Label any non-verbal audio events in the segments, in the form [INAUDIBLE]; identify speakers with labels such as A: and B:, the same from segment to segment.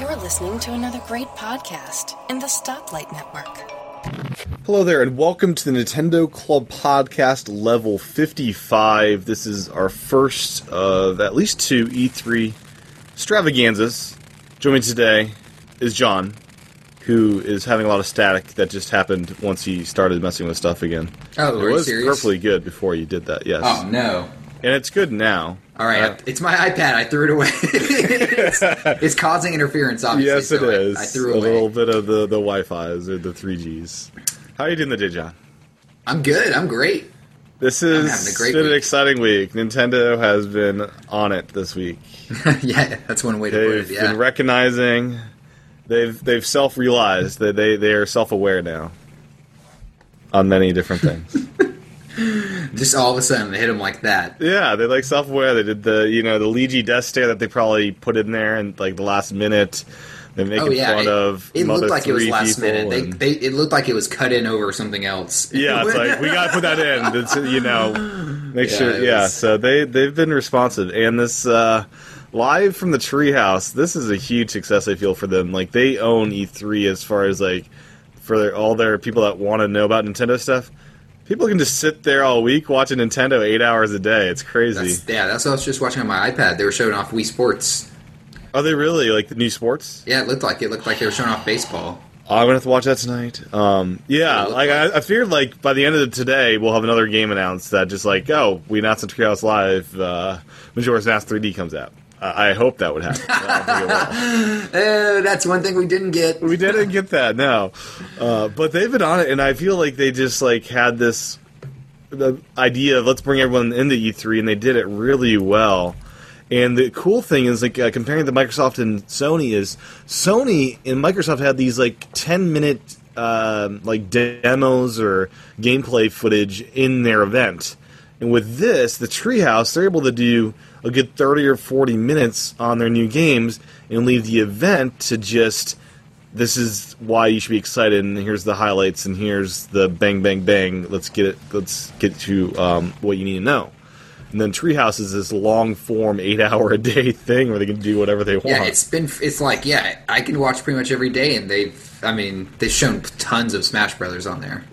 A: You're listening to another great podcast in the Stoplight Network.
B: Hello there, and welcome to the Nintendo Club Podcast Level 55. This is our first of at least two E3 extravaganzas. Joining me today is John, who is having a lot of static that just happened once he started messing with stuff again.
C: Oh,
B: it
C: are you
B: was
C: serious?
B: perfectly good before you did that, yes.
C: Oh no!
B: And it's good now.
C: All right,
B: Uh,
C: it's my iPad. I threw
B: [LAUGHS]
C: it away. it's, it's causing interference, obviously.
B: yes, it
C: so I-
B: is.
C: I, threw it
B: a
C: away.
B: little bit of the, the Wi-Fi's or the 3Gs. How are you doing today, John?
C: I'm good. I'm great. [LAUGHS]
B: This is
C: having a great
B: been an
C: week.
B: exciting week. Nintendo has been on it this week.
C: yeah, that's one way to put
B: They've
C: it. Yeah,
B: been recognizing. They've they've self realized that they they are self aware now. On many different
C: [LAUGHS]
B: things.
C: just all of a sudden they hit them like that.
B: yeah, they like self aware. They did the you know the Luigi death stare that they probably put in there and like the last minute. They're making
C: Oh yeah,
B: fun
C: it,
B: of.
C: it
B: Mother
C: looked like it was
B: Three
C: last
B: people
C: minute. They,
B: and-
C: they it looked like it was cut in over something else.
B: [LAUGHS] yeah, it's like we gotta put that in. It's, you know, make
C: Yeah,
B: sure.
C: it
B: Yeah,
C: was-
B: so they they've been responsive, and this uh, live from the treehouse. This is a huge success. I feel for them. Like they own E3 as far as like for their, all their people that want to know about Nintendo stuff. People can just sit there all week watching Nintendo eight hours a day. It's crazy.
C: [LAUGHS] That's, yeah, that's what I was just watching on my iPad. They were showing off Wii Sports.
B: Are they really like the new sports?
C: Yeah, it looked like it looked like they were showing off baseball.
B: Oh, I'm gonna have to watch that tonight. Um, yeah,
C: It looked
B: like I, I feared, like by the end of today, we'll have another game announced that just like, oh, we announced in Treehouse Live, uh, Majora's Mask 3D comes out. I, I hope that would happen. [LAUGHS] I don't think it will.
C: Oh, that's one thing we didn't get.
B: we didn't get that, no. Uh, but they've been on it, and I feel like they just like had this the idea of let's bring everyone into E3, and they did it really well. And the cool thing is, like uh, comparing the Microsoft and Sony is Sony and Microsoft had these like ten minute um like demos or gameplay footage in their event, and with this, the Treehouse, they're able to do a good thirty or forty minutes on their new games and leave the event to just this is why you should be excited and here's the highlights and here's the bang bang bang let's get it let's get you um, what you need to know and then treehouse is this long form eight [LAUGHS] hour a day thing where they can do whatever they want
C: Yeah, it's been. It's like yeah, I can watch pretty much every day, and they've. I mean, they've shown tons of Smash Brothers on there.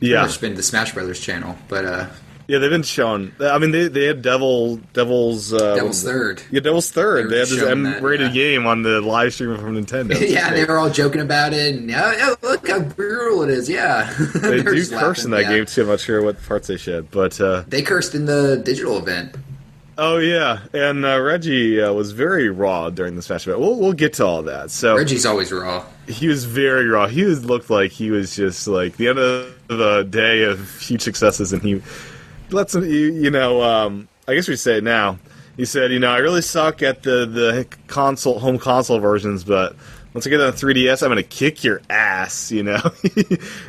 B: yeah.
C: it's been the Smash Brothers channel, but uh,
B: Yeah, they've been shown i mean they, they had devil devil's uh,
C: Devil's Third. [LAUGHS]
B: yeah devil's third
C: They were
B: they, had this
C: shown that,
B: m-rated
C: yeah.
B: game on the live stream from nintendo
C: [LAUGHS] yeah,
B: It's
C: they
B: great.
C: were all joking about it, and oh, oh, look how brutal it is. Yeah, [LAUGHS]
B: they
C: They're
B: do
C: just
B: curse in that
C: laughing, yeah.
B: game too i'm not sure what parts they shed but uh,
C: They cursed in the digital event.
B: oh yeah and uh, reggie uh, was very raw during the smash event we'll, we'll get to all that so
C: Reggie's always raw.
B: he was very raw. He was looked like he was just like the end of the day of huge successes, and he lets him. You, you know, um, I guess we say it now. He said, "You know, I really suck at the the console home console versions, but once I get on 3DS, I'm gonna kick your ass." [LAUGHS] You know,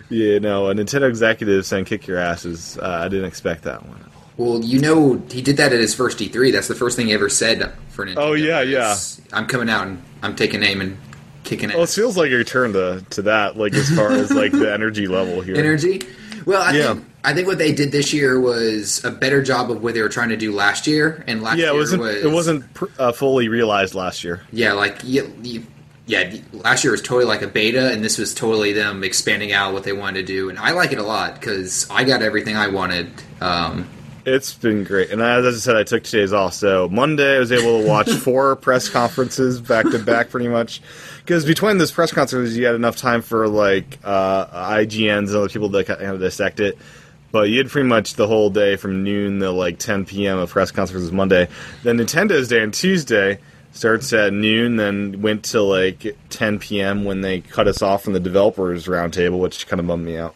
B: you know, a Nintendo executive saying "kick your ass" is uh, I didn't expect that one.
C: Well, you know, he did that at his first E3. That's the first thing he ever said for Nintendo.
B: Oh, yeah, yeah. Oh,
C: is, I'm coming out and I'm taking aim and kicking it.
B: Well, it feels like a return to to that, like as far as like the energy level here.
C: energy. Well, I
B: Yeah.
C: think I think what they did this year was a better job of what they were trying to do last year, and last
B: yeah, it
C: year
B: wasn't
C: was
B: it wasn't pr- uh, fully realized last year.
C: yeah like you, you, yeah last year was totally like a beta, and this was totally them expanding out what they wanted to do, and I like it a lot because I got everything I wanted. Um,
B: It's been great, and as I said, I took today's off. So Monday, I was able to watch four press conferences back to back, pretty much. Because between those press conferences, you had enough time for like uh, IGNs and other people that kind of dissect it. But you had pretty much the whole day from noon to like 10 p.m. of press conferences Monday. Then Nintendo's day and Tuesday starts at noon, then went to like 10 p.m. when they cut us off from the developers roundtable, which kind of bummed me out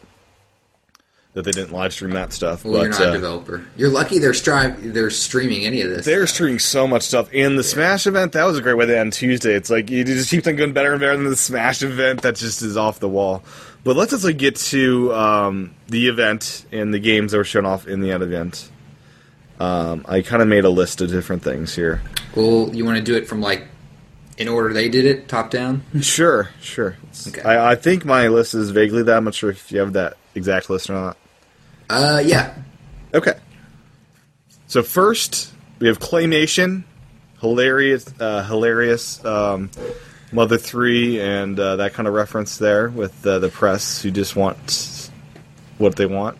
B: that they didn't live stream that stuff.
C: well, you're
B: but,
C: not a
B: uh,
C: developer. You're lucky they're stri- they're streaming any of this.
B: they're streaming so much stuff. And the Smash event, that was a great way to end Tuesday. It's like you just keep on going better and better than the Smash event. That just is off the wall. But let's actually get to um, the event and the games that were shown off in the event. Um, I kind of made a list of different things here.
C: well, you want to do it from like in order they did it, top down.
B: Sure, sure.
C: Okay.
B: I, I think my list is vaguely that. I'm not sure if you have that exact list or not.
C: Uh, yeah,
B: Okay. So first we have claymation, hilarious, uh, hilarious um, Mother 3 and uh, that kind of reference there with uh, the press who just want what they want.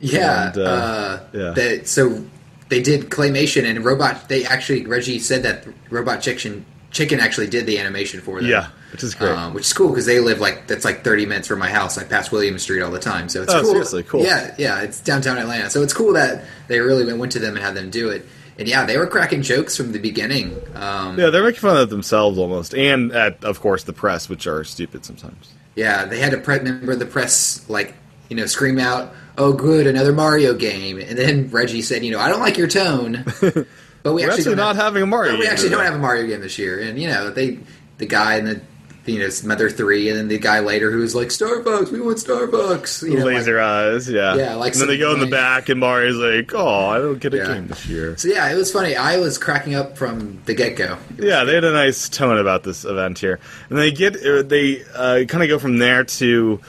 C: Yeah,
B: And, uh,
C: uh,
B: yeah.
C: That, so they did claymation and robot. They actually Reggie said that robot chicken chicken actually did the animation for them.
B: yeah, [LAUGHS] which is great.
C: Uh, which is cool because they live like that's like 30 minutes from my house. I pass William Street all the time, so it's
B: Oh,
C: cool.
B: seriously, cool.
C: Yeah, yeah, it's downtown Atlanta, so it's cool that they really went, went to them and had them do it. And yeah, they were cracking jokes from the beginning. Um,
B: yeah, they're making fun of themselves almost, and at, of course the press, which are stupid sometimes.
C: Yeah, they had a pre- member of the press like you know scream out, "Oh, good, another Mario game!" And then Reggie said, "You know, I don't like
B: [LAUGHS]
C: your tone, but we
B: We're actually
C: don't
B: not
C: have,
B: having a Mario.
C: no, we
B: game
C: actually don't
B: today.
C: have a Mario game this year." And you know, they the guy and the you know Mother Three, and then the guy later who was like, "Starbucks, we want Starbucks," you know, like-
B: laser eyes. Yeah,
C: Yeah, like
B: and then they
C: some-
B: go in the
C: like-
B: back, and Mario's like, "Oh, I don't get a
C: Yeah.
B: game this year."
C: so yeah, it was funny. I was cracking up from the get go.
B: Yeah, they had a nice tone about this event here, and they get uh, they uh, kind of go from there to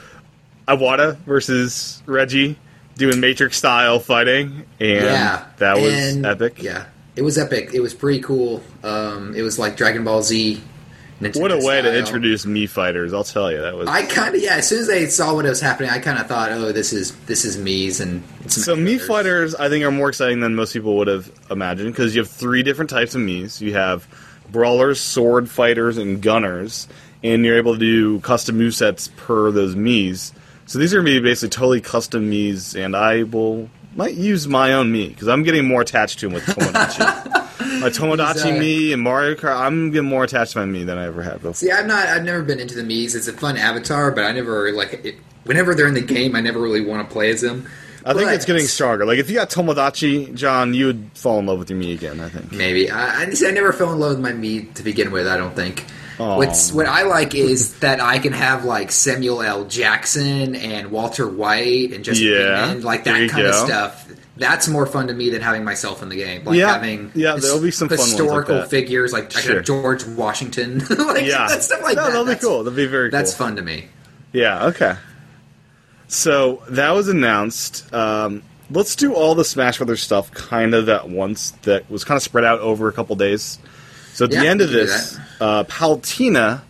B: Iwata versus Reggie doing Matrix style fighting, and
C: yeah,
B: that was
C: And-
B: epic.
C: Yeah, it was epic. It was pretty cool. Um, it was like Dragon Ball Z. Nintendo
B: What a way to
C: style.
B: introduce me fighters! I'll tell you that was.
C: I kind of yeah. As soon as I saw what was happening, I kind of thought, oh, this is this is Mii's and it's
B: [LAUGHS] so Mii
C: Fighters.
B: fighters, I think, are more exciting than most people would have imagined because you have three different types of Mii's. You have brawlers, sword fighters, and gunners, and you're able to do custom movesets per those Mii's. So these are going to be basically totally custom Mii's, and I will might use my own Mii because I'm getting more attached to him with Tomodachi.
C: [LAUGHS]
B: my Tomodachi
C: He's, uh,
B: Mii and Mario Kart, I'm getting more attached to my Mii than I ever have before.
C: See, I'm not. I've never been into the Mii's. It's a fun avatar, but I never like. It, whenever they're in the game, I never really want to play as them.
B: I think
C: But-
B: it's getting stronger. Like if you got Tomodachi, John, you would fall in love with your Mii again. I think.
C: Maybe I, I, see, I never fell in love with my Mii to begin with. I don't think.
B: Aw.
C: What's what I like is that I can have like Samuel L. Jackson and Walter White and just
B: Yeah,
C: like
B: there
C: that
B: you
C: kind of
B: go.
C: stuff. That's more fun to me than having myself in the game. Like
B: Yeah,
C: having
B: yeah, there'll be some fun ones like
C: historical
B: that.
C: figures like, I could
B: Sure.
C: have George Washington, [LAUGHS]
B: [LAUGHS]
C: like
B: Yeah,
C: that stuff like
B: no,
C: that.
B: that'll be
C: That's-
B: cool. That'll be very.
C: That's
B: cool.
C: fun to me.
B: Yeah, okay. So that was announced. Um, let's do all the Smash Brothers stuff kind of at once. That was kind of spread out over a couple days. So at the
C: Yeah,
B: end of
C: we can do
B: this, uh, Palutena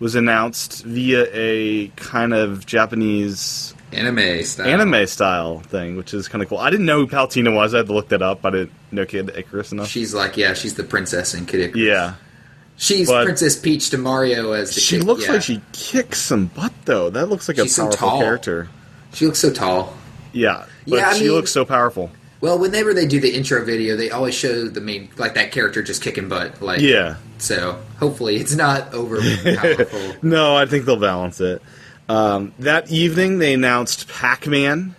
B: was announced via a kind of Japanese
C: Anime stuff.
B: anime style thing, which is kind of cool. I didn't know who Palutena was. I had to look that up. I didn't know Kid Icarus enough.
C: She's like, yeah, she's the princess in Kid Icarus.
B: yeah,
C: she's
B: But-
C: Princess Peach to Mario as the
B: she
C: kid-
B: looks
C: yeah.
B: like she kicks some butt though. That looks like
C: She's
B: a
C: so
B: powerful
C: tall.
B: character.
C: she looks so tall.
B: Yeah, but
C: Yeah, I
B: she
C: mean-
B: looks so powerful.
C: Well, whenever they do the intro video, they always show the main like that character just kicking butt. Like
B: Yeah.
C: So hopefully it's not overly
B: [LAUGHS]
C: powerful.
B: No, I think they'll balance it. Um, that evening, they announced Pac-Man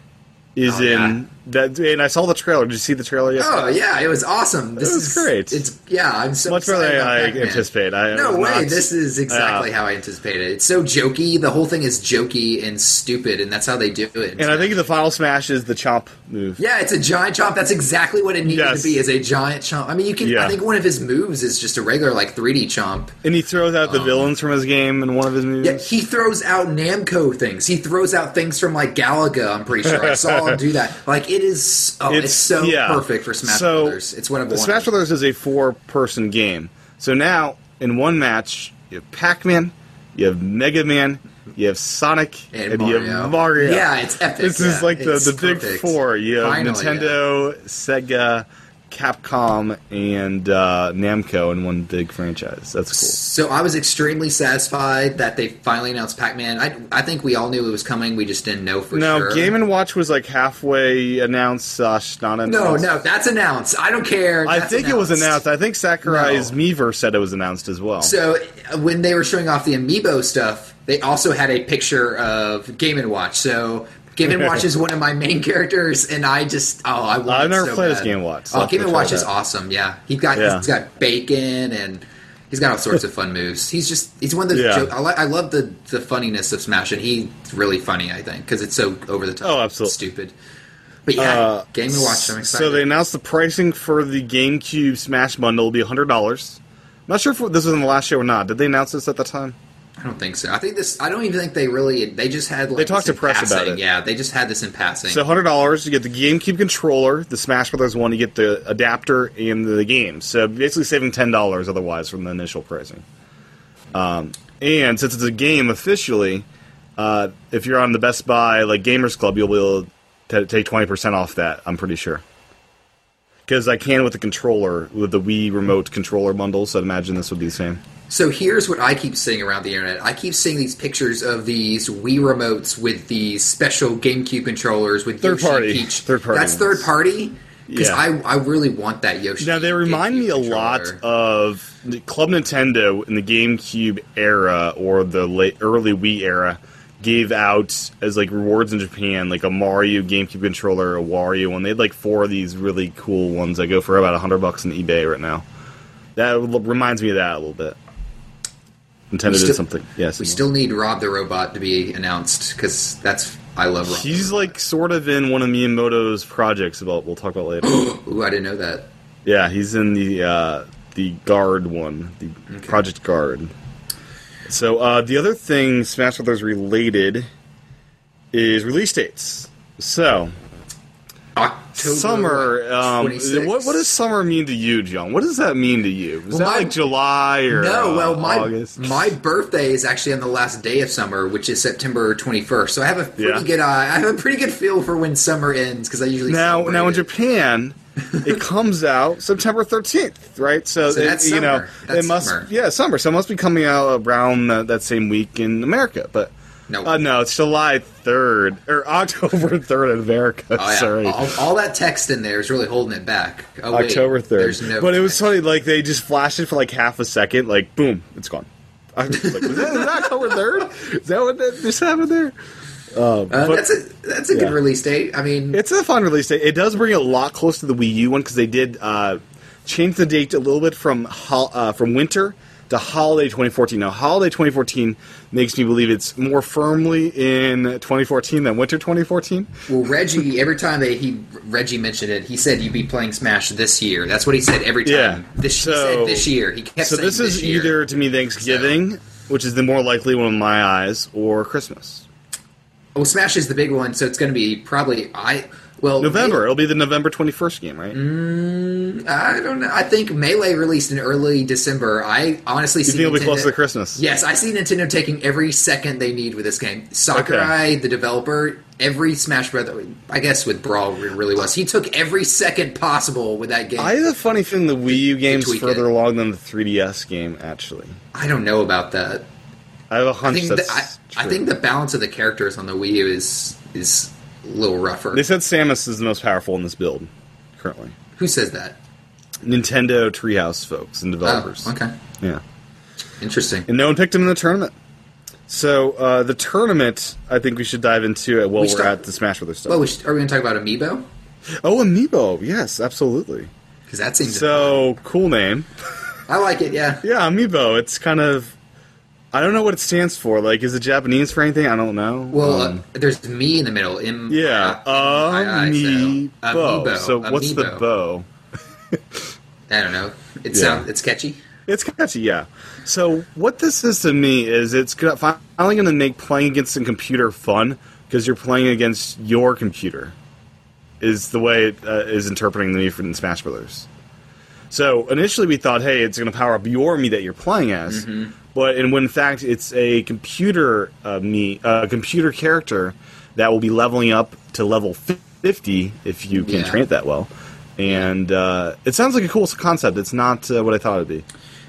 B: is
C: Oh,
B: in
C: yeah.
B: that, and I saw the trailer. Did you see the trailer yet?
C: oh yeah, it was awesome. This
B: was
C: is
B: great.
C: It's yeah, I'm so
B: Much better
C: excited
B: than
C: about
B: I
C: Pac-Man.
B: anticipated. I
C: no
B: was
C: way.
B: not-
C: this is exactly
B: Yeah.
C: how I anticipated. it. It's so jokey. The whole thing is jokey and stupid, and that's how they do it.
B: and I think the final smash is the chomp move.
C: Yeah, it's a giant chomp. That's exactly what it needed
B: Yes.
C: to be. Is a giant chomp. I mean, you can.
B: Yeah.
C: I think one of his moves is just a regular like 3D chomp.
B: And he throws out
C: Oh.
B: the villains from his game in one of his movies.
C: Yeah, he throws out Namco things. He throws out things from like Galaga. I'm pretty sure I saw him do
B: [LAUGHS]
C: that. Like it is. Oh, it's, so
B: yeah.
C: perfect for Smash
B: So,
C: Brothers. It's one of
B: the
C: one.
B: Smash Brothers is a four-person game. So now in one match, you have Pac-Man, you have Mega Man, you have Sonic,
C: And
B: and, you
C: Mario.
B: have Mario.
C: Yeah, it's epic,
B: This is
C: yeah.
B: like the,
C: It's
B: the big
C: perfect.
B: four. You have
C: Finally,
B: Nintendo, Sega, Capcom, and uh, Namco in one big franchise. That's
C: So I was extremely satisfied that they finally announced Pac-Man. I I think we all knew it was coming. We just didn't know for
B: cool. Now,
C: sure.
B: Game and Watch was like halfway announced, slash not
C: no,
B: announced.
C: no, that's announced. I don't care.
B: I
C: That's
B: think it was announced. I think Sakurai's
C: No.
B: Miiverse said it was announced as well.
C: So uh, when they were showing off the amiibo stuff, they also had a picture of Game and Watch. So Game and
B: [LAUGHS]
C: Watch is one of my main characters, and I just oh I want
B: I've
C: it
B: never
C: so
B: played as
C: bad.
B: Game and Watch, so I'll
C: oh,
B: have to
C: Game and
B: try
C: Watch is
B: that.
C: awesome. Yeah, he's got
B: Yeah.
C: he's got bacon and. He's got all sorts of fun moves. He's just he's one of those.
B: Yeah.
C: joke- I, li- I love the the funniness of Smash, and he's really funny. I think because it's so over the top.
B: Oh, absolutely.
C: stupid. But yeah,
B: Uh,
C: Game and Watch. I'm excited.
B: So they announced the pricing for the GameCube Smash Bundle will be hundred dollars. Not sure if this was in the last show or not. Did they announce this at the time?
C: I don't think so. I think this. I don't even think they really. They just had. Like,
B: They talked
C: this
B: to
C: in
B: press about
C: passing.
B: it.
C: Yeah, they just had this in passing.
B: So hundred dollars, you get the GameCube controller, the Smash Brothers one, you get the adapter and the game. So basically saving ten dollars otherwise from the initial pricing. Um, and since it's a game officially, uh, if you're on the Best Buy like Gamers Club, you'll be able to take twenty percent off that. I'm pretty sure because I can with the controller with the Wii remote controller bundle. So I'd imagine this would be the same.
C: So here's what I keep seeing around the internet. I keep seeing these pictures of these Wii remotes with these special GameCube controllers with
B: Third
C: Yoshi
B: party.
C: Peach.
B: Third party
C: That's third
B: ones.
C: party. Because
B: Yeah.
C: I, I really want that Yoshi.
B: Now they remind
C: GameCube
B: me a lot
C: controller.
B: of the Club Nintendo in the GameCube era or the late early Wii era gave out as like rewards in Japan like a Mario GameCube controller, a Wario one. They had like four of these really cool ones that go for about a hundred bucks on eBay right now. That l- reminds me of that a little bit. Nintendo
C: still-
B: did something. Yes,
C: We still need Rob the Robot to be announced because that's I love Rob.
B: he's like sort of in one of Miyamoto's projects. About we'll talk about later.
C: Ooh, I didn't know that.
B: Yeah, he's in the uh, the guard one, the Project Guard. So uh, the other thing Smash Brothers related is release dates. So
C: October
B: summer, um,
C: 26th.
B: what what does summer mean to you, John? What does that mean to you? Is that
C: my-
B: like July or
C: No,
B: uh,
C: well, my
B: August?
C: my birthday is actually on the last day of summer, which is September 21st. So I have a pretty
B: Yeah.
C: good eye. I have a pretty good feel for when summer ends because I usually
B: [LAUGHS] now
C: celebrate
B: now in
C: it.
B: Japan,
C: [LAUGHS]
B: it comes out September 13th, right? So,
C: So
B: it-
C: that's
B: you know
C: summer. That's
B: it must
C: summer.
B: yeah summer. So it must be coming out around that, that same week in America, but.
C: No.
B: Uh, no, it's July 3rd, or [LAUGHS] October 3rd in America.
C: Oh, yeah.
B: Sorry.
C: All, all that text in there is really holding it back. Oh, wait.
B: October 3rd.
C: There's no
B: but it was
C: text.
B: funny, like, they just flashed it for like half a second, like, boom, it's gone. I was like, is that, is that October 3rd? Is that what that just happened there?
C: Uh,
B: but-
C: that's a that's a
B: yeah.
C: good release date. I mean,
B: It's a fun release date. It does bring it a lot closer to the Wii U one because they did uh, change the date a little bit from hol- uh, from winter to holiday 2014. Now, holiday 2014 makes me believe it's more firmly in 2014 than winter 2014.
C: well, Reggie. Every time that he Reggie mentioned it, he said you'd be playing Smash this year. That's what he said every time.
B: Yeah.
C: This,
B: So-
C: he said this year. He kept
B: So
C: saying
B: this is
C: year.
B: either to me Thanksgiving, which is the more likely one in my eyes, or Christmas.
C: Well, Smash is the big one, so it's going to be probably I. Well, Mm-hmm.
B: November. It'll be the November 21st game, right?
C: Me- I don't know. I think Melee released in early December. I honestly
B: You
C: see
B: think it'll be
C: Nintendo-
B: close to Christmas?
C: Yes, I see Nintendo taking every second they need with this game. Sakurai, the developer, every Smash Brother, I guess with Brawl it really was. He took every second possible with that game.
B: I have a funny feeling the Wii U game's
C: tweak
B: further
C: it.
B: along than the 3DS game, actually.
C: I don't know about that.
B: I have a
C: I
B: hunch
C: think the,
B: that's
C: I, I
B: true.
C: think the balance of the characters on the Wii U is is a little rougher.
B: They said Samus is the most powerful in this build currently.
C: Who says that?
B: Nintendo Treehouse folks and
C: Oh,
B: developers.
C: okay,
B: Yeah.
C: interesting.
B: And no one picked him in the tournament. So uh, the tournament, I think we should dive into it while
C: We
B: we are
C: start-
B: at the Smash Brothers stuff.
C: Well, we should, are we going to talk about Amiibo?
B: oh, Amiibo. Yes, absolutely.
C: Because that seems
B: So cool name.
C: I like it. Yeah,
B: Yeah, Amiibo. It's kind of. I don't know what it stands for. Like, is it Japanese for anything? I don't know.
C: Well,
B: Um,
C: uh, there's me in the middle. M-
B: yeah,
C: I- I- I- so, uh,
B: Amiibo.
C: Amiibo.
B: So what's the
C: Amiibo.
B: bow?
C: I don't know. It
B: Yeah.
C: sounds it's catchy.
B: It's catchy, yeah. So what this is to me is it's go- finally going to make playing against a computer fun because you're playing against your computer. Is the way it uh, is interpreting the me from Smash Brothers. So initially we thought, hey, it's going to power up your me that you're playing as, but and when in fact it's a computer uh, me, a computer character that will be leveling up to level fifty if you can
C: Yeah.
B: train it that well. And uh, it sounds like a cool concept. It's not uh, what I thought it'd be.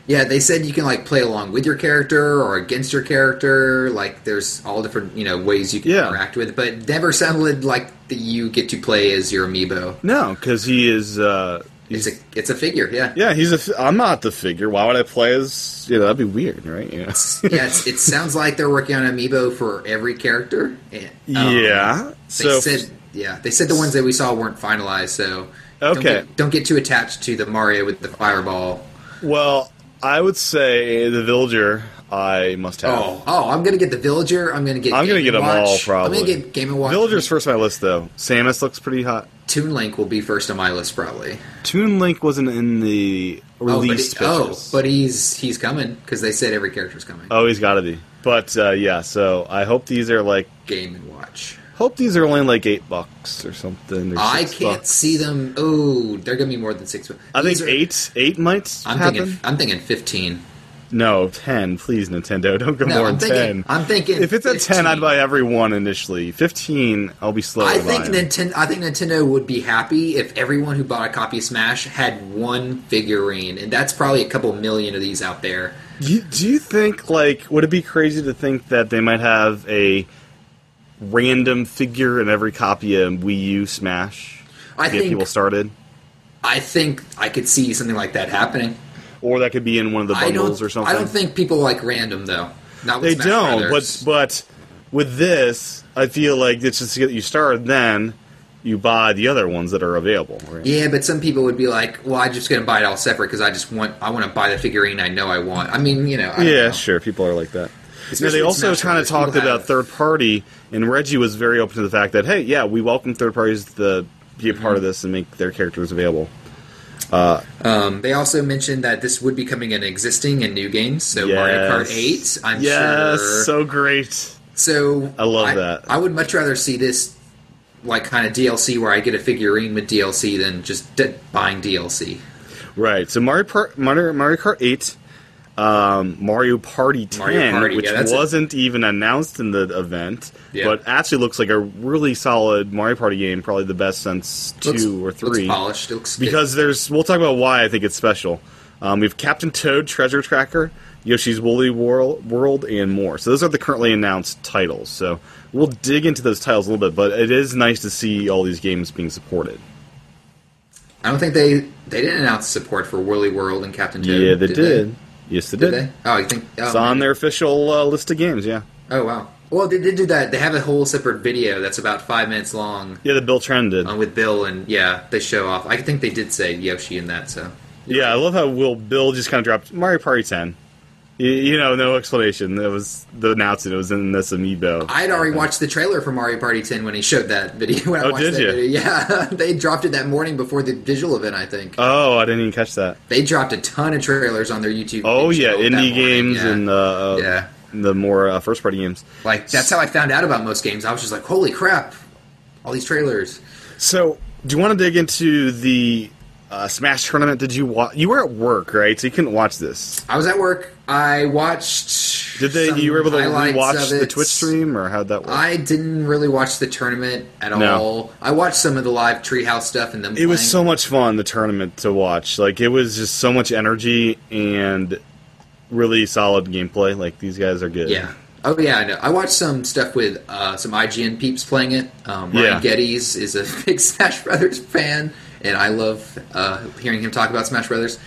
C: Yeah, they said you can like play along with your character or against your character. Like, there's all different you know ways you can
B: Yeah.
C: interact with, but it never sounded like that you get to play as your amiibo.
B: No, because he is. Uh,
C: It's
B: he's,
C: a it's a figure. Yeah,
B: yeah, he's a. fi- I'm not the figure. Why would I play as? You know, that'd be weird, right?
C: [LAUGHS]
B: Yeah.
C: yeah. It's, it sounds like they're working on amiibo for every character. And, um,
B: yeah.
C: They
B: So
C: said, yeah, they said the ones that we saw weren't finalized, so don't
B: Okay.
C: get, don't get too attached to the Mario with the fireball.
B: well, I would say the villager. I must have.
C: Oh, oh, I'm gonna get the villager. I'm gonna get.
B: I'm gonna
C: Game
B: get them
C: Watch.
B: all probably.
C: I'm gonna get Game and Watch.
B: Villager's first on my list though. Samus looks pretty hot.
C: Toon Link will be first on my list probably.
B: Toon Link wasn't in the
C: Oh, but,
B: released
C: he- oh,
B: pictures.
C: but he's he's coming because they said every character's coming.
B: Oh, he's got to be. But uh, yeah, so I hope these are like.
C: Game and Watch.
B: Hope these are only like eight bucks or something. or
C: I
B: six
C: can't
B: bucks.
C: see them. Oh, they're gonna be more than six.
B: I think
C: These are-
B: eight, eight might
C: I'm
B: happen.
C: thinking. I'm thinking fifteen.
B: No, ten, please, Nintendo. [LAUGHS] Don't go
C: No,
B: more
C: I'm
B: than
C: thinking-
B: ten.
C: I'm thinking
B: if it's at ten,
C: 15.
B: I'd buy every one initially. Fifteen, I'll be slow.
C: I
B: to
C: think
B: buy 'em.
C: Nintendo. I think Nintendo would be happy if everyone who bought a copy of Smash had one figurine, and that's probably a couple million of these out there.
B: You, do you think like would it be crazy to think that they might have a random figure in every copy of Wii U Smash
C: I
B: to get
C: think-
B: people started,
C: I think I could see something like that happening.
B: or that could be in one of the
C: I don't.
B: bundles or something?
C: I don't think people like random though. Not with
B: they
C: Smash
B: don't.
C: Brothers.
B: But but with this, I feel like it's just to get you started. Then you buy the other ones that are available. Right?
C: yeah, but some people would be like, "Well, I'm just going to buy it all separate because I just want. I want to buy the figurine I know I want. I mean, you know. I don't
B: Yeah,
C: know.
B: sure. People are like that.
C: Especially
B: now,
C: with
B: they also
C: Smash
B: kind of
C: Brothers, people
B: talked about
C: have-
B: third party, and Reggie was very open to the fact that, hey, yeah, we welcome third parties to the, be a
C: Mm-hmm.
B: part of this and make their characters available.
C: Um, they also mentioned that this would be coming in existing and new games. So Mario Kart
B: Yes.
C: 8. I'm
B: yes,
C: sure.
B: so great.
C: So
B: I love that.
C: I would much rather see this like kind of DLC where I get a figurine with DLC than just d- buying DLC.
B: Right. So Mario, Par- Mario, Mario Kart 8, um, Mario Party 10,
C: Mario Party,
B: which
C: yeah, that's it.
B: wasn't even announced in the event,
C: Yeah.
B: but actually looks like a really solid Mario Party game, probably the best since
C: Looks-
B: two or three.
C: Looks polished. It looks good.
B: because there's we'll talk about why I think it's special. Um, we have Captain Toad, Treasure Tracker, Yoshi's Woolly World, World, and more. So those are the currently announced titles. So we'll dig into those titles a little bit, but it is nice to see all these games being supported.
C: I don't think they they didn't announce support for Whirly World and Captain Toad.
B: yeah, they did.
C: They?
B: Yes, they
C: Did
B: did.
C: they? Oh, I think oh,
B: It's on their official uh, list of games. Yeah,
C: Oh wow. Well, they did do that. They have a whole separate video that's about five minutes long
B: yeah, the Bill Trend did.
C: uh, with Bill and yeah, they show off. I think they did say Yoshi in that. So
B: yeah, I love how Will Bill just kind of dropped Mario Party 10. Y- You know, no explanation. It was the announcement. It was in this amiibo.
C: I'd already watched the trailer for Mario Party 10 when he showed that video. [LAUGHS] When I
B: Oh,
C: watched
B: did
C: that
B: you?
C: Video. Yeah, [LAUGHS] they dropped it that morning before the visual event. I think
B: Oh, I didn't even catch that.
C: they dropped a ton of trailers on their YouTube.
B: Oh yeah,
C: channel that
B: indie
C: morning,
B: games
C: yeah.
B: and uh,
C: Yeah.
B: the more uh, first party games.
C: like that's how I found out about most games. I was just like, holy crap, all these trailers.
B: So, do you want to dig into the uh, Smash tournament? Did you watch? You were at work, right? So you couldn't watch this.
C: I was at work. I watched.
B: Did they?
C: some
B: you were able to
C: highlights
B: watch
C: of
B: the
C: it.
B: Twitch stream, or how'd that work?
C: I didn't really watch the tournament at
B: No.
C: all. I watched some of the live Treehouse stuff and them.
B: it was
C: playing.
B: so much fun the tournament to watch. Like it was just so much energy and really solid gameplay. Like these guys are good.
C: Yeah. Oh yeah, I know. I watched some stuff with uh, some IGN peeps playing it. Um, Ryan
B: Yeah.
C: Geddes is a [LAUGHS] big Smash Brothers fan, and I love uh, hearing him talk about Smash Brothers.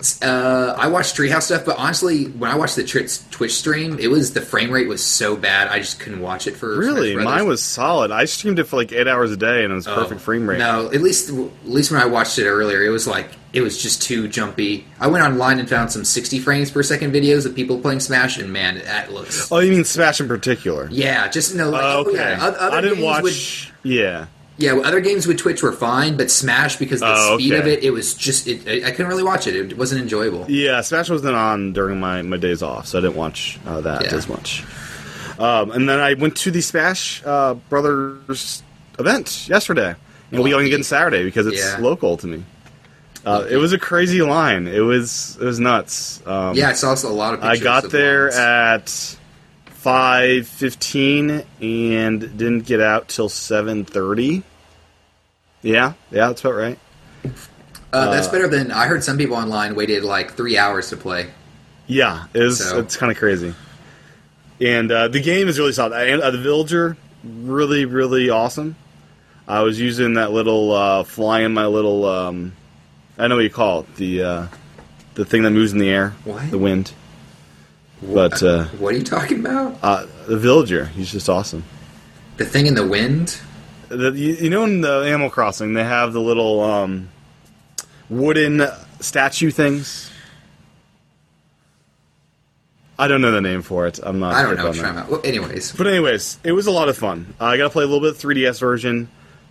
C: S- Uh, I watched Treehouse stuff, but honestly, when I watched the Twitch, Twitch stream, it was the frame rate was so bad, I just couldn't watch it for
B: Really,
C: Smash Brothers. Oh.
B: mine was solid. I streamed it for like eight hours a day, and it was perfect frame rate.
C: No, at least at least when I watched it earlier, it was like it was just too jumpy. I went online and found some 60 frames per second videos of people playing Smash, and man, that looks
B: Oh, you mean Smash in particular?
C: Yeah, just no. Like,
B: Oh,
C: oh,
B: okay.
C: yeah. oth- Other
B: I didn't
C: games
B: watch.
C: With,
B: Yeah.
C: yeah, well, other games with Twitch were fine, but Smash because the
B: Oh,
C: speed of
B: okay.
C: it, it was just it, I, I couldn't really watch it. It wasn't enjoyable.
B: Yeah, Smash wasn't on during my, my days off, so I didn't watch uh, that
C: Yeah.
B: as much. Um, and then I went to the Smash uh, Brothers event yesterday. And we'll be going again Saturday because it's
C: Yeah.
B: local to me. Uh, it was a crazy line. It was it was nuts. Um,
C: Yeah, I saw a lot of.
B: I
C: Pictures
B: got
C: of
B: there
C: lines.
B: at five fifteen and didn't get out till seven thirty. Yeah, yeah, that's about right.
C: Uh, that's better than I heard. Some people online waited like three hours to play.
B: Yeah, it was,
C: So-
B: it's kind of crazy. And uh, the game is really solid. And, uh, the villager, really, really awesome. I was using that little uh, flying my little. Um, I know what you call it the uh, the thing that moves in the air,
C: What?
B: the wind. But uh,
C: What are you talking about?
B: uh, the villager, he's just awesome.
C: The thing in the wind.
B: The, you, you know, in the Animal Crossing, they have the little um, wooden statue things. I don't know the name for it. I'm not.
C: I don't
B: hip
C: know
B: on
C: what you're
B: that.
C: talking about. Well, anyways,
B: But anyways, it was a lot of fun. Uh, I got to play a little bit of 3DS version,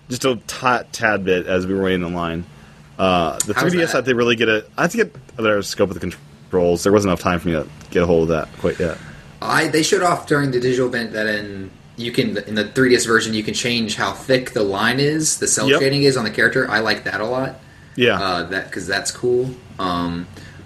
B: just a tot, tad bit as we were waiting in line. Uh, the
C: How's
B: 3DS,
C: that?
B: I had to really get a. I had to get a better scope of the controls. There wasn't enough time for me to get a hold of that quite yet.
C: I they showed off during the digital event that in you can in the 3ds version you can change how thick the line is, the cell
B: Yep.
C: shading is on the character. I like uh, that a lot.
B: Yeah,
C: uh, that because that's cool. Um,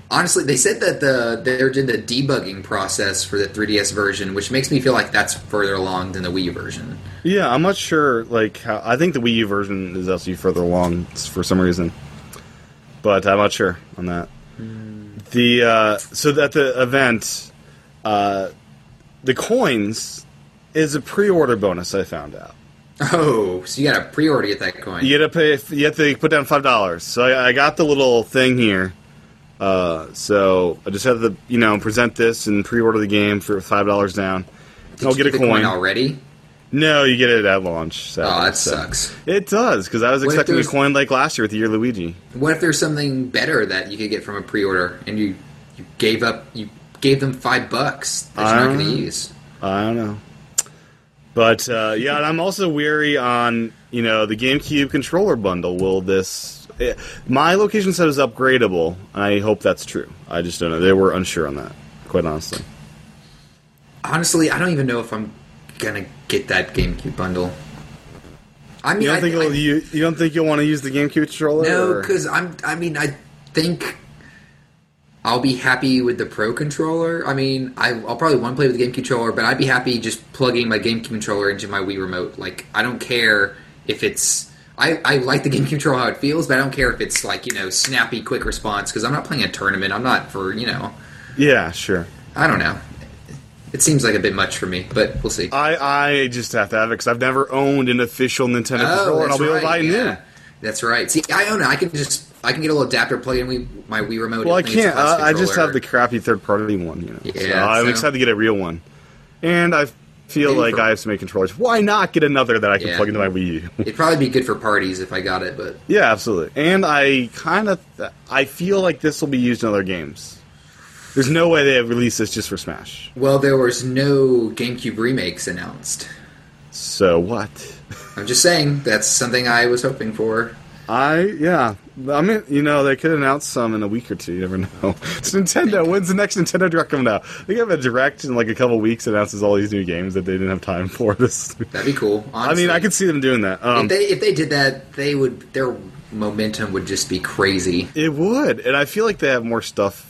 C: honestly, they said that the they're doing the debugging process for the 3DS version, which makes me feel like that's further along than the Wii version.
B: Yeah, I'm not sure. Like, how, I think the Wii U version is actually further along for some reason, but I'm not sure on that.
C: Hmm.
B: The uh, so at the event, uh, the coins is a pre-order bonus. I found out.
C: Oh, so you got to pre-order to get that coin.
B: You had to pay. You have to put down five dollars. So I, I got the little thing here. Uh, so I just had to, you know, present this and pre-order the game for five dollars down. And
C: Did
B: I'll
C: you
B: get a
C: the
B: coin.
C: already.
B: No, you get it at launch. So,
C: Oh, that
B: so-
C: sucks.
B: It does because I was
C: What if
B: expecting a
C: there's-
B: coin like last year with the year Luigi.
C: What if there's something better that you could get from a pre-order, and you you gave up you gave them five bucks that you're not
B: Um,
C: going to use?
B: I don't know. But uh, yeah, and I'm also weary on you know the GameCube controller bundle. Will this? eh, my location set is upgradable. I hope that's true. I just don't know. They were unsure on that, quite honestly.
C: Honestly, I don't even know if I'm going to get that GameCube bundle. I mean,
B: You don't
C: I
B: think
C: I,
B: you'll, you you don't think you'll want to use the GameCube controller?
C: No,
B: or-
C: because I'm. I mean, I think I'll be happy with the Pro controller. I mean, I, I'll probably want to play with the GameCube controller, but I'd be happy just plugging my GameCube controller into my Wii remote. Like, I don't care if it's. I, I like the GameCube controller how it feels, but I don't care if it's like you know snappy, quick response because I'm not playing a tournament. I'm not for you know.
B: yeah, sure.
C: I don't know. It seems like a bit much for me, but we'll see.
B: I I just have to have it because I've never owned an official Nintendo controller. and I'll
C: Oh, that's
B: be able to buy
C: right,
B: a new.
C: yeah. That's right. See, I own it. I can just I can get a little adapter, plug it in we- my Wii remote.
B: Well, I
C: and it's a
B: can't.
C: plastic
B: I, I just have
C: controller.
B: the crappy third-party one, you know. so
C: Yeah,
B: I'm
C: so-
B: excited to get a real one, and I feel
C: Maybe
B: like
C: for-
B: I have some controllers. Why not get another that I can
C: Yeah.
B: plug into my Wii U? [LAUGHS]
C: It'd probably be good for parties if I got it, but
B: yeah, absolutely. And I kind of, I feel like this will be used in other games. There's no way they have released this just for Smash.
C: well, there was no GameCube remakes announced.
B: So what?
C: I'm just saying that's something I was hoping for.
B: I yeah. I mean, you know, they could announce some in a week or two. You never know. [LAUGHS] It's Nintendo. When's the next Nintendo Direct coming out? They have a Direct in like a couple weeks. Announces all these new games that they didn't have time for [LAUGHS] this.
C: That'd be cool.
B: I
C: Honestly.
B: mean, I could see them doing that. Um,
C: If they if they did that, they would. Their momentum would just be crazy.
B: it would, and I feel like they have more stuff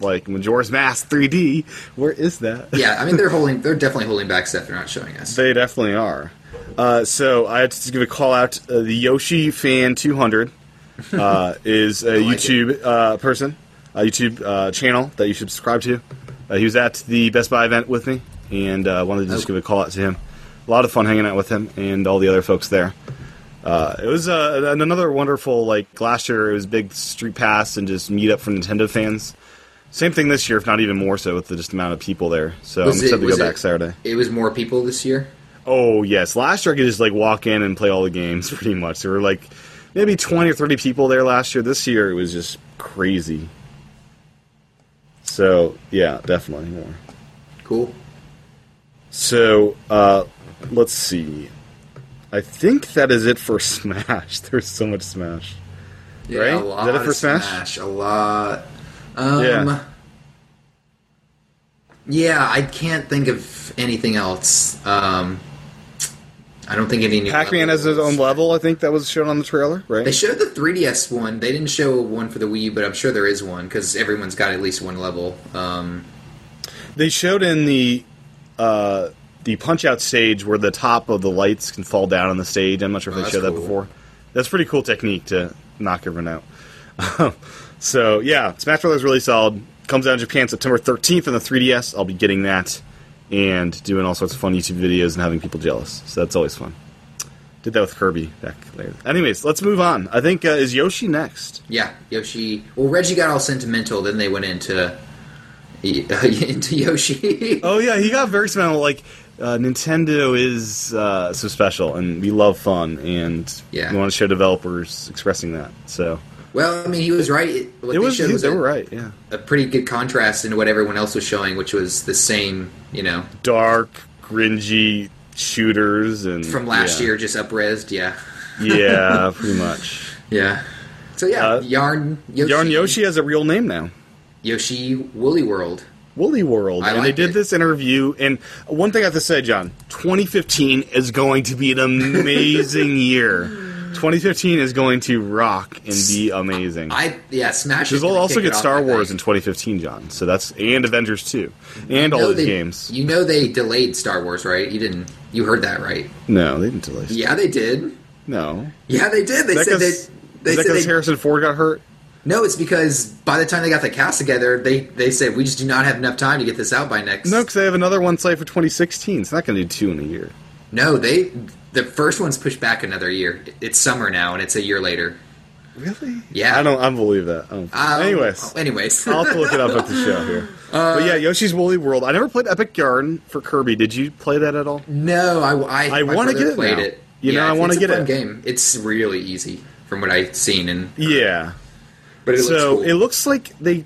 B: like Majora's Mask 3D. Where is that?
C: Yeah, I mean they're holding. They're definitely holding back stuff they're not showing us.
B: they definitely are. Uh, so I had to give a call out. Uh, the Yoshi Fan 200
C: [LAUGHS]
B: uh, is a
C: like
B: YouTube uh, person, a YouTube uh, channel that you should subscribe to. Uh, he was at the Best Buy event with me, and uh, wanted to just
C: Oh.
B: give a call out to him. A lot of fun hanging out with him and all the other folks there. Uh, it was uh, an- another wonderful like last year. It was big street pass and just meet up for Nintendo fans. Same thing this year, if not even more so, with the just amount of people there. So I'm excited to go back Saturday.
C: It was more people this year.
B: Oh yes, last year I could just like walk in and play all the games [LAUGHS] pretty much. There were like maybe twenty or thirty people there last year. This year it was just crazy. So yeah, definitely more.
C: Cool.
B: So uh, let's see. I think that is it for [LAUGHS] Smash. There's so much Smash.
C: Yeah,
B: Right?
C: a
B: Is
C: lot
B: that it for
C: of
B: Smash?
C: A lot. Um,
B: Yeah.
C: yeah. I can't think of anything else. Um, I don't think any new.
B: Pac-Man has his
C: levels.
B: own level. I think that was shown on the trailer, right?
C: They showed the 3DS one. They didn't show one for the Wii U, but I'm sure there is one because everyone's got at least one level. Um,
B: They showed in the uh, the punch out stage where the top of the lights can fall down on the stage. I'm not sure if
C: Oh,
B: they
C: that's
B: showed that
C: cool.
B: before. That's pretty cool technique to knock everyone out. [LAUGHS] so yeah, Smash Brothers is really solid. Comes out in Japan September 13th on the 3DS. I'll be getting that and doing all sorts of fun YouTube videos and having people jealous. So that's always fun. Did that with Kirby back later. Anyways, let's move on. I think uh, is Yoshi next.
C: yeah, Yoshi. Well, Reggie got all sentimental. Then they went into [LAUGHS] into Yoshi.
B: Oh yeah, he got very sentimental. Like uh, Nintendo is uh, so special, and we love fun, and
C: Yeah.
B: we want to show developers expressing that. So
C: Well, I mean, he was right. It, what
B: it
C: they
B: was,
C: showed
B: he-
C: was
B: they
C: a-
B: were right. Yeah,
C: a pretty good contrast into what everyone else was showing, which was the same, you know,
B: dark, gringy shooters, and
C: from last
B: yeah.
C: year, just upresed. Yeah, [LAUGHS]
B: yeah, pretty much.
C: yeah. So yeah,
B: Uh,
C: Yarn Yoshi,
B: Yarn Yoshi has a real name now.
C: Yoshi Woolly World.
B: Woolly World,
C: I
B: and they
C: like
B: did
C: it.
B: this interview. And
C: [LAUGHS]
B: one thing I have to say, John, 2015 is going to be an amazing year. 2015 is going to rock and be amazing.
C: I yeah, Smash.
B: Because
C: is
B: we'll
C: gonna
B: also
C: kick it
B: get
C: off,
B: Star
C: I
B: Wars in
C: think.
B: 2015, John. So that's and Avengers 2 and all
C: You know
B: those
C: they-
B: games.
C: You know they delayed Star Wars, right? You didn't. You heard that, right?
B: No, they didn't delay.
C: Yeah, they did.
B: No,
C: Yeah, they did. They
B: Is that
C: said they.
B: 'cause-
C: They
B: is that
C: said
B: because
C: they,
B: Harrison Ford got hurt?
C: no, it's because by the time they got the cast together, they they said we just do not have enough time to get this out by next.
B: No, because they have another one slated for 2016. It's not going to do two in a year.
C: no, they the first one's pushed back another year. It's summer now, and it's a year later.
B: Really?
C: Yeah.
B: I don't. I don't believe that. I don't-
C: Um, Uh,
B: anyways,
C: anyways,
B: [LAUGHS] I'll have to look it up at the show here.
C: [LAUGHS]
B: but yeah, Yoshi's Woolly World. I never played Epic Yarn for Kirby. Did you play that at all?
C: No, I I,
B: I
C: my
B: wanna
C: brother
B: get it
C: Played
B: now.
C: it.
B: You know,
C: yeah,
B: I
C: it's-
B: wanna
C: it's
B: get
C: a fun
B: it.
C: Game. It's really easy from what I've seen, and
B: Yeah.
C: but it
B: so
C: looks cool.
B: it looks like they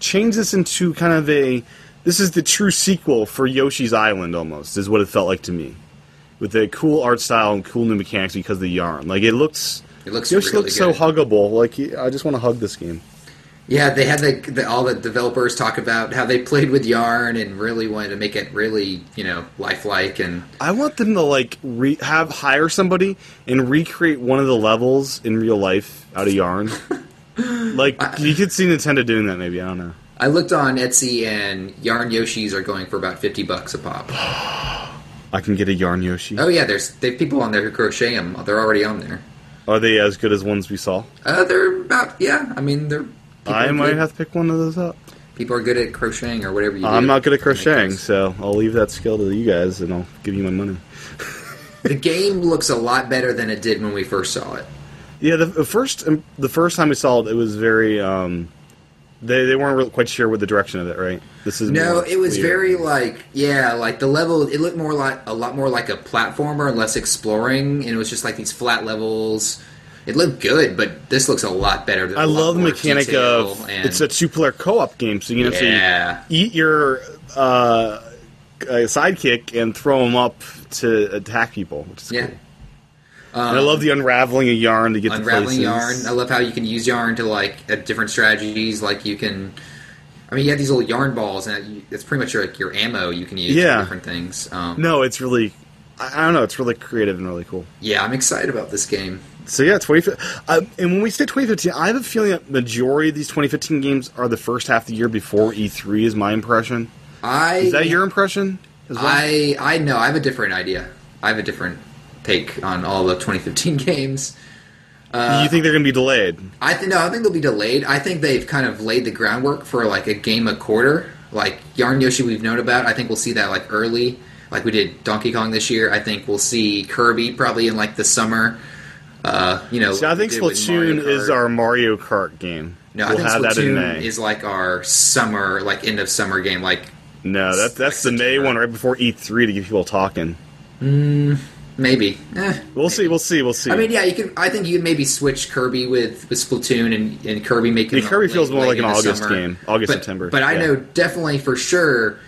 B: changed this into kind of a this is the true sequel for yoshi's island almost is what it felt like to me with the cool art style and cool new mechanics because of the yarn like it looks
C: It looks
B: yoshi
C: really
B: looks
C: good.
B: so huggable like he- i just want to hug this game
C: Yeah, they had the, the all the developers talk about how they played with yarn and really wanted to make it really you know lifelike and
B: i want them to like re- have hire somebody and recreate one of the levels in real life out of
C: [LAUGHS]
B: yarn like you could see nintendo doing that maybe i don't know
C: I looked on Etsy and yarn Yoshis are going for about fifty bucks
B: [GASPS]
C: a pop.
B: i can get a yarn yoshi
C: Oh yeah, there's they have people on there who crochet them. They're already on there.
B: are they as good as ones we saw
C: Uh, they're about yeah. I mean they're. people
B: i
C: are
B: might
C: good-
B: have to pick one of those up
C: People are good at crocheting or whatever you. do
B: I'm not good at
C: to make
B: crocheting,
C: those.
B: so I'll leave that skill to you guys, and I'll give you my money.
C: [LAUGHS] The game looks a lot better than it did when we first saw it.
B: Yeah, the, the first um, the first time we saw it, it was very. Um, they they weren't really quite sure with the direction of it, right? This is
C: No,
B: more
C: it was
B: clear.
C: very like yeah, like the level. It looked more like a lot more like a platformer and less exploring, and it was just like these flat levels. It looked good, but this looks a lot better. There's
B: I
C: a lot
B: love the
C: more
B: mechanic
C: detail
B: of
C: and-
B: it's a two player co op game, so you can
C: Yeah.
B: actually eat your uh, uh, sidekick and throw him up to attack people, which is
C: yeah. uh,
B: cool. and I love the unraveling of yarn to get
C: unraveling
B: to
C: yarn.
B: places.
C: I love how you can use yarn to like at different strategies. Like you can, I mean, you have these little yarn balls, and it's pretty much like your ammo you can use
B: Yeah.
C: for different things. Um,
B: No, it's really. I I don't know. It's really creative and really cool.
C: Yeah, I'm excited about this game.
B: So yeah, 2015. Uh, and when we say 2015, I have a feeling that majority of these 2015 games are the first half of the year before E3. Is my impression.
C: I
B: Is that your impression? As well?
C: I I know I have a different idea. I have a different take on all the 2015 [LAUGHS] games. Uh,
B: you think they're going to be delayed?
C: I think no, I think they'll be delayed. I think they've kind of laid the groundwork for like a game a quarter, like Yarn Yoshi we've known about. I think we'll see that like early, like we did Donkey Kong this year. I think we'll see Kirby probably in like the summer. Uh, you know,
B: See, I
C: like we
B: think
C: did with Mario
B: Splatoon is
C: Kart.
B: our Mario Kart game.
C: No, I
B: we'll
C: think
B: have that in
C: Splatoon
B: May.
C: is like our summer, like end of summer game. Like
B: no, that, that's the
C: like
B: May
C: September.
B: one right before E3 to get people talking.
C: maybe. Eh.
B: We'll see. We'll see. We'll see.
C: I mean, yeah, you can. I think you could maybe switch Kirby with, with Splatoon and, and Kirby making.
B: Yeah, Kirby feels more like an August game, August,
C: but,
B: September,
C: But I
B: yeah.
C: know definitely for sure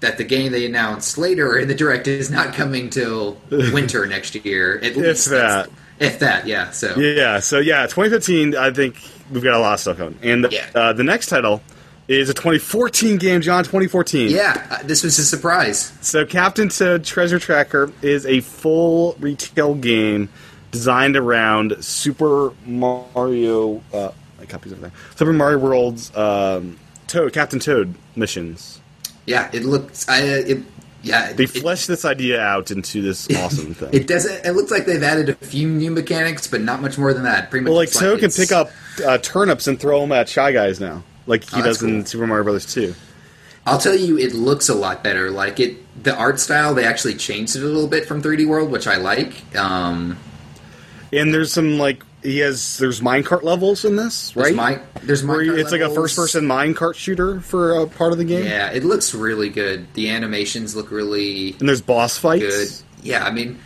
C: that the game they announced later in the direct is not
B: [LAUGHS]
C: coming till winter next year. At least that's-
B: that.
C: If that, yeah. So
B: Yeah, so yeah, 2015, I think we've got a lot of stuff coming. And
C: Yeah.
B: uh, the next title is a 2014 game, John, 2014.
C: yeah, uh, this was a surprise.
B: So Captain Toad Treasure Tracker is a full retail game designed around Super Mario, uh, I copies of that. Super Mario World's um, Toad, Captain Toad missions.
C: Yeah, it looks. I uh, it, yeah.
B: They
C: it,
B: fleshed this idea out into this awesome thing.
C: [LAUGHS] it doesn't. It looks like they've added a few new mechanics, but not much more than that. Pretty much,
B: well, like
C: it's
B: Toad can
C: it's-
B: pick up uh, turnips and throw them at shy guys now, like he
C: Oh, that's
B: does in
C: cool.
B: Super Mario Brothers 2.
C: I'll tell you, it looks a lot better. Like it, the art style they actually changed it a little bit from 3D World, which I like. Um,
B: And there's some like he has there's minecart levels in this,
C: there's
B: right?
C: mine- there's
B: Where
C: minecart
B: it's like a
C: levels.
B: first person minecart shooter for a part of the game.
C: Yeah, it looks really good. The animations look really
B: And there's boss
C: good.
B: fights.
C: Yeah, I mean,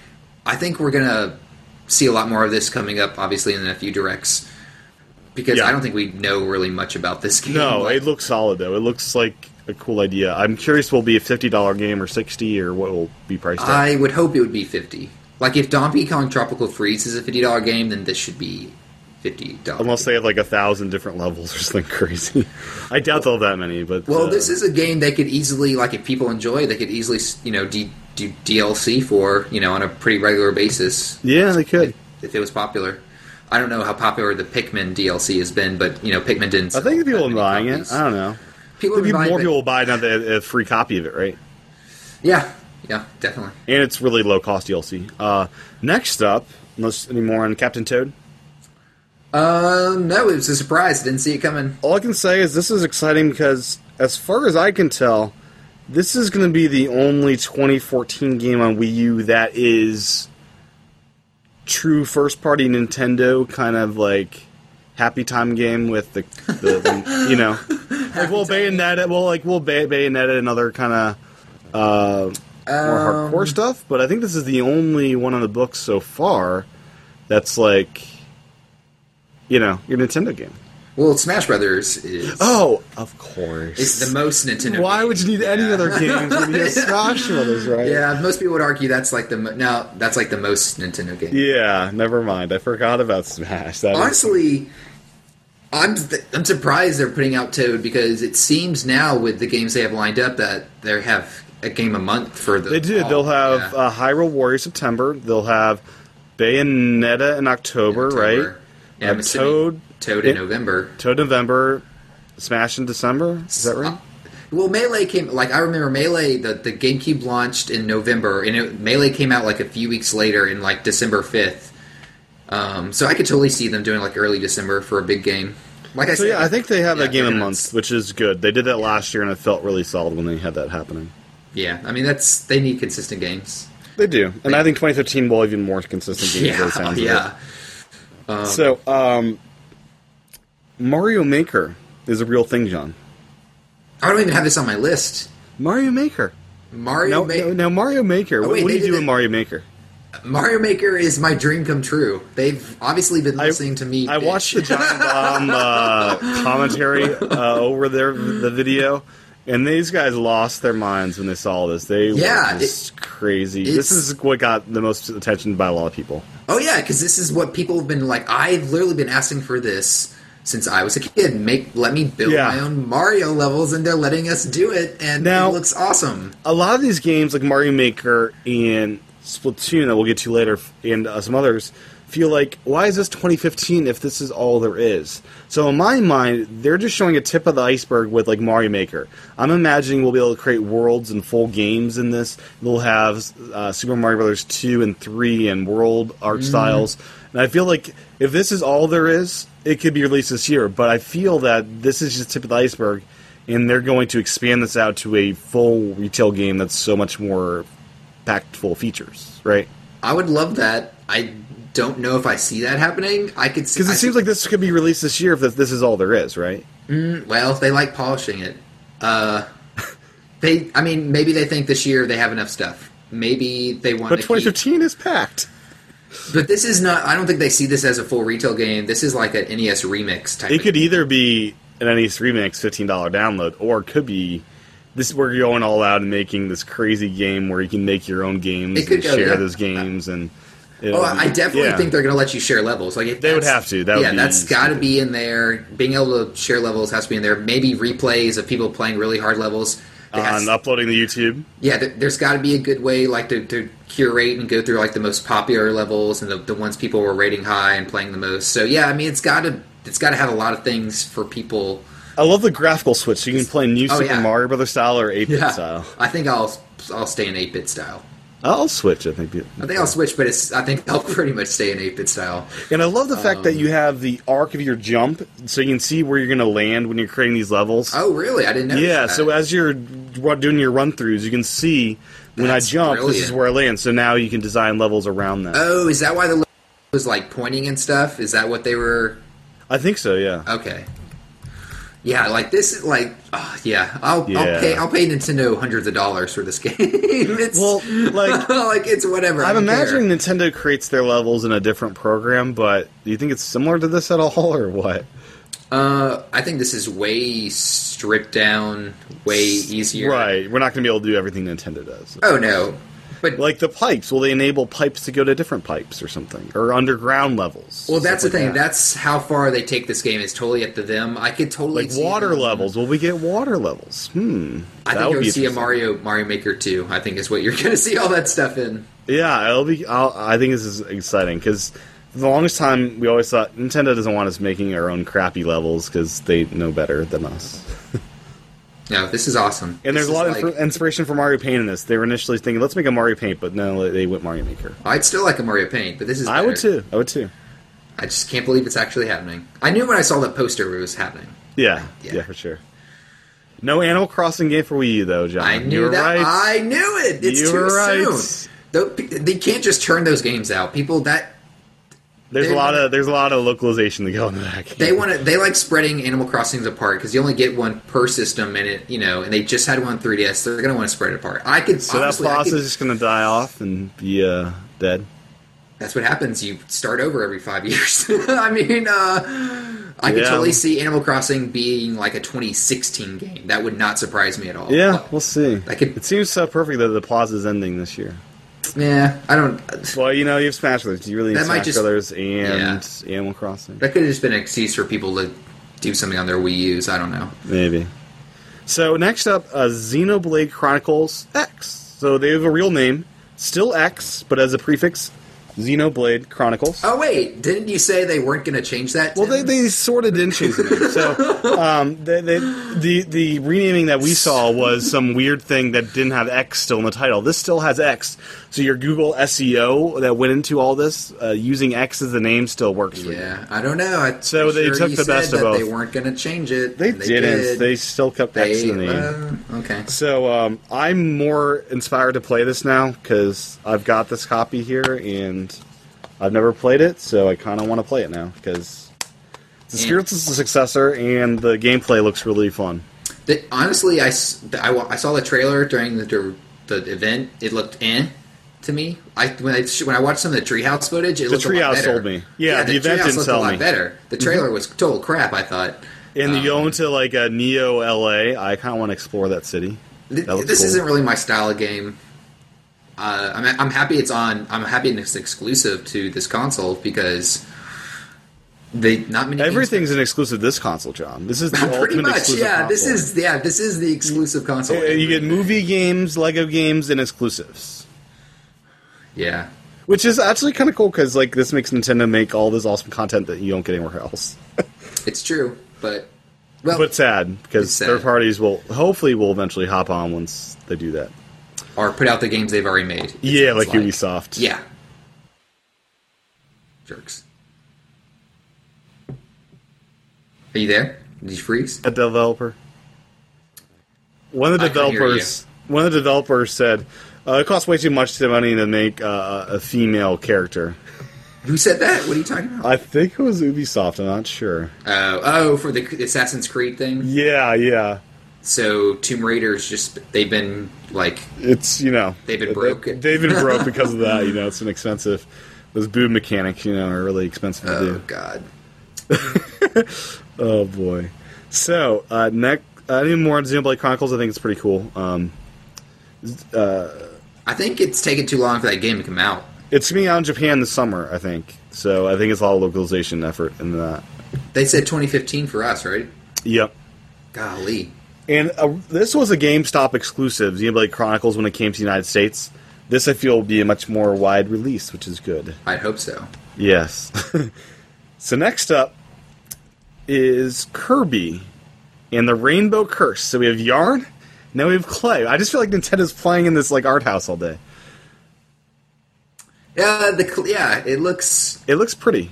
C: I think we're gonna see a lot more of this coming up, obviously in a few directs, because
B: Yeah.
C: I don't think we know really much about this game.
B: No,
C: Like,
B: it looks solid though. It looks like a cool idea. I'm curious if it'll be a fifty dollar game or sixty or what will be priced at.
C: I would hope it would be fifty. Like if Donkey Kong Tropical Freeze is a fifty dollar game, then this should be fifty dollars.
B: Unless they have like a thousand different levels or something [LAUGHS] crazy. I doubt they'll have that many, but
C: Well,
B: uh,
C: this is a game they could easily, like, if people enjoy, it, they could easily, you know, d- do DLC for, you know, on a pretty regular basis.
B: Yeah, they could.
C: if it was popular. I don't know how popular the Pikmin DLC has been, but you know, Pikmin didn't.
B: I
C: sell
B: think
C: that
B: people are
C: many
B: buying it.
C: copies.
B: I don't know.
C: People have
B: Maybe
C: been buying
B: more
C: it,
B: people will buy it now that they have a free copy of it, right?
C: but- Yeah, yeah, definitely.
B: And it's really low cost DLC. Uh, next up, unless any more on Captain Toad.
C: Um, no, it was a surprise. Didn't see it coming.
B: All I can say is this is exciting because, as far as I can tell, this is going to be the only 2014 game on Wii U that is true first party Nintendo kind of like happy time game with the, the, the you know like we'll bayonetta well like we'll bay- bayonetta and other kind of uh, more hardcore stuff but i think this is the only one on the books so far that's like you know your nintendo game
C: Well, Smash Brothers is
B: Oh, of course.
C: is the most Nintendo.
B: Why
C: game.
B: would you need any
C: Yeah.
B: other games when you
C: [LAUGHS]
B: have Smash Brothers, right?
C: Yeah, most people would argue that's like the mo- now that's like the most Nintendo game.
B: Yeah, never mind. I forgot about Smash. That is-
C: Honestly, I'm I'm surprised they're putting out Toad because it seems now with the games they have lined up that they have a game a month for the.
B: they did. They'll
C: fall.
B: have
C: oh, Yeah.
B: uh, Hyrule Warrior September. They'll have Bayonetta in October, right?
C: Yeah,
B: Uh,
C: I'm assuming
B: Toad-
C: Toad in
B: it-
C: November.
B: Toad November, Smash in December. Is that right?
C: Uh, Well, Melee came like I remember Melee the the GameCube launched in November and it, Melee came out like a few weeks later in like December fifth. Um, so I could totally see them doing like early December for a big game. Like I
B: So
C: said,
B: yeah, I think they have
C: yeah,
B: that game a
C: they're gonna-
B: month, which is good. They did that last year, and it felt really solid when they had that happening.
C: Yeah, I mean that's they need consistent games.
B: They do, and I think 2015 will have even more consistent games. by the sounds
C: Yeah,
B: of it.
C: yeah.
B: So, um, Mario Maker is a real thing, John.
C: I don't even have this on my list.
B: Mario Maker.
C: Mario
B: Now,
C: Ma-
B: now, now Mario Maker. what
C: wait,
B: what do
C: they
B: you do
C: did
B: in
C: it-
B: Mario Maker?
C: Mario Maker is my dream come true. They've obviously been
B: I-
C: listening to me.
B: I
C: bitch.
B: watched the Giant
C: [LAUGHS]
B: Bomb uh, commentary uh, over their the video, and these guys lost their minds when they saw this. They
C: Yeah,
B: were just crazy. This
C: it's-
B: is what got the most attention by a lot of people.
C: Oh yeah, because this is what people have been like. I've literally been asking for this since I was a kid. Make let me build
B: Yeah.
C: my own Mario levels, and they're letting us do it, and
B: Now-
C: it looks awesome.
B: a lot of these games like Mario Maker and Splatoon that we'll get to later f- and uh, some others feel like why is this 2015 if this is all there is so in my mind they're just showing a tip of the iceberg with like mario maker i'm imagining we'll be able to create worlds and full games in this we'll have uh, super mario brothers 2 and 3 and world art styles and i feel like if this is all there is it could be released this year but i feel that this is just tip of the iceberg and they're going to expand this out to a full retail game that's so much more packed full of features, right?
C: I would love that. I don't know if I see that happening. I could see
B: Because it
C: I
B: seems
C: see-
B: like this could be released this year if this- this is all there is, right?
C: well they like polishing it. Uh, they I mean maybe they think this year they have enough stuff. Maybe they want
B: But
C: to keep
B: 2015 is packed.
C: But this is not. I don't think they see this as a full retail game. This is like an NES remix type.
B: It
C: of
B: could
C: game.
B: either be an E NES Remix $15 download, or it could be this where you're going all out and making this crazy game where you can make your own games
C: It could
B: and
C: go,
B: share
C: yeah.
B: those games. And
C: Oh, I definitely
B: yeah.
C: think they're going to let you share levels. Like if
B: They would
C: that's-
B: have to. That would
C: yeah,
B: be
C: that's got to be in there. Being able to share levels has to be in there. Maybe replays of people playing really hard levels. There has-
B: on uploading to YouTube.
C: yeah, there, there's got to be a good way like to, to curate and go through like the most popular levels and the, the ones people were rating high and playing the most. So yeah, I mean it's got to it's got to have a lot of things for people.
B: I love the graphical switch, so you can play new
C: Oh,
B: Super
C: yeah.
B: Mario Brothers style or 8-bit
C: Yeah,
B: style.
C: I think I'll I'll stay in eight bit style.
B: I'll switch, I think.
C: I think I'll switch, but it's I think I'll [LAUGHS] pretty much stay in 8-bit style.
B: And I love the fact
C: Um,
B: that you have the arc of your jump, so you can see where you're going to land when you're creating these levels.
C: Oh, really? I didn't know.
B: yeah.
C: that.
B: So uh, as you're ru- doing your run throughs, you can see when
C: That's
B: I jump, this is
C: brilliant.
B: where I land. So now you can design levels around that.
C: oh, is that why the li- was like pointing and stuff? Is that what they were?
B: I think so. Yeah.
C: Okay. Yeah, like this is like oh, yeah. I'll
B: Yeah.
C: I'll pay I'll pay Nintendo hundreds of dollars for this [LAUGHS] game. it's
B: Well, like
C: [LAUGHS] like it's whatever. I
B: I'm
C: don't care.
B: imagining Nintendo creates their levels in a different program, but do you think it's similar to this at all, [LAUGHS] or what?
C: Uh, I think this is way stripped down, way easier.
B: Right. We're not going to be able to do everything Nintendo does.
C: Oh no, but
B: Like the pipes, will they enable pipes to go to different pipes or something, or underground levels?
C: well, that's the
B: Stuff like that.
C: thing. That's how far they take this game is totally up to them. I could totally
B: like
C: see
B: water
C: them-
B: levels. Will we get water levels? Hmm.
C: I
B: That
C: think
B: would
C: you'll
B: be
C: see a
B: interesting.
C: Mario Mario Maker 2. [LAUGHS] I think is what you're going to see all that stuff in.
B: Yeah, it'll be. I'll, I think this is exciting because for the longest time, we always thought Nintendo doesn't want us making our own crappy levels because they know better than us.
C: No, this is awesome.
B: And
C: This
B: there's a lot
C: is
B: of
C: like-
B: inf- inspiration for Mario Paint in this. They were initially thinking, let's make a Mario Paint, but no, they went Mario Maker.
C: I'd still like a Mario Paint, but this is.
B: I would
C: better.
B: too. I would too.
C: I just can't believe it's actually happening. I knew when I saw that poster it was happening.
B: Yeah, yeah,
C: Yeah.
B: for sure. No Animal Crossing game for Wii U though, John.
C: I
B: you
C: knew
B: were
C: that.
B: right.
C: I knew it. It's
B: You
C: too
B: were right.
C: soon. Though pe- They can't just turn those games out. People that
B: There's a
C: They-
B: lot of there's a lot of localization to go in that game.
C: they want to they like spreading Animal Crossings apart because you only get one per system, and it you know, and they just had one 3DS. They're gonna want to spread it apart. I could
B: so
C: honestly,
B: that
C: I
B: boss
C: could-
B: is just gonna die off and be uh, dead.
C: that's what happens. You start over every five years. [LAUGHS] I mean, uh, I could
B: Yeah.
C: totally see Animal Crossing being like a 2016 game. That would not surprise me at all.
B: Yeah, we'll see.
C: I could-
B: It seems so perfect that the plaza's ending this year.
C: yeah. I don't.
B: Well, you know, you have Smash Brothers. You really need
C: That might
B: Smash
C: just-
B: Brothers and Animal Crossing.
C: That could have just been an excuse for people to do something on their Wii U's. I don't know.
B: Maybe. So next up, uh, Xenoblade Chronicles X. So they have a real name, still X, but as a prefix, Xenoblade Chronicles.
C: Oh wait, didn't you say they weren't going to change that?
B: Well, they,
C: Tim?
B: they sort of didn't change the name.
C: [LAUGHS]
B: So um, they, they, the the renaming that we saw was some weird thing that didn't have X still in the title. This still has X. So your Google SEO that went into all this uh, using X as the name still works. for you.
C: Yeah, I don't know. I,
B: So
C: I'm
B: they
C: sure
B: took
C: you
B: the
C: said
B: best of
C: that
B: both.
C: They weren't going to change it.
B: They,
C: and
B: didn't.
C: did.
B: They still kept X
C: They-
B: in the name.
C: well, okay.
B: So um, I'm more inspired to play this now because I've got this copy here and I've never played it, so I kind of want to play it now because it's a
C: Yeah.
B: spiritual successor and the gameplay looks really fun.
C: The- honestly, I, s- I wa- I saw the trailer during the dur- the event. It looked eh to me. I when I sh- when I watched some of the treehouse footage,
B: The
C: it looked a lot
B: Treehouse
C: better.
B: sold me. Mm-hmm. Yeah, the event
C: Treehouse
B: didn't
C: looked
B: sell
C: a lot
B: me.
C: better. The trailer was total crap. I thought.
B: And you
C: Um,
B: go into like a Neo LA. I kind of want to explore that city.
C: Th-
B: That looks
C: this
B: cool.
C: isn't really my style of game. Uh, I'm, I'm happy it's on. I'm happy it's exclusive to this console because they not many. games-
B: Everything's an exclusive this console, John. This is the
C: [LAUGHS] pretty
B: ultimate
C: much.
B: exclusive.
C: Yeah, this
B: console.
C: is yeah, this is the exclusive console.
B: Uh, You get movie games, Lego games, and exclusives.
C: Yeah,
B: Which is actually kind of cool because like this makes Nintendo make all this awesome content that you don't get anywhere else.
C: it's true, but well,
B: But sad because
C: Oh. It's sad.
B: third parties will hopefully will eventually hop on once they do that.
C: or put out the games they've already made. it
B: yeah,
C: sounds
B: like, Ubisoft.
C: Yeah, jerks. Are you there? Did you freeze?
B: a developer. One of the
C: I can hear
B: developers. One of the developers said, uh, "It costs way too much to money to make uh, a female character."
C: Who said that? What are you talking about?
B: I think it was Ubisoft. I'm not sure.
C: Oh, oh, for the Assassin's Creed thing.
B: Yeah, yeah.
C: So Tomb Raiders just they've been like
B: It's you know
C: They've been
B: they-
C: broke.
B: They've been broke because of that. You know, it's an expensive. Those boom mechanics, you know, are really expensive to
C: oh
B: do.
C: god.
B: Oh boy. So uh, next, uh, any more on Xenoblade Chronicles? I think it's pretty cool. Um,
C: I think it's taken too long for that game to come out.
B: it's coming out in Japan this summer, I think. So I think it's a lot of localization effort in that.
C: They said 2015 for us, right?
B: Yep.
C: Golly.
B: And uh, this was a GameStop exclusive, Xenoblade Chronicles, when it came to the United States. This I feel will be a much more wide release, which is good.
C: I'd hope so.
B: Yes. [LAUGHS] so next up is Kirby and the Rainbow Curse. So we have yarn, now we have clay. I just feel like Nintendo's playing in this like art house all day.
C: Yeah, the cl- yeah, it looks
B: It looks pretty.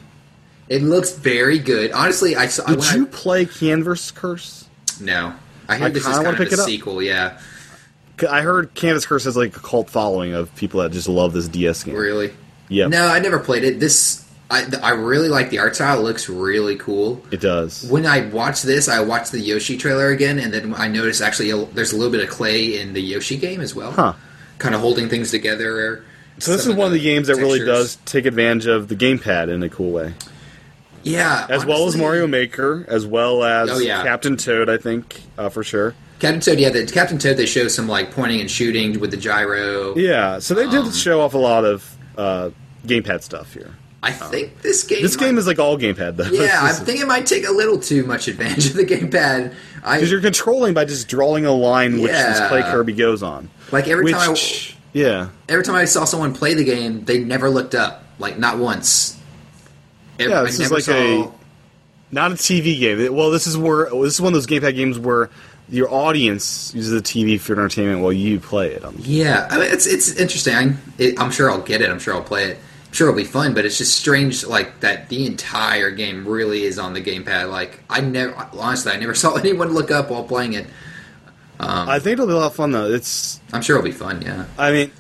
C: it looks very good. Honestly, I saw
B: Did
C: when I-
B: you play Canvas Curse?
C: No. I hear
B: I
C: this
B: kinda
C: is kind
B: wanna
C: of
B: pick it
C: a
B: up.
C: sequel, yeah.
B: 'Cause I heard Canvas Curse has like a cult following of people that just love this DS game.
C: Really?
B: Yep.
C: No, I never played it. This I th- I really like the art style. It looks really cool.
B: It does.
C: When I watched this, I watched the Yoshi trailer again, and then I noticed actually a, there's a little bit of clay in the Yoshi game as well.
B: Huh.
C: Kind of holding things together.
B: So this
C: some
B: is one of the games that really
C: textures.
B: does take advantage of the gamepad in a cool way,
C: Yeah.
B: as well as
C: honestly.
B: Mario Maker, as well as
C: Oh, yeah.
B: Captain Toad. I think uh, for sure.
C: Captain Toad, yeah. The, Captain Toad, they show some like pointing and shooting with the gyro.
B: Yeah, so they
C: Um,
B: did show off a lot of uh, gamepad stuff here.
C: I think this game.
B: This game
C: might-
B: is like all gamepad though.
C: Yeah,
B: [LAUGHS]
C: I think it might take a little too much advantage of the gamepad. I
B: because you're controlling by just drawing a line which this
C: Yeah.
B: clay Kirby goes on.
C: like every
B: Which,
C: time I
B: yeah,
C: every time I saw someone play the game, they never looked up, like not once. Ev-
B: Yeah,
C: I
B: this is
C: never
B: like a- Not a TV game. Well, this is where this is one of those gamepad games where your audience uses the TV for entertainment while you play it. Um,
C: Yeah, I mean, it's it's interesting. I, it, I'm sure I'll get it. I'm sure I'll play it. I'm sure it'll be fun. But it's just strange, like that. The entire game really is on the gamepad. Like I never, honestly, I never [LAUGHS] saw anyone look up while playing it.
B: I think it'll be a lot of fun though. It's
C: I'm sure it'll be fun. Yeah,
B: I mean,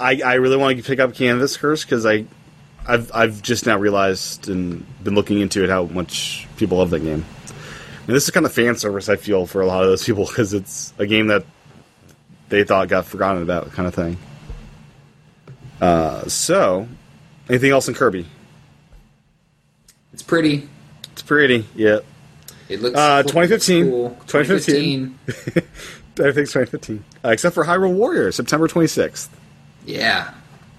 B: I, I really want to pick up Canvas Curse because I, I've I've just now realized and been looking into it how much people love that game. And this is kind of fan service I feel for a lot of those [LAUGHS] people because it's a game that they thought got forgotten about, kind of thing. Uh, so, anything else in Kirby?
C: it's pretty.
B: It's pretty. Yeah,
C: It looks
B: Uh,
C: it looks
B: 2015.
C: cool.
B: 2015. I think it's 2015. Uh, except for Hyrule Warrior, September 26th.
C: Yeah,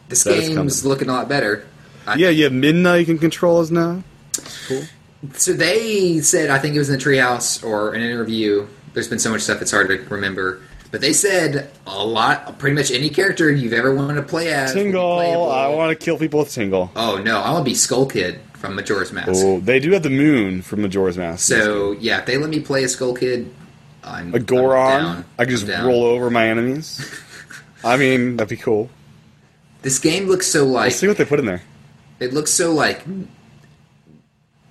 C: this
B: That is
C: game's
B: coming.
C: looking a lot better. I,
B: Yeah, yeah, Midnight you can control us now. Cool.
C: So they said, I think it was in the treehouse or an interview. There's been so much stuff; it's hard to remember. But they said a lot, pretty much any character you've ever wanted to play as. will be
B: Tingle.
C: playable.
B: I want to kill people with Tingle.
C: Oh no, I want to be Skull Kid from Majora's Mask.
B: Oh, they do have the moon from Majora's Mask.
C: So yeah, if they let me play a Skull Kid, I'm
B: a
C: I'm
B: Goron.
C: down.
B: I can just
C: I'm down.
B: roll over my
C: [LAUGHS]
B: enemies. I mean, that'd be cool.
C: This game looks so like
B: Let's see what they put in there.
C: it looks so like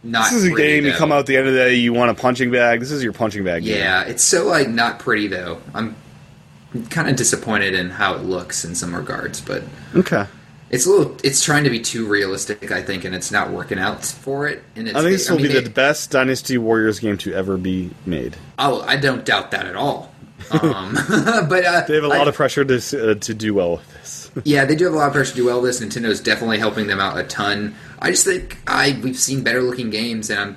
C: not.
B: This is a
C: pretty,
B: game you
C: though.
B: come out at the end of the day. You want a punching bag. This is your punching bag. game.
C: Yeah, it's so like not pretty though. I'm kind of disappointed in how it looks in some regards, but
B: Okay.
C: it's a little. It's trying to be too realistic, I think, and it's not working out for it. And it's,
B: I think this will
C: mean,
B: be the
C: it-
B: best Dynasty Warriors game to ever be made.
C: Oh, I don't doubt that
B: [LAUGHS]
C: at all. Um, [LAUGHS] but uh,
B: They have a lot
C: I-
B: of pressure to s- uh, to do well with this. [LAUGHS]
C: Yeah, they do have a lot of pressure to do well with this. Nintendo's definitely helping them out a ton. I just think I we've seen better looking games, and I'm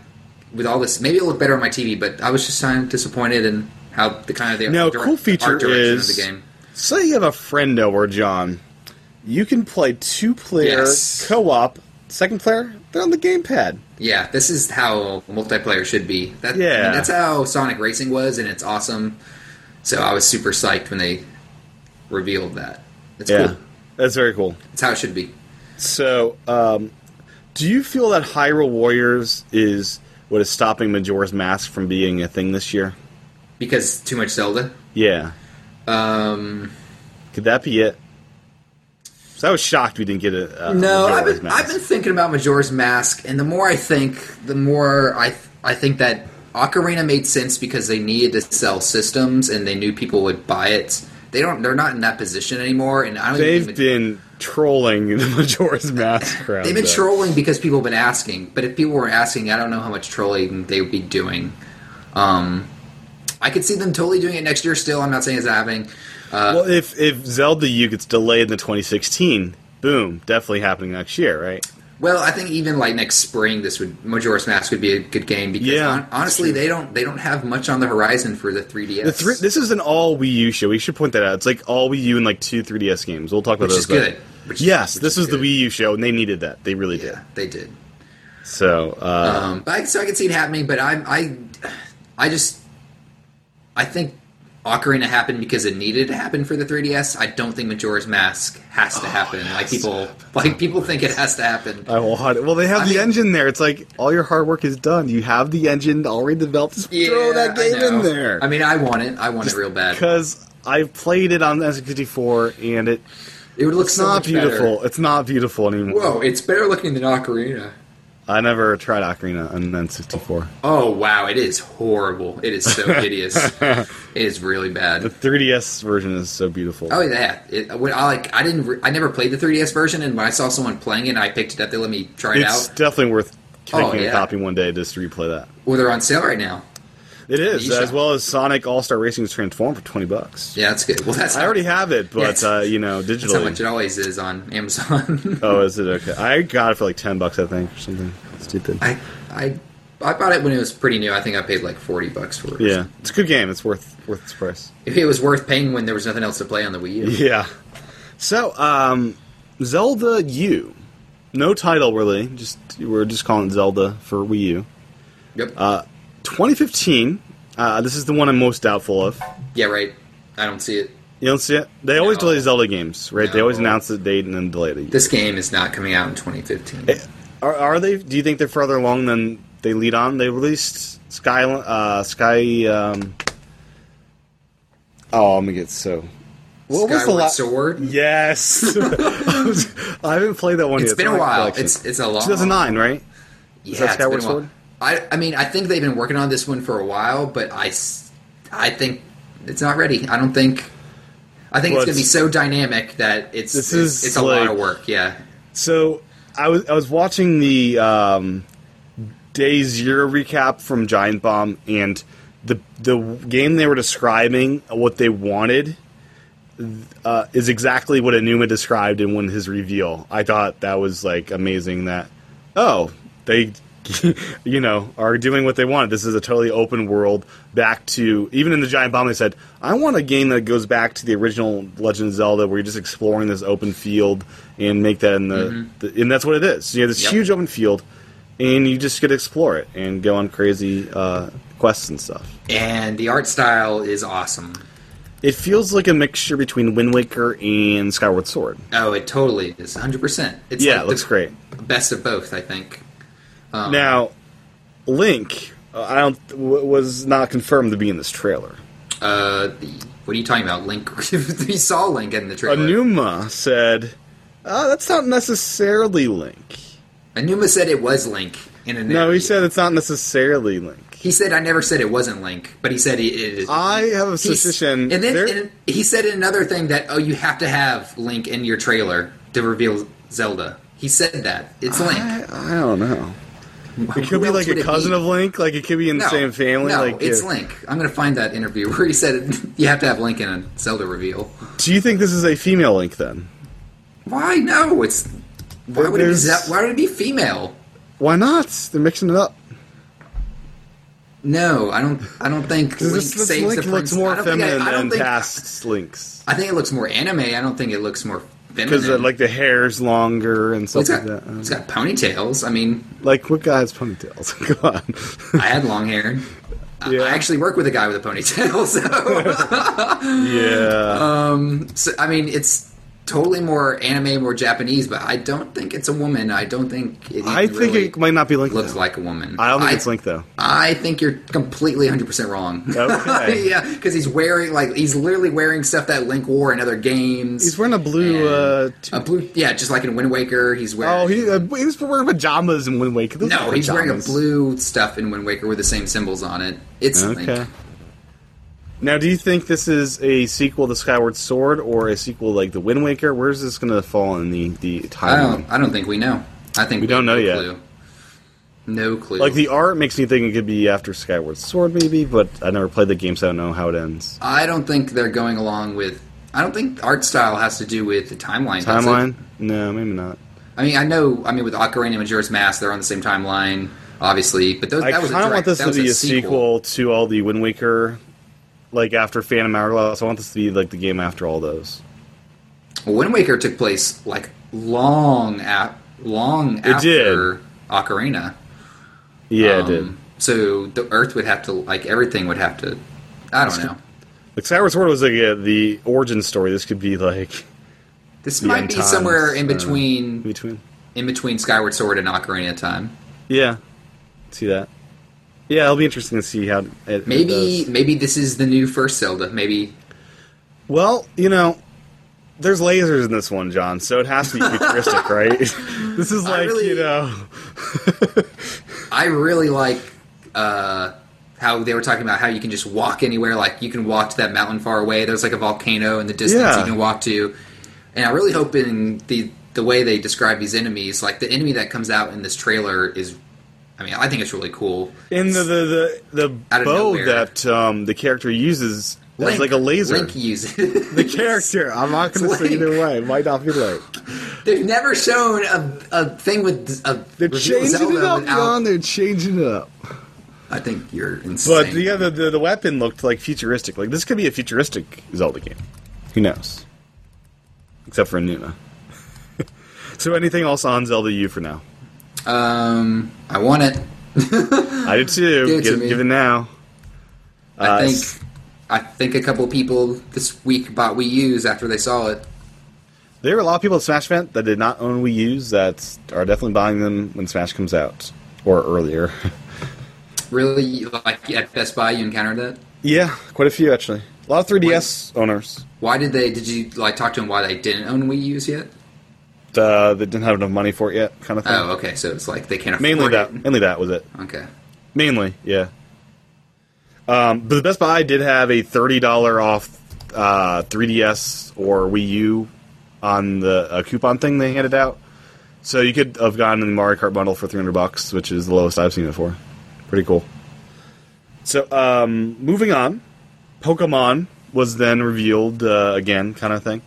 C: with all this. Maybe it'll look better on my TV, but I was just kind of disappointed in how the kind of the
B: Now, a
C: direct-
B: cool feature
C: art direction
B: is-
C: of the game.
B: Say you have a friend over, John. You can play two player
C: Yes.
B: co-op. Second player, they're on the gamepad.
C: Yeah, this is how multiplayer should be. That, I mean,
B: Yeah.
C: that's how Sonic Racing was, and it's awesome. So I was super psyched when they revealed that. It's
B: yeah,
C: cool.
B: that's very cool.
C: It's how it should be.
B: So, um, do you feel that Hyrule Warriors is what is stopping Majora's Mask from being a thing this year?
C: Because too much Zelda.
B: Yeah,
C: Um,
B: could that be it? 'Cause I was shocked we didn't get a, a
C: No, I've
B: Majora's
C: been,
B: Mask.
C: I've been thinking about Majora's Mask, and the more I think, the more I th- I think that Ocarina made sense because they needed to sell systems, and they knew people would buy it. They don't. They're not in that position anymore, and I don't.
B: They've
C: even,
B: been trolling the [LAUGHS] Majora's Mask crowd.
C: They've been
B: though.
C: trolling because people have been asking. But if people were asking, I don't know how much trolling they would be doing. Um, I could see them totally doing it next year. Still, I'm not saying it's happening. Uh,
B: Well, if if Zelda U gets delayed in the 2016, boom, definitely happening next year, right?
C: Well, I think even like next spring, this would Majora's Mask would be a good game because
B: Yeah,
C: hon- honestly,
B: that's
C: they don't they don't have much on the horizon for the 3DS,
B: The three, this is an all Wii U show. We should point that out. It's like all Wii U and like two 3DS games. We'll talk about
C: which
B: those.
C: is
B: later.
C: good. Which,
B: Yes,
C: which
B: this was the
C: good.
B: Wii U show, and they needed that. They really
C: Yeah, they did.
B: did. So, uh,
C: Um, but I, so I can see it happening. But I I I just I think Ocarina happened because it needed to happen for the 3DS. I don't think Majora's Mask has to
B: Oh,
C: happen. Like people [LAUGHS] like people think it has to happen.
B: [LAUGHS] I want. Well, they have
C: I
B: the
C: mean-
B: engine there. It's like all your hard work is done. You have the engine already developed. Just throw that
C: I
B: game in
C: know.
B: there.
C: I mean, I want it. I want it real bad.
B: because I've played it on the N64, and it,
C: It would look
B: it's
C: so
B: not
C: much better.
B: beautiful. It's not beautiful anymore.
C: Whoa, it's better looking than Ocarina.
B: I never tried Ocarina on the N64.
C: Oh wow, it is horrible. It is so
B: [LAUGHS]
C: hideous. it is really
B: The
C: bad.
B: 3DS version is so beautiful.
C: Oh yeah, it, when I like I didn't re- I never played the 3DS version, and when I saw someone playing it, and I picked it up. They let me try it
B: it's
C: out.
B: definitely worth taking
C: Oh,
B: a
C: yeah.
B: copy one day just to replay that.
C: Well, they're on sale right now.
B: It is,
C: You
B: as
C: should-
B: well as Sonic All Star Racing is transformed for twenty bucks.
C: Yeah, that's good. Well, that's
B: I already have it, but
C: Yes.
B: uh, you know,
C: That's how much
B: digitally.
C: it always is on
B: [LAUGHS]
C: Amazon.
B: Oh, is it okay? I got it for like ten bucks, I think, or something stupid.
C: I I I bought it when it was pretty new. I think I paid like forty bucks for it.
B: Yeah, it's a good game. It's worth worth its price.
C: If it was worth paying when there was nothing else to play on the Wii U.
B: Yeah. So, um, Zelda U, no title really. Just we're just calling it Zelda for Wii U.
C: Yep.
B: Uh, 2015. Uh, this is the one I'm most doubtful of.
C: yeah, right. I don't see it.
B: You don't see it. They always
C: No.
B: delay Zelda games, right? They always
C: No.
B: announce the date and then delay it.
C: This game is not coming out in 2015.
B: Are, are they? Do you think they're further along than they lead on? They released Sky uh, Sky. Um, oh, I'm gonna get so. What was the
C: Skyward
B: last?
C: Sword?
B: Yes, [LAUGHS] I, was- I haven't played that one
C: It's
B: yet.
C: been
B: in
C: a
B: my
C: while.
B: collection.
C: It's- it's a long-
B: 2009, right? that
C: Yeah, it's been a
B: Skyward
C: while.
B: Sword?
C: I, I mean, I think they've been working on this one for a while, but I, s- I think it's not ready. I don't think. I think
B: Well,
C: it's going to be
B: it's-
C: so dynamic that it's
B: This
C: it's,
B: is
C: it's a
B: like-
C: lot of work. Yeah,
B: So I was I was watching the um, Day Zero recap from Giant Bomb, and the the game they were describing what they wanted uh, is exactly what Enuma described in one his reveal. I thought that was like amazing. That oh they. [LAUGHS] you know, are doing what they wanted. This is a totally open world. Back to even in the Giant Bomb, they said, "I want a game that goes back to the original Legend of Zelda, where you're just exploring this open field and make that in the, the and that's what it is. You have this
C: Mm-hmm. Yep.
B: huge open field, and you just get to explore it and go on crazy uh, quests and stuff.
C: and the art style is awesome.
B: It feels like a mixture between Wind Waker and Skyward Sword.
C: Oh, it totally is 100. percent It's
B: Yeah,
C: like
B: it
C: the
B: looks great.
C: Best of both, I think.
B: now, Link, uh, I don't w- was not confirmed to be in this trailer.
C: Uh, the, what are you talking about, Link? [LAUGHS] we saw Link in the trailer.
B: Anuma said, uh, "That's not necessarily Link."
C: Anuma said it was Link in an
B: No, he
C: interview.
B: said it's not necessarily Link.
C: He said, "I never said it wasn't Link," but he said it is.
B: I have a
C: He's-
B: suspicion.
C: And then
B: there-
C: and he said in another thing that oh, you have to have Link in your trailer to reveal Zelda. He said that it's Link.
B: I, I don't know.
C: Who
B: It could be
C: else
B: like
C: would
B: a
C: it
B: cousin
C: be?
B: of Link. Like it could be in the
C: No,
B: same family.
C: No,
B: like
C: it's
B: yeah.
C: Link. I'm gonna find that interview [LAUGHS] where he said you have to have Link in a Zelda reveal.
B: Do you think this is a female Link then?
C: Why no? It's why would it be
B: There's-
C: Ze- why would it be female?
B: Why not? They're mixing it up.
C: No, I don't. I don't think Link
B: Because this, this
C: saves
B: Link
C: the
B: looks
C: princess. I
B: more
C: don't think I-
B: feminine
C: I don't
B: than
C: think-
B: past Links.
C: I think it looks more anime. I don't think it looks more feminine.
B: Because uh, like the hair's longer and
C: Well, it's
B: stuff like
C: got,
B: that. uh, I don't
C: it's
B: know.
C: got ponytails. I mean,
B: Like what guy has ponytails? [LAUGHS] Come on.
C: I had long hair. I-
B: Yeah.
C: I actually work with a guy with a
B: [LAUGHS]
C: ponytail, [LAUGHS] so,
B: yeah.
C: so I mean, it's totally more anime, more Japanese. But I don't think it's a woman. I don't think it.
B: [LAUGHS] I think
C: really
B: it might not be Link.
C: looks
B: though.
C: like a woman.
B: I don't think it's Link though.
C: I think you're completely 100 percent wrong.
B: Okay.
C: [LAUGHS] yeah, because he's wearing like he's literally wearing stuff that Link wore in other games.
B: He's wearing a blue. Uh,
C: And a blue, yeah, just like in Wind Waker, he's wearing.
B: oh, he uh, he was wearing pajamas in Wind Waker. Those
C: no,
B: are
C: he's wearing a
B: pajamas.
C: blue stuff in Wind Waker with the same symbols on it. It's
B: Okay.
C: Link.
B: Now, do you think this is a sequel to Skyward Sword or a sequel like The Wind Waker? Where's this going to fall in the the
C: I
B: timeline?
C: don't. I don't think we know. I think
B: Um, We don't know
C: have no
B: yet.
C: Clue. No clue.
B: Like the art makes me think it could be after Skyward Sword, maybe, but I never played the game, so I don't know how it ends.
C: I don't think they're going along with. I don't think art style has to do with the timeline. does it?
B: Timeline? No, maybe not.
C: I mean, I know. I mean, with Ocarina and Majora's Mask, they're on the same timeline, obviously. But those,
B: I
C: that was a
B: kind of
C: direct,
B: want this
C: that
B: to
C: was
B: be
C: a
B: a sequel. to all the Wind Waker, like after Phantom Hourglass. I want this to be like the game after all those.
C: Well, Wind Waker took place like long at long
B: It did.
C: after Ocarina.
B: Yeah,
C: Um,
B: it did.
C: So the Earth would have to like everything would have to. I don't know.
B: Like Skyward Sword was like uh the origin story. This could be like
C: This
B: The
C: might be
B: Untimes,
C: somewhere in
B: I don't know.
C: between
B: in between.
C: in between Skyward Sword and Ocarina of Time.
B: Yeah, see that. Yeah, it'll be interesting to see how it- it
C: Maybe
B: does.
C: maybe this is the new first Zelda. Maybe
B: Well, you know, there's lasers in this one, John, so it has to be futuristic, [LAUGHS]
C: [LAUGHS]
B: right? This is
C: I
B: like
C: really-
B: you know,
C: I really like uh, how they were talking about how you can just walk anywhere. Like you can walk to that mountain far away. There's like a volcano in the distance
B: Yeah.
C: you can walk to. And I really hope in the the way they describe these enemies, like the enemy that comes out in this trailer is, I mean, I think it's really cool.
B: in the the the,
C: Out
B: the
C: of
B: bow
C: nowhere.
B: that um, the character uses
C: Link-
B: is like a laser. [LAUGHS]
C: Link uses
B: the character. I'm not going to
C: It's
B: say either
C: Link.
B: way. It might not be Link.
C: They've never shown a, a thing with a
B: They're
C: reveal
B: changing
C: Zelda
B: it up,
C: without-
B: John. They're changing it up.
C: I think you're insane.
B: But yeah, the, the the weapon looked like futuristic. Like this could be a futuristic Zelda game. Who knows? Except for Nuna. [LAUGHS] so anything else on Zelda U for now?
C: um, I want it.
B: I did too.
C: Give it
B: Give,
C: to me.
B: give it now. Uh,
C: I
B: s-
C: think I think a couple people this week bought Wii U's after they saw it.
B: There are a lot of people at Smash Event that did not own Wii U's that are definitely buying them when Smash comes out or earlier.
C: Really, like at Best Buy, you encountered that.
B: [LAUGHS] yeah, quite a few actually. A lot of 3DS owners
C: Why did they? Did you like talk to them why they didn't own Wii U's yet?
B: uh, that didn't have enough money for it yet, kind of thing.
C: Oh, okay. So it's like they can't afford
B: mainly
C: it.
B: that. Mainly that was it.
C: Okay.
B: Mainly, yeah. Um, but the Best Buy did have a thirty dollar off uh, 3DS or Wii U on the a coupon thing they handed out, so you could have gotten the Mario Kart bundle for three hundred bucks, which is the lowest I've seen it for. Pretty cool. So um, moving on, Pokemon was then revealed uh, again, kind of thing.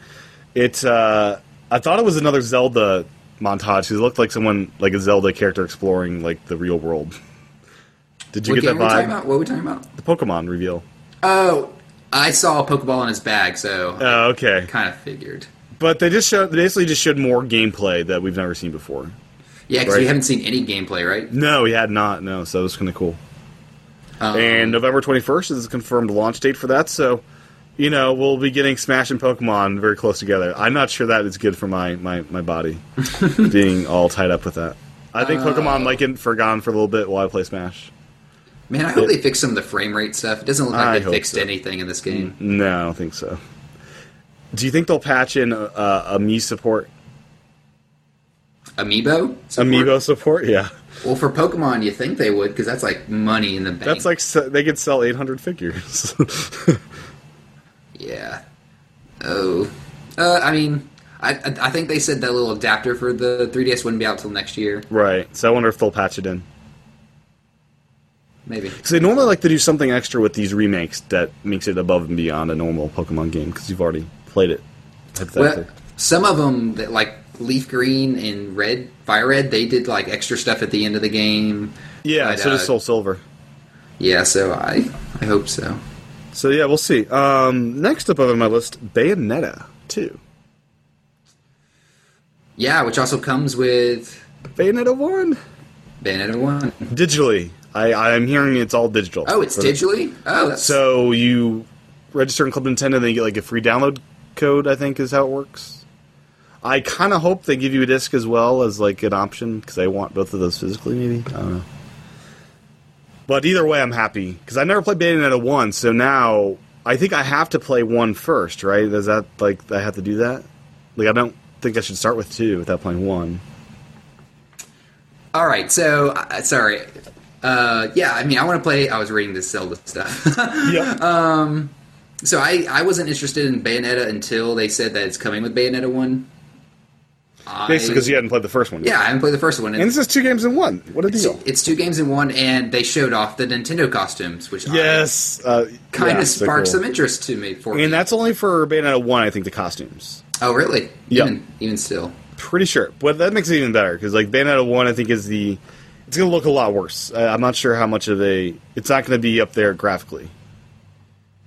B: It uh, I thought it was another Zelda montage. 'cause It looked like someone like a Zelda character exploring like the real world. Did you
C: what
B: get
C: game
B: that
C: were we talking
B: vibe?
C: about? What were we talking about?
B: The Pokemon reveal.
C: Oh, I saw a Pokeball in his bag, so
B: Oh, okay.
C: I kind of figured.
B: But they just showed, they basically just showed more gameplay that we've never seen before.
C: Yeah, because
B: Right.
C: we haven't seen any gameplay, right?
B: No, he had not. No, so it was kind of cool.
C: Um,
B: and November 21st is the confirmed launch date for that. So, you know, we'll be getting Smash and Pokemon very close together. I'm not sure that is good for my my, my body being all tied up with that. I think Pokemon might get forgotten for a little bit while I play Smash.
C: man, I hope they fix some of the frame rate stuff. It doesn't look like
B: I
C: they
B: hope
C: fixed
B: so.
C: anything in this game.
B: No, I don't think so. Do you think they'll patch in uh, a Mii support,
C: Amiibo, Support?
B: Amiibo support? Yeah,
C: Well, for Pokemon, you think they would because that's like money in the bank.
B: that's like se- they could sell 800 figures. [LAUGHS]
C: yeah. Oh, uh, I mean, I I I think they said that little adapter for the 3DS wouldn't be out till next year,
B: right. So I wonder if they'll patch it in.
C: maybe.
B: Because they normally like to do something extra with these remakes that makes it above and beyond a normal Pokemon game because you've already played it.
C: Well,
B: Hypothetically.
C: some of them that like leaf green and red, fire red, they did like extra stuff at the end of the game.
B: yeah,
C: but,
B: so does
C: uh,
B: Soul Silver.
C: Yeah, so I I hope so.
B: So yeah, we'll see. Um, next up on my list, Bayonetta 2.
C: Yeah, which also comes with
B: Bayonetta 1?
C: Bayonetta One.
B: Digitally. I, I'm hearing it's all digital.
C: Oh, it's
B: So-
C: digitally. Oh, that's
B: So you register in Club Nintendo and then you get like a free download code, I think is how it works. I kind of hope they give you a disc as well as like an option because I want both of those physically, maybe. I don't know. But either way, I'm happy because I never played Bayonetta 1, so now I think I have to play 1 first, right? Is that like I have to do that? Like, I don't think I should start with 2 without playing 1.
C: all right. So uh, sorry. Uh, yeah, I mean, I want to play. I was reading this Zelda stuff. [LAUGHS]
B: Yeah.
C: so I, I wasn't interested in Bayonetta until they said that it's coming with Bayonetta One. I-
B: Basically, because you hadn't played the first one. yet.
C: yeah, I haven't played the first one.
B: And this is two games in one. What a deal.
C: It's, it's two games in one, and they showed off the Nintendo costumes, which I-
B: Yes, uh,
C: kind
B: yeah,
C: of
B: so
C: sparked
B: cool.
C: some interest to me. For me.
B: And that's only for Bayonetta one, I think, the costumes.
C: oh, really?
B: Yeah.
C: Even, even still,
B: Pretty sure, but that makes it even better because like Bayonetta one, I think is the it's going to look a lot worse. I, I'm not sure how much of a it's not going to be up there graphically.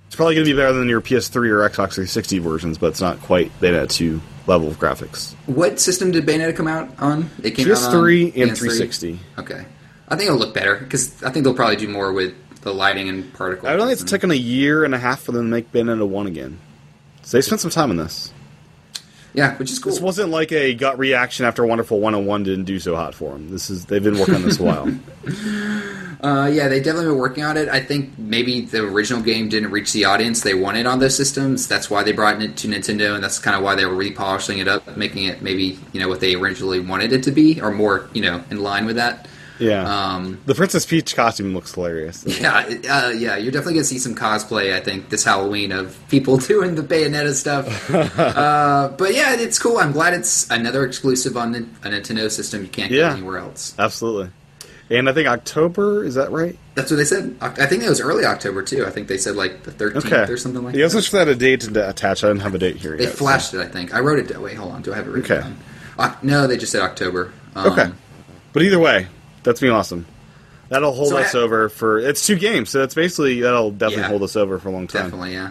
B: It's probably going to be better than your PS3 or Xbox 360 versions, but it's not quite Bayonetta two level of graphics.
C: what system did Bayonetta come out on? It came out on
B: PS3 and
C: PS3?
B: 360.
C: Okay, I think it'll look better because I think they'll probably do more with the lighting and particles.
B: I don't think it's
C: and-
B: taken a year and a half for them to make Bayonetta one again. So they spent some time on this.
C: yeah, which is cool.
B: This wasn't like a gut reaction after Wonderful 101 didn't do so hot for them. This is they've been working on this a [LAUGHS] while.
C: Uh, yeah, they definitely been working on it. I think maybe the original game didn't reach the audience they wanted on those systems. That's why they brought it to Nintendo, and that's kind of why they were repolishing it up, making it maybe you know what they originally wanted it to be, or more you know in line with that.
B: Yeah.
C: Um,
B: the Princess Peach costume looks hilarious.
C: Yeah, it- uh, yeah, you're definitely gonna see some cosplay. I think this Halloween of people [LAUGHS] doing the
B: [LAUGHS]
C: Bayonetta stuff. uh, but yeah, it's cool. I'm glad it's another exclusive on Nin- a Nintendo system. You can't
B: Yeah.
C: get anywhere else.
B: Absolutely. And I think October, is that right?
C: That's what they said. Oct- I think it was early October too. I think they said like the 13th
B: Okay.
C: or something like
B: You also
C: that.
B: should have had a date to attach. I didn't have a date here
C: They
B: yet. so-
C: flashed it. I think I wrote it. down. Wait, hold on. Do I have it written
B: Okay.
C: down? Oc- no, they just said October. Um,
B: Okay. But either way, that's me awesome. That'll hold
C: So I-
B: us over for it's two games, so that's basically that'll definitely
C: Yeah.
B: hold us over for a long time
C: Definitely, yeah.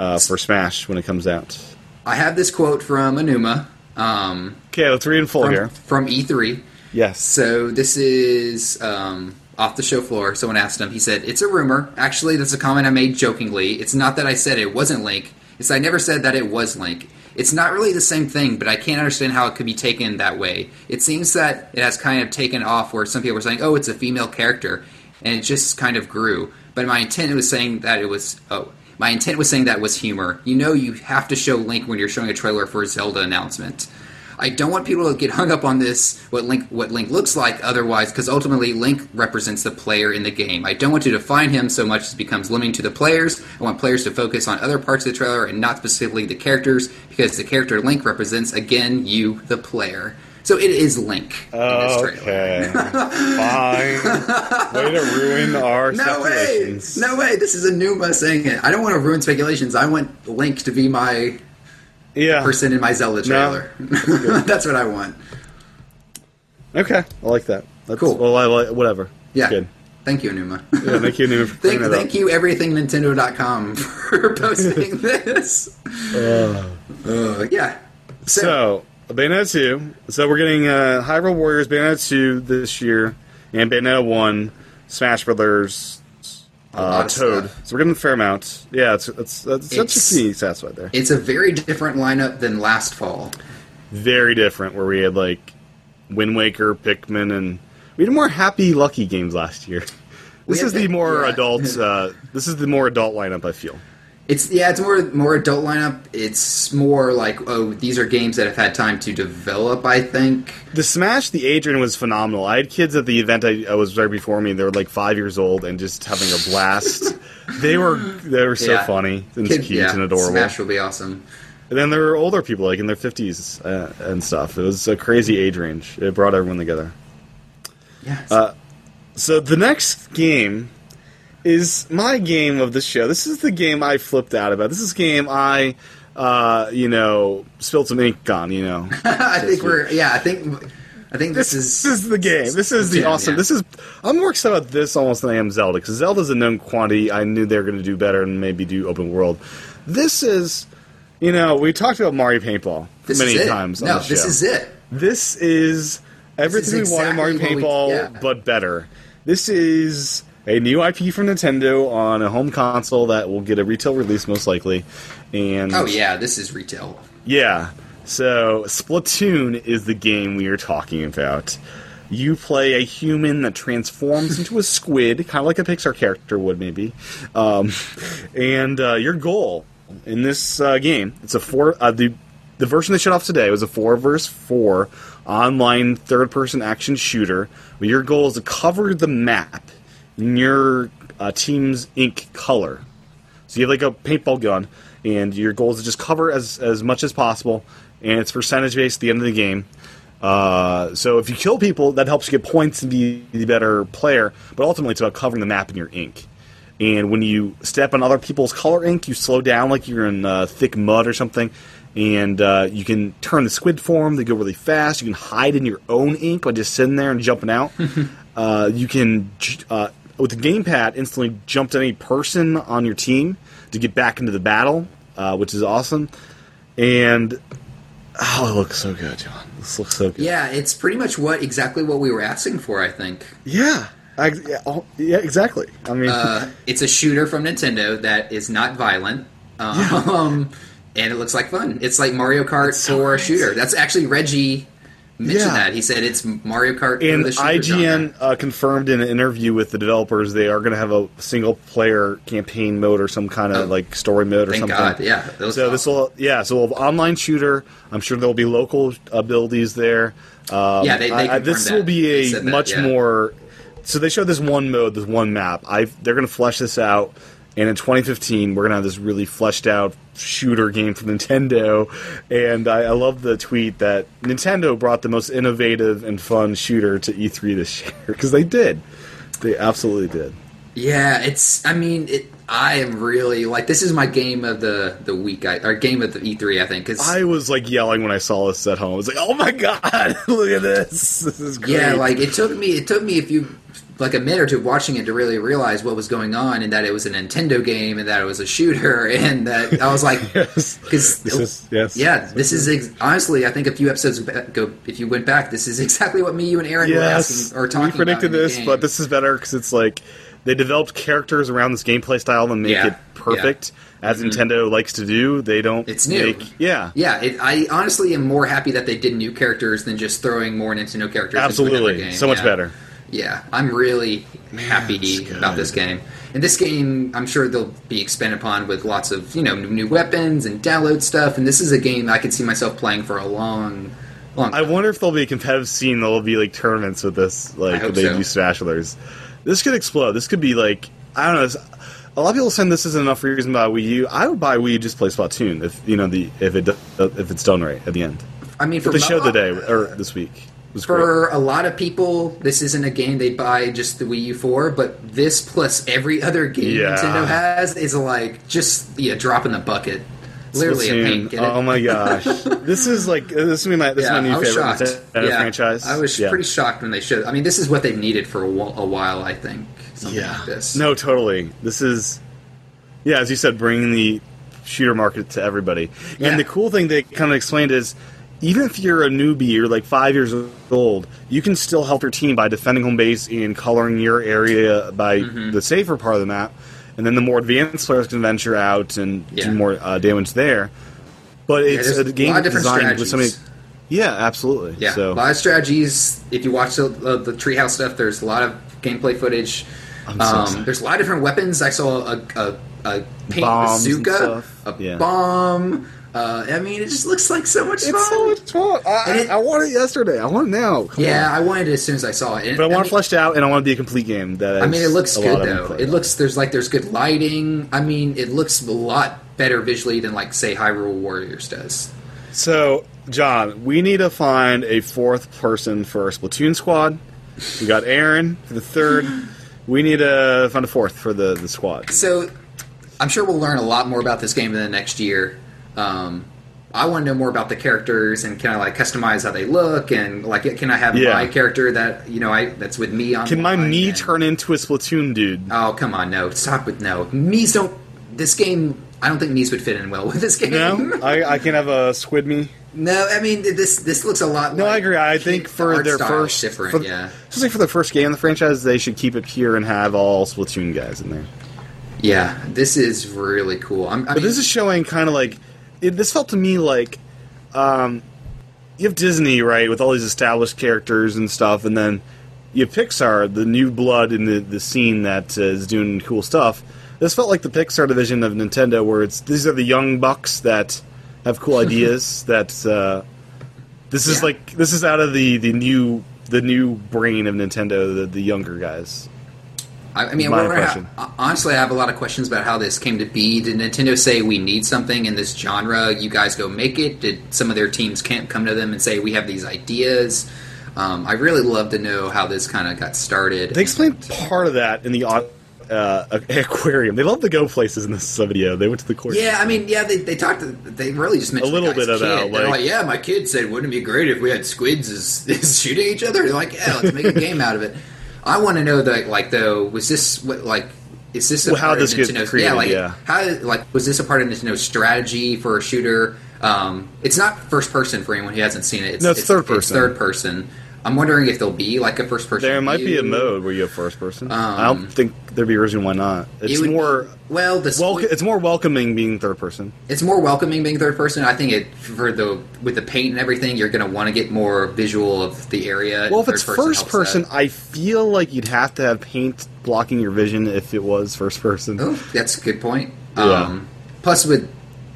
B: uh, for Smash when it comes out.
C: I have this quote from Anuma um,
B: Okay, let's read in full
C: from,
B: here.
C: from E E3.
B: Yes.
C: So this is um, off the show floor. Someone asked him. He said, "It's a rumor. Actually, that's a comment I made jokingly. It's not that I said it wasn't Link. It's I never said that it was Link. It's not really the same thing, but I can't understand how it could be taken that way. It seems that it has kind of taken off where some people were saying, "Oh, it's a female character," and it just kind of grew. But my intent was saying that it was oh, my intent was saying that was humor. You know, you have to show Link when you're showing a trailer for a Zelda announcement. I don't want people to get hung up on this what Link what Link looks like otherwise because ultimately Link represents the player in the game. I don't want to define him so much as it becomes limiting to the players. I want players to focus on other parts of the trailer and not specifically the characters because the character Link represents again you the player. So it is Link in this trailer.
B: Oh, Okay. Fine. Way to ruin our
C: [LAUGHS] No way!
B: speculations.
C: No way! This is Enuma saying it. I don't want to ruin speculations. I want Link to be my
B: Yeah.
C: person in my Zelda trailer. [LAUGHS] That's what I want.
B: Okay. I like that. That's,
C: Cool.
B: Well, I like whatever.
C: Yeah.
B: Good.
C: Thank you, Enuma.
B: Yeah, thank you, Nima, for
C: [LAUGHS] Thank,
B: clearing that
C: thank
B: up.
C: you, everythingnintendo.com,
B: [LAUGHS]
C: [LAUGHS] for posting this. Uh, yeah.
B: So, Bayonetta 2. So, we're getting uh, Hyrule Warriors Bayonetta 2 this year, and Bayonetta 1, Smash Brothers,
C: lot
B: uh,
C: of
B: Toad.
C: stuff.
B: So, we're getting a fair amount. Yeah, it's, it's, that's such a
C: It's-
B: sneaky satisfied there.
C: It's a very different lineup than last fall.
B: Very different, where we had like Wind Waker, Pikmin, and we had more happy, lucky games last year. [LAUGHS] This
C: had
B: is the
C: that-
B: more
C: yeah.
B: adult. Uh, this is the more adult lineup. I feel.
C: It's yeah, it's more more adult lineup. It's more like oh, these are games that have had time to develop. I think.
B: The Smash, the Adrian was phenomenal. I had kids at the event I, I was right before me. They were like five years old and just having a
C: [LAUGHS]
B: blast. they were they were so
C: Yeah.
B: funny and
C: Kid-
B: cute
C: yeah,
B: and adorable.
C: Smash will be awesome.
B: And then there were older people like in their fifties uh, and stuff. It was a crazy age range. It brought everyone together.
C: Yeah.
B: Uh, So the next game is my game of the show. This is the game I flipped out about. This is the game I, uh, you know, spilled some ink on. You know,
C: [LAUGHS] I think we're yeah. I think I think this, is
B: this is the game. This is the
C: Yeah,
B: awesome.
C: yeah.
B: This is. I'm more excited about this almost than I am Zelda because Zelda's a known quantity. I knew they were going to do better and maybe do open world. This is, you know, we talked about Mario Paintball
C: this
B: many
C: is it.
B: times.
C: No,
B: on the
C: this
B: show.
C: is it.
B: This is everything
C: This is
B: we want in
C: exactly
B: Mario
C: what
B: Paintball,
C: we- yeah.
B: but better. This is a new IP from Nintendo on a home console that will get a retail release most likely. And
C: Oh yeah, this is retail.
B: yeah. So Splatoon is the game we are talking about. You play a human that transforms into a squid, kind of like a Pixar character would, maybe. Um, and uh, your goal in this uh, game, it's a four. Uh, the the version they shut off today was a four versus four online third person action shooter. Where your goal is to cover the map in your uh, team's ink color. So you have like a paintball gun, and your goal is to just cover as as much as possible, and it's percentage based at the end of the game. Uh, so if you kill people, that helps you get points and be the better player. But ultimately, it's about covering the map in your ink. And when you step on other people's color ink, you slow down like you're in uh, thick mud or something. And uh, you can turn the squid form. They go really fast. You can hide in your own ink by just sitting there and jumping out. Uh, you can, j- uh, with the gamepad, instantly jump to any person on your team to get back into the battle, uh, which is awesome. And oh, it looks so good, John. This looks so good.
C: Yeah, it's pretty much what exactly what we were asking for. I think.
B: yeah, I, yeah, oh, yeah, exactly. I mean,
C: Uh, it's a shooter from Nintendo that is not violent. Um, And it looks like fun. It's like Mario Kart
B: so
C: for a
B: crazy.
C: shooter. That's actually Reggie mentioned
B: Yeah.
C: that. He said it's Mario Kart for
B: and
C: the shooter. genre.
B: IGN uh, confirmed in an interview with the developers they are going to have a single player campaign mode or some kind of like story mode or
C: Thank
B: something.
C: God. Yeah. that was
B: So this
C: awesome.
B: will yeah, so we'll have online shooter. I'm sure there'll be local abilities there. Um,
C: Yeah, they- they
B: I, I,
C: confirmed
B: this
C: that.
B: will
C: They
B: be a
C: said that,
B: much
C: yeah.
B: more. So they showed this one mode, this one map. I they're going to flesh this out, and in 2015 we're going to have this really fleshed out shooter game from Nintendo. And I, I love the tweet that Nintendo brought the most innovative and fun shooter to E3 this year because they did, they absolutely did.
C: Yeah, it's. I mean, it. I am really like this is my game of the the week. I, or game of the E3. I think 'cause-
B: I was like yelling when I saw this at home. I was like, "Oh my god, [LAUGHS] look at this! This is great!"
C: yeah, like it took me. It took me a few like a minute or two watching it to really realize what was going on and that it was a Nintendo game and that it was a shooter [LAUGHS] and that I was like,
B: [LAUGHS] Yes.
C: because
B: This is- yes.
C: yeah, this is ex- honestly, I think a few episodes ba- go if you went back, this is [LAUGHS] exactly what me, you, and Aaron were
B: yes,
C: asking or talking
B: we predicted
C: about in the
B: this,
C: game.
B: but this is better because it's like They developed characters around this gameplay style and make
C: Yeah. Mm-hmm.
B: it perfect, as Nintendo likes to do. They don't.
C: It's new.
B: Make, yeah.
C: Yeah, it, I honestly am more happy that they did new characters than just throwing more Nintendo characters. Into another
B: Absolutely.
C: game.
B: So much
C: Yeah.
B: better.
C: Yeah, I'm really
B: it's
C: happy
B: good.
C: about this game. And this game, I'm sure they'll be expanded upon with lots of you know new weapons and download stuff. And this is a game I could see myself playing for a long, long.
B: I wonder if there'll be a competitive scene. There'll be like tournaments with this, like
C: hope
B: they
C: so.
B: do Smashers. This could explode. This could be like I don't know. it's- A lot of people saying this isn't enough reason to buy Wii U. I would buy Wii U just to play Splatoon if you know the if it do- if it's done right at the end.
C: I mean, for
B: But the
C: mo-
B: show today or this week was great.
C: For a lot of people, this isn't a game they buy just the Wii U for, but this plus every other game
B: Yeah.
C: Nintendo has is like just yeah, drop in the bucket. Literally a
B: Splatoon.
C: paint. Get it?
B: Oh my gosh, this is like this is my this
C: Yeah,
B: is my
C: I
B: new
C: was
B: favorite
C: shocked.
B: Nintendo
C: yeah.
B: franchise.
C: I was
B: Yeah.
C: pretty shocked when they showed. I mean, this is what they needed for a, wh- a while. I think. Something
B: yeah.
C: Like this.
B: No, totally. This is, yeah, as you said, bringing the shooter market to everybody.
C: Yeah.
B: And the cool thing they kind of explained is, even if you're a newbie, you're like five years old, you can still help your team by defending home base and coloring your area by the safer part of the map. And then the more advanced players can venture out and
C: Yeah.
B: do more uh, damage there. But it's
C: there's
B: a game
C: a lot of different
B: designed with so many.
C: strategies.
B: Yeah, absolutely.
C: Yeah,
B: So
C: a lot of strategies. If you watch the, uh, the Treehouse stuff, there's a lot of gameplay footage.
B: I'm
C: Um,
B: so excited.
C: there's a lot of different weapons. I saw a, a, a paint
B: Bombs and
C: bazooka,
B: stuff.
C: a
B: Yeah.
C: bomb. Uh, I mean, it just looks like so much fun.
B: it's so much fun.
C: And
B: I,
C: it-
B: I, I want it yesterday. I want it now. Come on.
C: yeah, I wanted it as soon as I saw it. And-
B: But I
C: I
B: want
C: mean-
B: it fleshed out, and I want it to be a complete game. That
C: I mean, it
B: is
C: looks
B: a
C: good
B: lot of
C: though.
B: input.
C: It looks there's like there's good lighting. I mean, it looks a lot better visually than like say Hyrule Warriors does.
B: so. John, we need to find a fourth person for our Splatoon squad. We got Aaron for the third. we need to find a fourth for the the squad.
C: So, I'm sure we'll learn a lot more about this game in the next year. Um, I want to know more about the characters and can I like customize how they look and like can I have
B: Yeah.
C: my character that you know I that's with me on.
B: Can my me
C: and,
B: turn into a Splatoon dude?
C: Oh come on, no, stop with no. Me's don't. This game, I don't think me's would fit in well [LAUGHS] with this game.
B: No, I, I can have a squid me.
C: No, I mean this. This looks a lot.
B: No,
C: like,
B: I agree. I
C: the
B: think for
C: art
B: their
C: style's
B: first,
C: different.
B: for,
C: yeah,
B: just like for the first game in the franchise, they should keep it pure and have all Splatoon guys in there.
C: yeah. This is really cool. I'm, I
B: But
C: mean,
B: this is showing kind of like it, this felt to me like um, you have Disney right with all these established characters and stuff, and then you have Pixar, the new blood in the the scene that uh, is doing cool stuff. This felt like the Pixar division of Nintendo, where it's these are the young bucks that have
C: [LAUGHS]
B: cool ideas. that uh, this is
C: Yeah.
B: like this is out of the the new the new brain of Nintendo, the, the younger guys.
C: I, I mean,
B: my
C: we're gonna
B: impression.
C: have- honestly, I have a lot of questions about how this came to be. Did Nintendo say we need something in this genre? You guys go make it. Did some of their teams can't come to them and say we have these ideas? Um, I really love to know how this kind of got started.
B: They explained part of that in the au- uh, aquarium. They love to go places in this video. They went to the aquarium.
C: Yeah, I mean, yeah, they, they talked. They really just mentioned
B: A little
C: the guy's
B: bit of
C: kid.
B: that,
C: They're
B: like-
C: like, yeah, my kid said, wouldn't it be great if we had squids [LAUGHS] is, is shooting each other? They're like, yeah, let's make a game out of it. I want to know that, like, though, was this what like? Is this a
B: Well, how
C: part
B: this
C: of
B: gets
C: Nintendo's
B: created,
C: like,
B: yeah.
C: How like was this a part of Nintendo's strategy for a shooter? Um, it's not first person for anyone who hasn't seen it. It's,
B: No, it's third person.
C: third person. I'm wondering if there'll be like a first person.
B: There might be a
C: view.
B: mode where you have first person. I don't think there'd be a reason why not.
C: Um, It
B: It's
C: would be-
B: more
C: well, the
B: wel-
C: split-
B: it's more welcoming being third person.
C: it's more welcoming being third person. I think it for the with the paint and everything, you're going to want to get more visual of the area.
B: Well, if
C: Third
B: it's first
C: helps
B: person,
C: that.
B: I feel like you'd have to have paint blocking your vision if it was first person.
C: oh, that's a good point.
B: Yeah.
C: Um, plus, with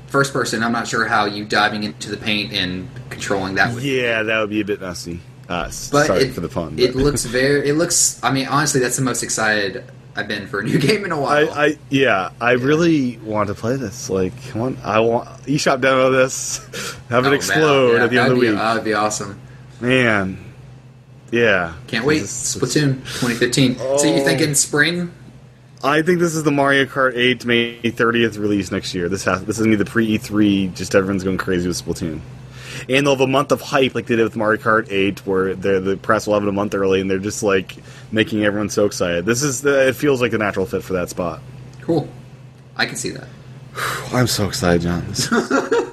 C: first person, I'm not sure how you diving into the paint and controlling that. Would,
B: Yeah, that would be a bit messy. Uh, s-
C: but
B: sorry
C: it,
B: for the pun.
C: It
B: but-
C: looks very. It looks. I mean, honestly, that's the most excited I've been for a new [LAUGHS] game in a
B: I,
C: while.
B: I yeah, I really want to play this. Like, come on, I want eShop demo this, [LAUGHS] have
C: Oh,
B: it
C: man,
B: explode
C: yeah,
B: at the end of
C: that'd
B: the
C: be-
B: week.
C: That would be awesome.
B: Man, yeah,
C: Can't wait.
B: This is-
C: Splatoon 2015. So you
B: Oh.
C: thinking spring?
B: I think this is the Mario Kart 8 May 30th release next year. This has this is gonna be the pre E3. Just everyone's going crazy with Splatoon, and they'll have a month of hype like they did with Mario Kart 8, where they're, the press will have it a month early, and they're just like making everyone so excited. This is the it feels like the natural fit for that spot.
C: Cool. I can see that.
B: Oh, I'm so excited, John. This is,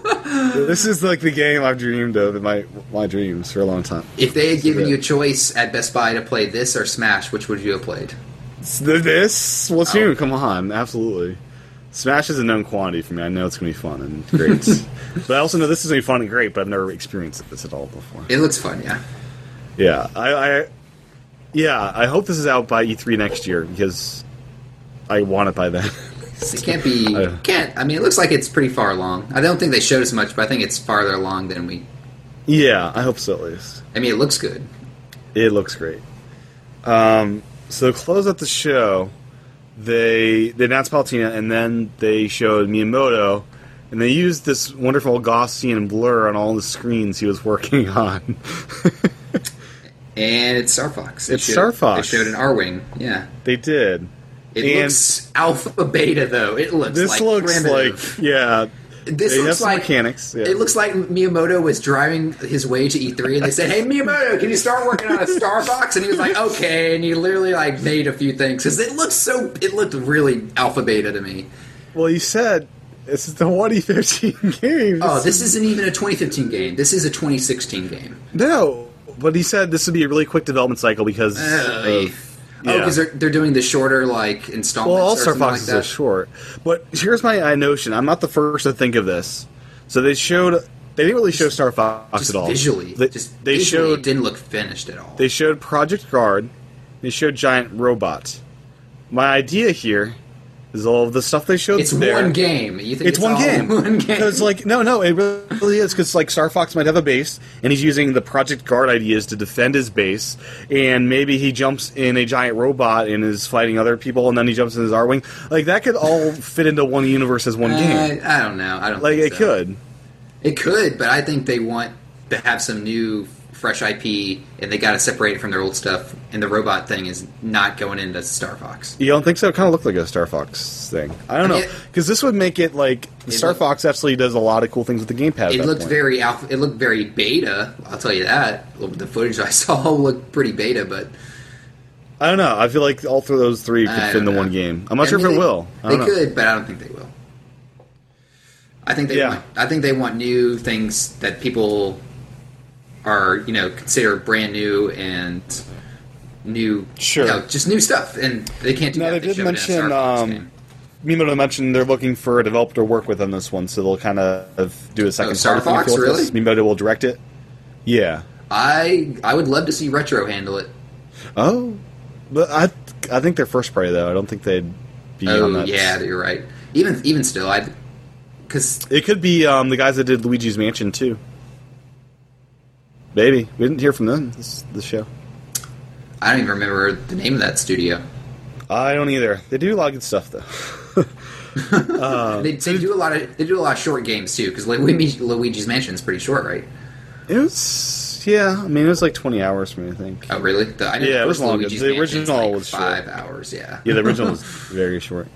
B: this is like the game I've dreamed of in my my dreams for a long time.
C: If they had given
B: Yeah.
C: you a choice at Best Buy to play this or Smash, which would you have played?
B: S- This? Well, soon. Come on. Absolutely. Smash is a known quantity for me. I know it's going to be fun and great. but I also know this is going to be fun and great, but I've never experienced this at all before.
C: It looks fun, yeah.
B: Yeah. I, I Yeah, I hope this is out by E3 next year because I want it by then. [LAUGHS]
C: It can't be.
B: I-
C: can't. I mean, it looks like it's pretty far along. I don't think they showed as much, but I think it's farther along than we.
B: yeah, I hope so at least.
C: I mean, it looks good.
B: It looks great. Um, so to close out the show. They they announced Palutena, and then they showed Miyamoto, and they used this wonderful Gaussian blur on all the screens he was working [LAUGHS] on.
C: And it's Star Fox. They
B: It's Star Fox.
C: They showed an R wing. Yeah.
B: they did.
C: It
B: And-
C: looks alpha beta though. It looks.
B: This
C: like
B: looks
C: primitive.
B: like yeah.
C: This
B: they
C: looks
B: have some
C: like
B: mechanics, yeah.
C: It looks like Miyamoto was driving his way to E3, and they said, "Hey, Miyamoto, can you start working on a Star Fox?" And he was like, "Okay," and he literally like made a few things because it looks so. It looked really alpha beta to me.
B: Well, you said this is the E [LAUGHS] 2015 game.
C: Oh, this isn't even a 2015 game. This is a 2016 game.
B: no, but he said this would be a really quick development cycle because
C: Ugh.
B: of,
C: Oh,
B: yeah.
C: because they're, they're doing the shorter like installments.
B: Well, all
C: or
B: Star
C: something
B: Foxes
C: like
B: are
C: that.
B: short. But here's my uh, notion. I'm not the first to think of this. So they showed. They didn't really show Star Fox
C: Just
B: at all.
C: visually,
B: they,
C: just
B: they
C: visually, it
B: showed.
C: didn't look finished at all.
B: They showed Project Guard. They showed Giant Robot. My idea here is all of the stuff they showed.
C: it's
B: there-
C: one game. You think
B: It's, one
C: all
B: game.
C: [LAUGHS] One game.
B: Because like no, no, it really is. Because like Star Fox might have a base, and he's using the Project Guard ideas to defend his base, and maybe he jumps in a giant robot and is fighting other people, and then he jumps in his R wing. Like that could all fit into one universe as one
C: Uh,
B: game.
C: I, I don't know. I don't
B: Like
C: think
B: it
C: so.
B: could.
C: It could, but I think they want to have some new, fresh IP, and they got to separate it from their old stuff. And the robot thing is not going into Star Fox.
B: You don't think so? It kind of looked like a Star Fox thing. I don't
C: I
B: know
C: mean,
B: because this would make it like Star
C: looked-
B: Fox actually does a lot of cool things with the gamepad. at
C: It
B: that
C: looked
B: point.
C: very alpha. It looked very beta. I'll tell you that. The footage I [LAUGHS] saw looked pretty beta, but
B: I don't know. I feel like all through those three could
C: I
B: fit
C: don't
B: into
C: know.
B: one game. I'm not
C: I
B: sure
C: mean,
B: if it
C: they-
B: will. I
C: They
B: don't know.
C: could, but I don't think they will. I think they
B: Yeah.
C: want. I think they want new things that people are, you know, consider brand new and new.
B: Sure.
C: you know, just new stuff, and they can't do
B: Now,
C: that.
B: they did
C: showed it in a Star
B: mention,
C: Fox
B: um,
C: game.
B: Miyamoto mentioned they're looking for a developer to work with on this one, so they'll kind of do a second
C: Oh,
B: part
C: Star
B: if they
C: Fox,
B: feel like
C: really?
B: this. Miyamoto will direct it. Yeah.
C: I I would love to see Retro handle it.
B: Oh, but I I think they're first party though. I don't think they'd be on
C: Oh
B: that.
C: yeah, you're right. Even even still, I because
B: It could be um, the guys that did Luigi's Mansion too. Maybe we didn't hear from them this this show.
C: I don't even remember the name of that studio.
B: I don't either. They do a lot of good stuff though. Uh,
C: they, they do a lot of they do a lot of short games too because Luigi, Luigi's Mansion is pretty short, right?
B: it was yeah. I mean, it was like twenty hours for me. I think.
C: Oh, really? The, I know
B: Yeah,
C: the
B: it was
C: first
B: long. The
C: Mansion's
B: original
C: like
B: was short.
C: five hours. Yeah.
B: Yeah, the original was very short.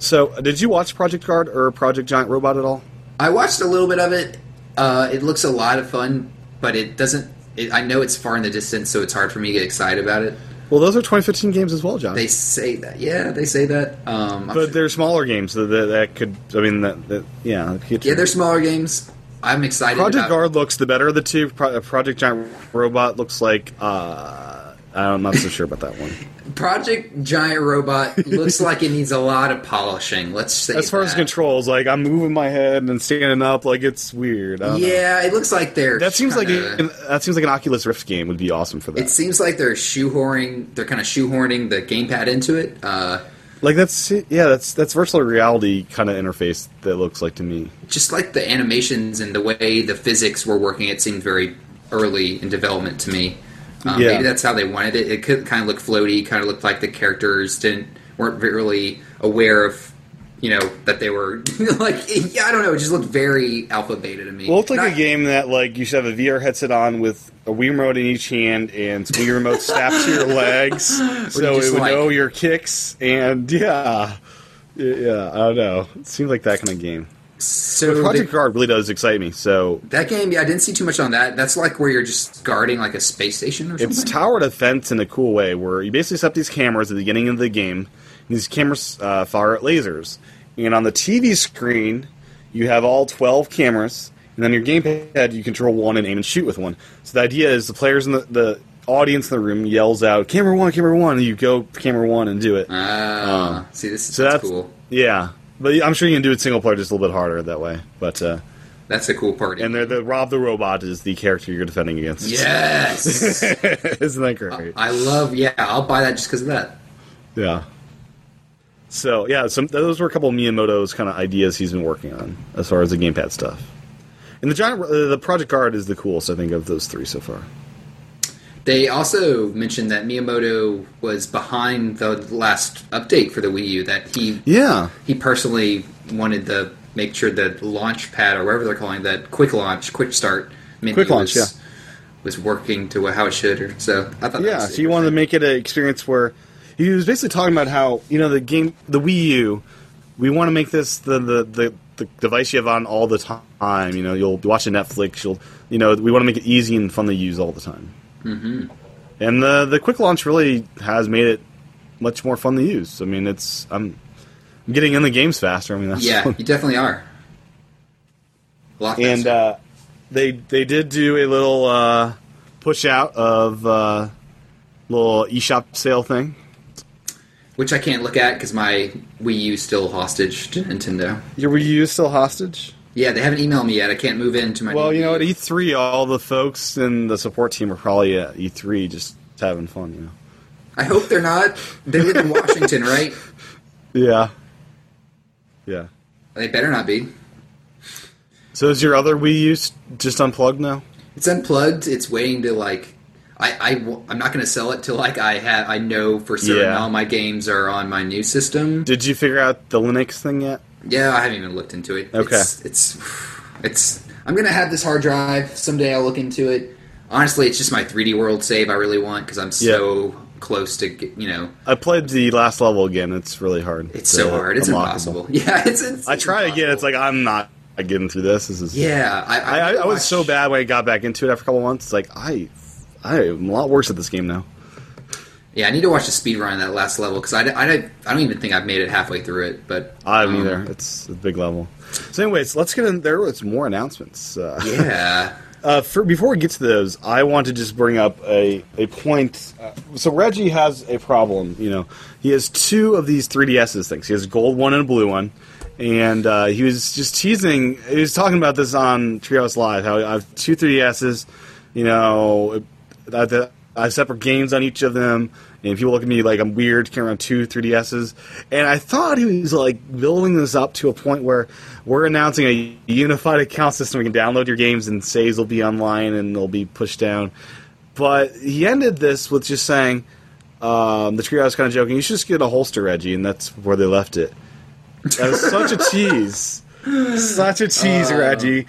B: So, did you watch Project Guard or Project Giant Robot at all?
C: I watched a little bit of it. Uh, it looks a lot of fun, but it doesn't. It, I know it's far in the distance, so it's hard for me to get excited about it.
B: Well, those are 2015 games as well, John.
C: They say that. Yeah, they say that. Um, I'm
B: but
C: sure-
B: they're smaller games that, that, that could. I mean, that, that yeah. that could-
C: yeah, they're smaller games. I'm excited.
B: Project
C: about,
B: Guard looks the better of the two. Pro- uh, Project Giant Robot looks like uh, I'm not so sure about that
C: [LAUGHS]
B: one.
C: Project Giant
B: [LAUGHS]
C: Robot looks like it needs a lot of polishing. Let's say
B: As far
C: that.
B: as controls, like I'm moving my head and standing up, like it's weird. I don't know.
C: Yeah, it looks like they're
B: that seems like
C: kinda-
B: an, that seems like an Oculus Rift game would be awesome for that.
C: It seems like they're shoehorning, they're kind of shoehorning the gamepad into it. Uh,
B: like that's yeah, that's that's virtual reality kind of interface that looks like to me.
C: just like the animations and the way the physics were working, it seemed very early in development to me. Um,
B: Yeah.
C: Maybe that's how they wanted it. It could kind of look floaty, kind of looked like the characters didn't weren't really aware of, you know, that they were [LAUGHS] like. Yeah, I don't know. It just looked very alpha beta to me.
B: Well, it's like
C: Not-
B: a game that like you should have a VR headset on with a Wii remote in each hand, and the Wii remote snapped
C: [LAUGHS]
B: to your legs, so
C: just
B: it would
C: like-
B: know your kicks. And [LAUGHS] yeah, yeah, I don't know. It seems like that kind of game.
C: So
B: Project
C: they-
B: Guard really does excite me. So
C: that game, yeah, I didn't see too much on that. That's like where you're just guarding like a space station or something.
B: it's tower defense in a cool way, where you basically set up these cameras at the beginning of the game. And these cameras uh, fire at lasers, and on the TV screen, you have all twelve cameras, and on your gamepad, you control one and aim and shoot with one. So the idea is the players in the, the audience in the room yells out camera one, camera one, and you go camera one and do it.
C: Ah, see, this is
B: um, so
C: that's,
B: that's
C: cool.
B: Yeah, but I'm sure you can do it single player just a little bit harder that way. But uh,
C: That's the cool part.
B: and they're, the Rob the robot is the character you're defending against. [LAUGHS]
C: yes,
B: isn't that great?
C: I love. Yeah, I'll buy that just because of that.
B: Yeah. So yeah, some those were a couple of Miyamoto's kind of ideas he's been working on as far as the gamepad stuff. And the giant, uh, the Project Guard is the coolest I think of those three so far.
C: They also mentioned that Miyamoto was behind the last update for the Wii U. That he
B: Yeah.
C: he personally wanted to make sure that launch pad or whatever they're calling that quick launch, quick start, menu
B: Quick launch,
C: was,
B: yeah.
C: was working to how it should. Or, so I thought,
B: Yeah,
C: that was
B: so you wanted to
C: interesting.
B: make it an experience where he was basically talking about how you know the game, the Wii U. We want to make this the the, the the device you have on all the time. You know, you'll watch a Netflix. You'll you know we want to make it easy and fun to use all the time. Mm-hmm. And the the quick launch really has made it much more fun to use. I mean, it's I'm, I'm getting in the games faster. I mean, that's
C: [LAUGHS] yeah, you definitely are. A
B: [LAUGHS]
C: lot
B: and
C: faster.
B: uh, they they did do a little uh, push out of uh, little eShop sale thing.
C: which I can't look at because my Wii U still hostage to Nintendo.
B: Your Wii U is still hostage?
C: Yeah, they haven't emailed me yet. I can't move into my.
B: Well,
C: new
B: you know,
C: Wii
B: at
C: U.
B: E3, all the folks and the support team are probably at E3 just having fun, you know.
C: I hope they're not. They live in
B: [LAUGHS]
C: Washington, right?
B: Yeah. Yeah.
C: They better not be.
B: So is your other Wii U s- just unplugged now?
C: It's unplugged. It's waiting to like. I, I am not going to sell it till like I have I know for certain
B: Yeah.
C: all my games are on my new system.
B: Did you figure out the Linux thing yet?
C: Yeah, I haven't even looked into it.
B: Okay.
C: It's, it's it's I'm gonna have this hard drive someday. I'll look into it. Honestly, it's just my 3D World save I really want because I'm so close to get- you know
B: I played the last level again. It's really hard.
C: it's so
B: uh,
C: hard. It's
B: unlockable.
C: impossible. [LAUGHS] Yeah, it's. it's
B: I tried again.
C: impossible.
B: It's like, I'm not getting through this. This is.
C: yeah. I
B: I, I, I
C: watched-
B: was so bad when I got back into it after a couple months. It's like, I, I am a lot worse at this game now.
C: Yeah, I need to watch the speed run of that last level because I, I, don't- I don't even think I've made it halfway through it. But
B: I don't
C: um,
B: either. It's a big level. So, anyways, let's get in. There was more announcements. Uh,
C: Yeah.
B: uh, for, before we get to those, I want to just bring up a, a point. Uh, so Reggie has a problem. You know, he has two of these 3DSs things. He has a gold one and a blue one, and uh, he was just teasing. He was talking about this on Treehouse Live. How I have two 3DSs. You know, I have, I have separate games on each of them. And people look at me like I'm weird carrying around two 3DSs. And I thought he was like building this up to a point where we're announcing a unified account system. We can download your games and saves will be online and they'll be pushed down. But he ended this with just saying, um, the trio was kind of joking, you should just get a holster, Reggie. And that's where they left it. That was such a tease. Such a tease, Reggie.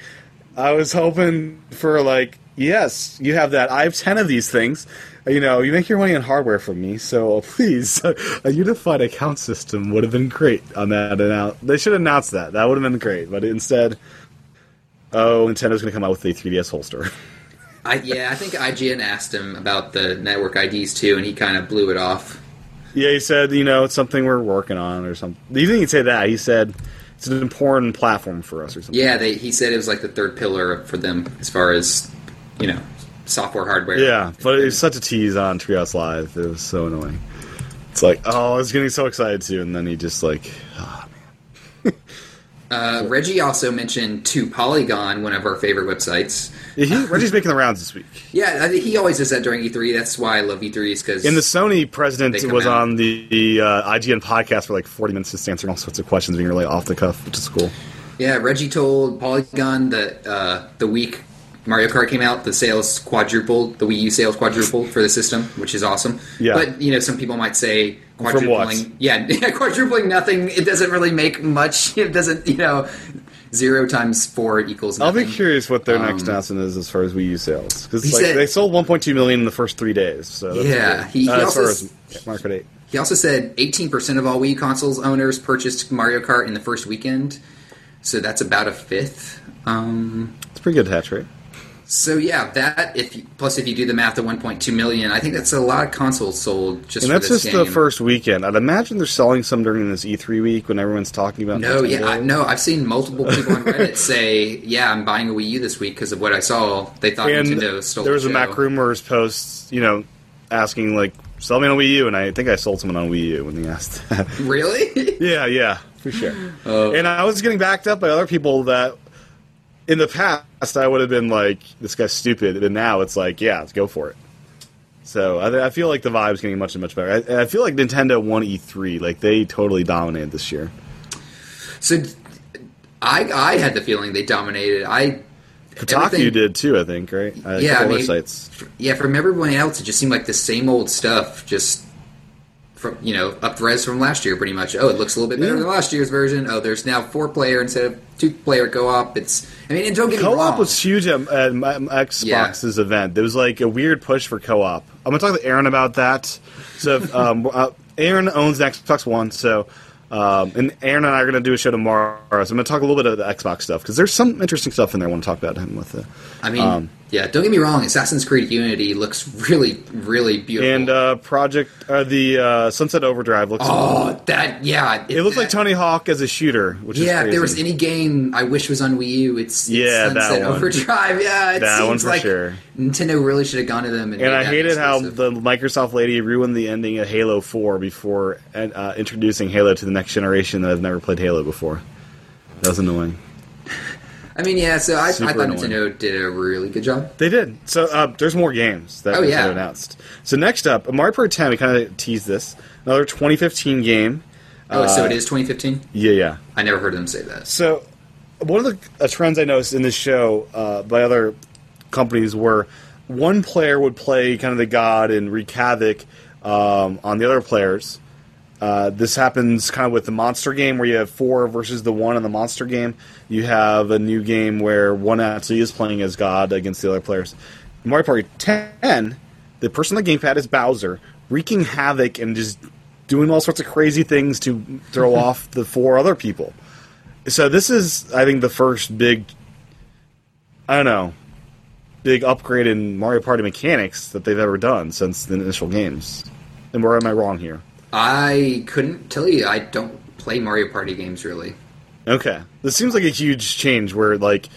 B: I was hoping for like, yes, you have that. I have ten of these things. Uh, You know, you make your money on hardware from me, so [LAUGHS] please, a unified account system would have been great on that. Announce- they should announce that. That would have been great. But instead, oh, Nintendo's going to come out with a 3DS holster. [LAUGHS]
C: I, yeah, I think IGN asked him about the network IDs too, and he kind of blew it off.
B: yeah, he said, you know, it's something we're working on or something. He didn't even say that. He said it's an important platform for us or something.
C: Yeah, they, he said it was like the third pillar for them as far as you know software hardware.
B: Yeah, but it was such a tease on Treehouse Live. It was so annoying. It's like, oh, I was getting so excited too, and then he just like,
C: Uh, Reggie also mentioned to Polygon, one of our favorite websites.
B: he, Reggie's making the rounds this week.
C: Yeah, I think he always does that during E3. That's why I love E3 is because
B: And the Sony president
C: They come
B: was
C: out.
B: on the, the uh, IGN podcast for like 40 minutes, just answering all sorts of questions, being really off the cuff, which is cool.
C: Yeah, Reggie told Polygon that uh, the week Mario Kart came out, the sales quadrupled, the Wii U sales quadrupled for the system, which is awesome.
B: Yeah.
C: But you know, some people might say quadrupling.
B: what?
C: Yeah, [LAUGHS] quadrupling nothing. It doesn't really make much. [LAUGHS] It doesn't. You know, zero times four equals
B: I'll
C: nothing.
B: be curious what their next
C: Um,
B: announcement is as far as Wii U sales because
C: He
B: like,
C: said-
B: they sold 1.2 million in the first three days. So that's
C: Yeah,
B: great.
C: he- he
B: Uh, as
C: also
B: far
C: s-
B: as market eight.
C: He also said 18% of all Wii consoles owners purchased Mario Kart in the first weekend, so that's about a fifth. Um,
B: It's a pretty good hatch rate.
C: So yeah, that if you, plus if you do the math to 1.2 million, I think that's a lot of consoles sold just.
B: And
C: for
B: that's
C: this
B: just
C: game.
B: the first weekend. I'd imagine they're selling some during this E3 week when everyone's talking about.
C: No,
B: Nintendo.
C: yeah, I, no. I've seen multiple people on
B: [LAUGHS]
C: Reddit say, "Yeah, I'm buying a Wii U this week because of what I saw." They thought
B: and
C: Nintendo stole.
B: there was
C: the
B: a
C: show.
B: Mac rumors post, you know, asking like, "Sell me on Wii U," and I think I sold someone on Wii U when they asked. that. [LAUGHS]
C: Really? [LAUGHS]
B: yeah, yeah, for sure.
C: Uh,
B: and I was getting backed up by other people that, in the past, I would have been like, "This guy's stupid," and now it's like, "Yeah, let's go for it." So I, I feel like the vibe's getting much and much better. I, I feel like Nintendo won E3, like they totally dominated this year.
C: so, I I had the feeling they dominated. I
B: Kotaku
C: everything-
B: did too, I think, right? Uh, a
C: Yeah,
B: couple
C: I
B: other
C: mean-
B: sites.
C: Yeah, from everyone else, it just seemed like the same old stuff. Just from you know up the res from last year, pretty much. Oh, it looks a little bit better
B: Yeah.
C: than last year's version. Oh, there's now four player instead of two player co-op. It's I mean, and don't get me
B: Co-op
C: wrong.
B: was huge at, at my- my Xbox's event. There was like a weird push for co-op. I'm gonna talk to Aaron about that. So
C: [LAUGHS]
B: if, um, uh, Aaron owns an Xbox One, so um, and Aaron and I are gonna do a show tomorrow. So I'm gonna talk a little bit of the Xbox stuff because there's some interesting stuff in there. I want to talk about him with it.
C: I mean,
B: um,
C: yeah, don't get me wrong. Assassin's Creed Unity looks really, really beautiful.
B: And uh, Project uh, the uh, Sunset Overdrive looks.
C: oh, that yeah,
B: it looks like
C: that-
B: Tony Hawk as a shooter, which
C: Yeah,
B: is
C: if there was
B: crazy.
C: any game I wish was on Wii U, it's, it's
B: Yeah, that
C: Sunset
B: one.
C: Overdrive. [LAUGHS] Yeah, it
B: That
C: seems
B: one for
C: like
B: sure.
C: Nintendo really should have gone to them. And,
B: And
C: made
B: I
C: that
B: hated how
C: exclusive.
B: the Microsoft lady ruined the ending of Halo 4 before uh, introducing Halo to the next generation that have never played Halo before. That was annoying.
C: I mean, yeah. So I, I
B: Super
C: thought
B: annoying.
C: Nintendo did a really good job.
B: They did. So uh, there's more games that
C: Oh,
B: Nintendo
C: yeah.
B: announced. So next up, Mario Party 10, we kind of teased this. Another 2015 game.
C: Oh,
B: Uh,
C: so it is 2015.
B: Yeah, yeah.
C: I never heard them say that.
B: So, one of the uh, trends I noticed in this show uh, by other companies were one player would play kind of the god and wreak havoc um, on the other players. Uh, this happens kind of with the monster game where you have four versus the one in the monster game. You have a new game where one actually is playing as God against the other players. In Mario Party 10, the person on the gamepad is Bowser, wreaking havoc and just doing all sorts of crazy things to throw off the four other people so this is i think the first big i don't know big upgrade in mario party mechanics that they've ever done since the initial games and where am i wrong here
C: I couldn't tell you. I don't play Mario Party games really.
B: okay this seems like a huge change where like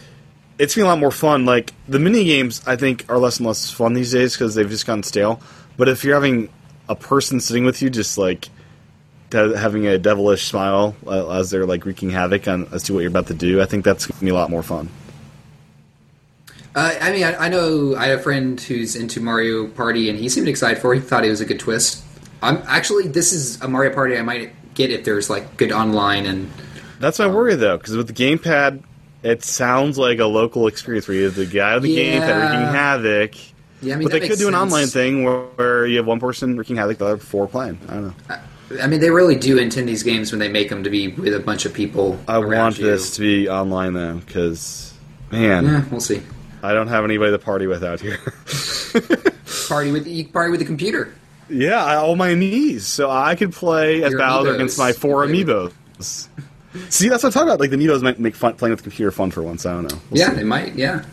B: it's been a lot more fun like the mini games i think are less and less fun these days because they've just gone stale but if you're having a person sitting with you just like de- having a devilish smile uh, as they're like wreaking havoc on as to what you're about to do i think that's gonna be a lot more fun
C: Uh, I mean, I, I know I had a friend who's into Mario Party, and he seemed excited for it. He thought it was a good twist. I'm actually this is a Mario Party I might get if there's like good online and
B: That's my
C: Um,
B: worry though, because with the gamepad, it sounds like a local experience where you have the guy with the
C: Yeah.
B: gamepad wreaking havoc.
C: yeah. I mean,
B: but they
C: that
B: could
C: makes
B: do an
C: sense.
B: online thing where, where you have one person wreaking havoc, the other four playing. I don't know.
C: I mean, they really do intend these games when they make them to be with a bunch of people.
B: I
C: around
B: want
C: you.
B: this to be online though, because man,
C: Yeah, we'll see.
B: I don't have anybody to party with out here. [LAUGHS]
C: Party with you can party with the computer.
B: yeah, I, all my knees, so I could play as
C: Your
B: Bowser
C: amiibos.
B: against my four
C: Play
B: amiibos. See, that's what I'm talking about. Like the amiibos might make fun, playing with the computer fun for once. I don't know. We'll
C: yeah,
B: see.
C: it might. Yeah.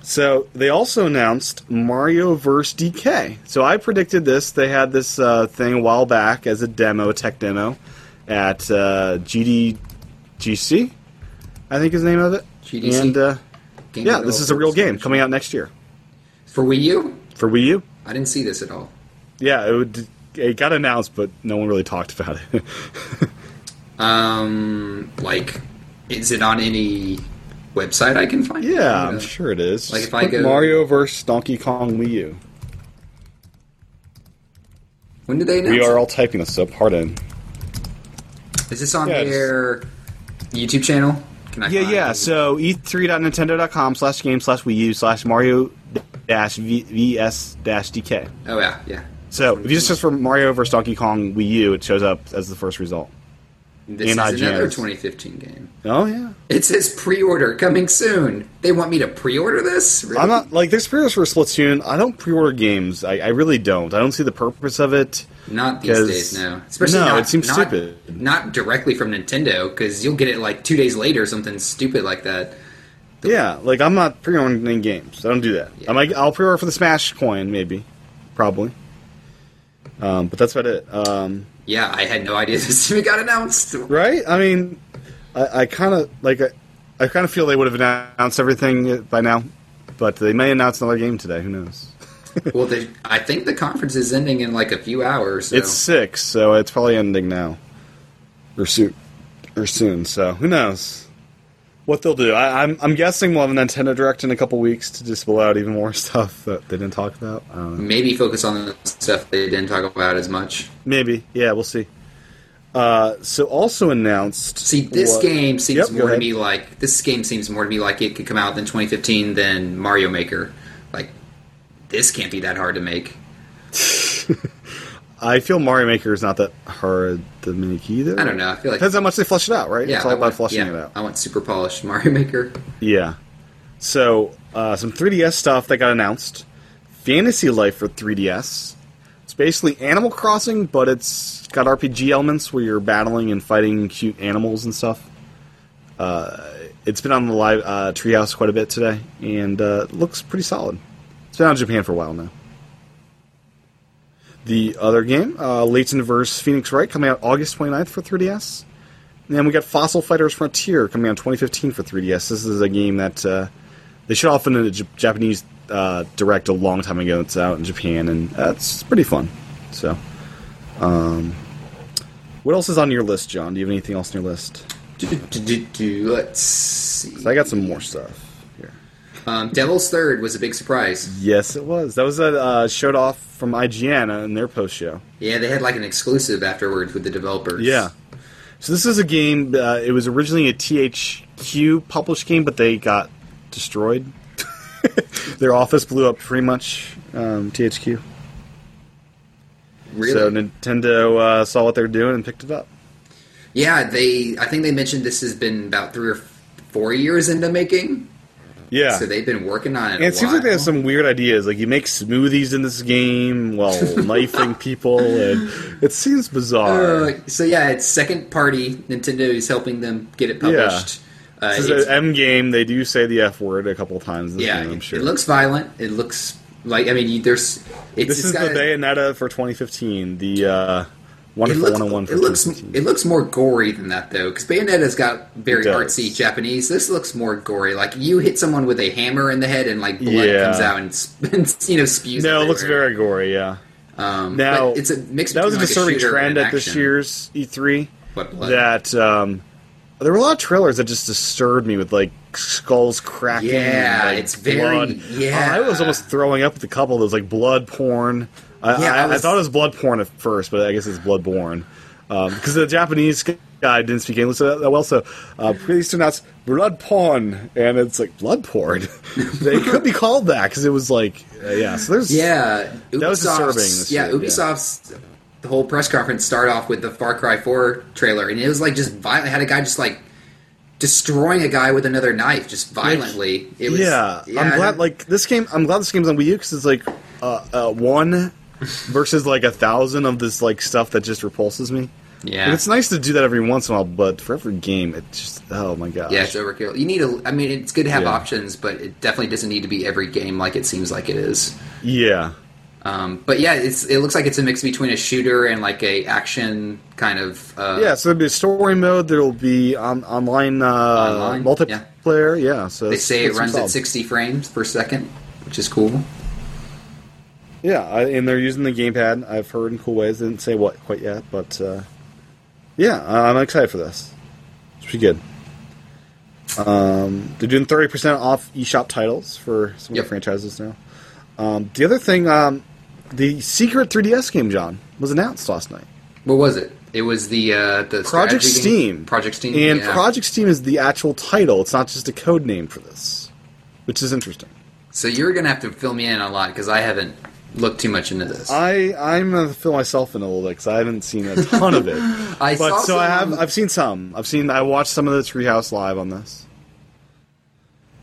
B: So they also announced Mario vs. DK. So I predicted this. They had this uh, thing a while back as a demo, a tech demo, at uh, GDGC, I think is the name of it.
C: GDC?
B: And uh,
C: Game
B: yeah,
C: Boy
B: this is a
C: Advance.
B: real game coming out next year
C: for Wii U.
B: for Wii U.
C: I didn't see this at all.
B: Yeah, it, would, it got announced, but no one really talked about it. [LAUGHS]
C: Um, like, is it on any website I can find?
B: yeah,
C: Uh,
B: I'm sure it is.
C: Like,
B: Just
C: if I
B: put
C: go-
B: Mario vs. Donkey Kong Wii U.
C: When did they announce?
B: We
C: it?
B: are all typing this, so pardon.
C: Is this on
B: Yeah, it's-
C: their YouTube channel? Can I
B: Yeah,
C: find
B: yeah.
C: it?
B: So e e3.nintendo.com slash game slash Wii U slash Mario dash V- VS dash DK.
C: oh yeah, yeah.
B: So if you just search for Mario versus Donkey Kong Wii U, it shows up as the first result.
C: This
B: And
C: is another
B: IGN's.
C: 2015 game.
B: Oh yeah.
C: It says pre-order coming soon. They want me to pre-order this? Really?
B: I'm not like there's prayers for Splatoon. I don't pre-order games. I, I really don't. I don't see the purpose of it.
C: Not these
B: 'Cause-
C: days, no. Especially
B: no,
C: not,
B: it seems
C: not-
B: stupid.
C: Not directly from Nintendo, because you'll get it like two days later, something stupid like that.
B: Yeah, like I'm not pre-ordering games. I don't do that. I might, I'll pre-order for the Smash coin, maybe, probably. Um, but that's about it. Um,
C: Yeah, I had no idea [LAUGHS] this even got announced.
B: right? I mean, I, I kind of like. I, I kind of feel they would have announced everything by now, but they may announce another game today. Who knows?
C: Well, they, I think the conference is ending in like a few hours. So.
B: It's six, so it's probably ending now, or soon, or soon. So who knows what they'll do? I, I'm I'm guessing we'll have a Nintendo Direct in a couple weeks to just blow out even more [LAUGHS] stuff that they didn't talk about. I don't know.
C: maybe focus on the stuff they didn't talk about as much.
B: Maybe, yeah, we'll see. Uh, so also announced.
C: See, this
B: was-
C: game seems
B: Yep, go
C: more to
B: ahead.
C: me like this game seems more to me like it could come out in 2015 than Mario Maker. Like this can't be that hard to make.
B: I feel Mario Maker is not that hard to make either.
C: I don't know. I feel like
B: Depends how much they flush it out, right?
C: yeah, Um,
B: it's all
C: I
B: about
C: want-
B: flushing
C: yeah,
B: it out.
C: I want super polished [LAUGHS] Mario Maker.
B: Yeah. So uh, some 3DS stuff that got announced. Fantasy Life for 3DS. It's basically Animal Crossing, but it's got RPG elements where you're battling and fighting cute animals and stuff. Uh, it's been on the live uh, Treehouse quite a bit today, and uh, it looks pretty solid. It's been out in Japan for a while now. The other game, uh, Leighton vs. Phoenix Wright, coming out August 29th for 3DS. And then we got Fossil Fighters Frontier coming out 2015 for 3DS. This is a game that uh, they showed off in a J- Japanese uh, direct a long time ago. It's out in Japan, and that's pretty fun. So, um, what else is on your list, John? Do you have anything else on your list?
C: Do, do, do, do. Let's see.
B: 'Cause I got some more stuff here.
C: Um, Devil's Third was a big surprise.
B: Yes, it was. That was a uh, showed off from IGN uh, in their post show.
C: Yeah, they had like an exclusive afterwards with the developers.
B: Yeah. So this is a game. Uh, it was originally a THQ published game, but they got destroyed. Their office blew up pretty much. Um, THQ.
C: really.
B: So Nintendo uh, saw what they were doing and picked it up.
C: yeah, they. I think they mentioned this has been about three or four years into making.
B: Yeah.
C: So they've been working on it.
B: and
C: a
B: it seems like they
C: while.
B: have some weird ideas. Like you make smoothies in this game
C: [LAUGHS]
B: while knifing people, and it seems bizarre.
C: Uh, so yeah, it's second party. Nintendo is helping them get it published. Uh,
B: this
C: it's-
B: is an M game. They do say the F word a couple of times. In this
C: yeah,
B: game, I'm
C: it-
B: sure.
C: it looks violent. It looks like I mean, you, there's it's
B: This
C: it's
B: is the
C: got a-
B: Bayonetta for 2015, the uh,
C: It
B: wonderful
C: looks,
B: 101 for
C: it looks
B: 2015.
C: it looks more gory than that though, because Bayonetta's got very
B: It does.
C: artsy Japanese. This looks more gory. Like you hit someone with a hammer in the head, and like blood
B: Yeah.
C: comes out and, s- and [LAUGHS] you know spews.
B: no, it looks
C: everywhere.
B: very gory. Yeah,
C: Um,
B: now
C: but it's a mix.
B: That was a
C: between,
B: disturbing
C: like, shooter and
B: trend
C: an
B: at this
C: action.
B: year's E3.
C: What blood?
B: That um, there were a lot of trailers that just disturbed me with like skulls cracking.
C: Yeah,
B: and, like,
C: it's very-
B: blood.
C: yeah.
B: I was almost throwing up at the couple. There was like blood porn. I,
C: Yeah,
B: I,
C: I was-
B: I thought it was blood porn at first, but I guess it's bloodborne because the Japanese guy didn't speak English that well. So uh, please do not blood porn, and it's like blood porn. [LAUGHS] they could be called that because it was like uh, yeah. So there's
C: Yeah,
B: That was disturbing
C: Ubisoft's-
B: this
C: yeah,
B: year, yeah.
C: Ubisoft's the whole press conference started off with the Far Cry Four trailer, and it was like just violent. Had a guy just like destroying a guy with another knife, just violently. it was
B: yeah,
C: I
B: I'm glad.
C: don't-
B: Like this game, I'm glad this game's on Wii U because it's like uh, uh, one versus like a thousand of this like stuff that just repulses me.
C: yeah,
B: And it's nice to do that every once in a while, but for every game, it just oh my gosh.
C: yeah, it's overkill. You need a. I mean, it's good to have
B: Yeah.
C: options, but it definitely doesn't need to be every game like it seems like it is.
B: yeah,
C: Um, but yeah, it's it looks like it's a mix between a shooter and like a action kind of. Uh,
B: yeah. So there'll be a story mode. There'll be on, online, uh,
C: Online, yeah.
B: multiplayer. Yeah. So
C: They
B: it's-
C: say it
B: it's
C: runs at
B: solid.
C: 60 frames per second, which is cool.
B: Yeah, I, and they're using the gamepad. I've heard in cool ways. They didn't say what quite yet, but uh, yeah, I- I'm excited for this. It's pretty good. Um, they're doing 30% off eShop titles for some of
C: Yep.
B: the franchises now. Um, the other thing, um, the secret 3DS game, John, was announced last night.
C: What was it? It was the uh, the
B: Project
C: strategy
B: Steam.
C: game? Project Steam,
B: And
C: yeah.
B: Project Steam is the actual title. It's not just a code name for this, which is interesting.
C: So you're gonna have to fill me in a lot because I haven't looked too much into this.
B: I I'm gonna fill myself in a little bit because I haven't seen a ton of it.
C: [LAUGHS] I
B: but
C: saw
B: so I have
C: some-
B: I've seen some. I've seen I watched some of the Treehouse live on this.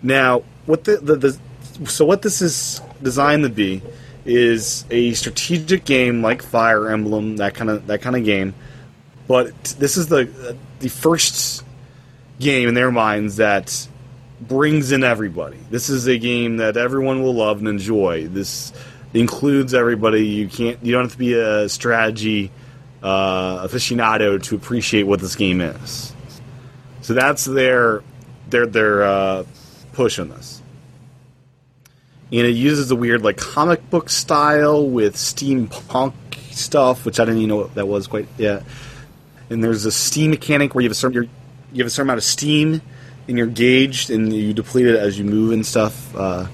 B: Now what the, the the so what this is designed to be is a strategic game like Fire Emblem that kind of that kind of game, but this is the the first game in their minds that brings in everybody. This is a game that everyone will love and enjoy. This includes everybody. You can't you don't have to be a strategy uh, aficionado to appreciate what this game is. So that's their their their uh, push on this. And it uses a weird like comic book style with steampunk stuff, which I didn't even know what that was quite yet. And there's a steam mechanic where you have a certain you're, you have a certain amount of steam and you're gauged and you deplete it as you move and stuff. Uh,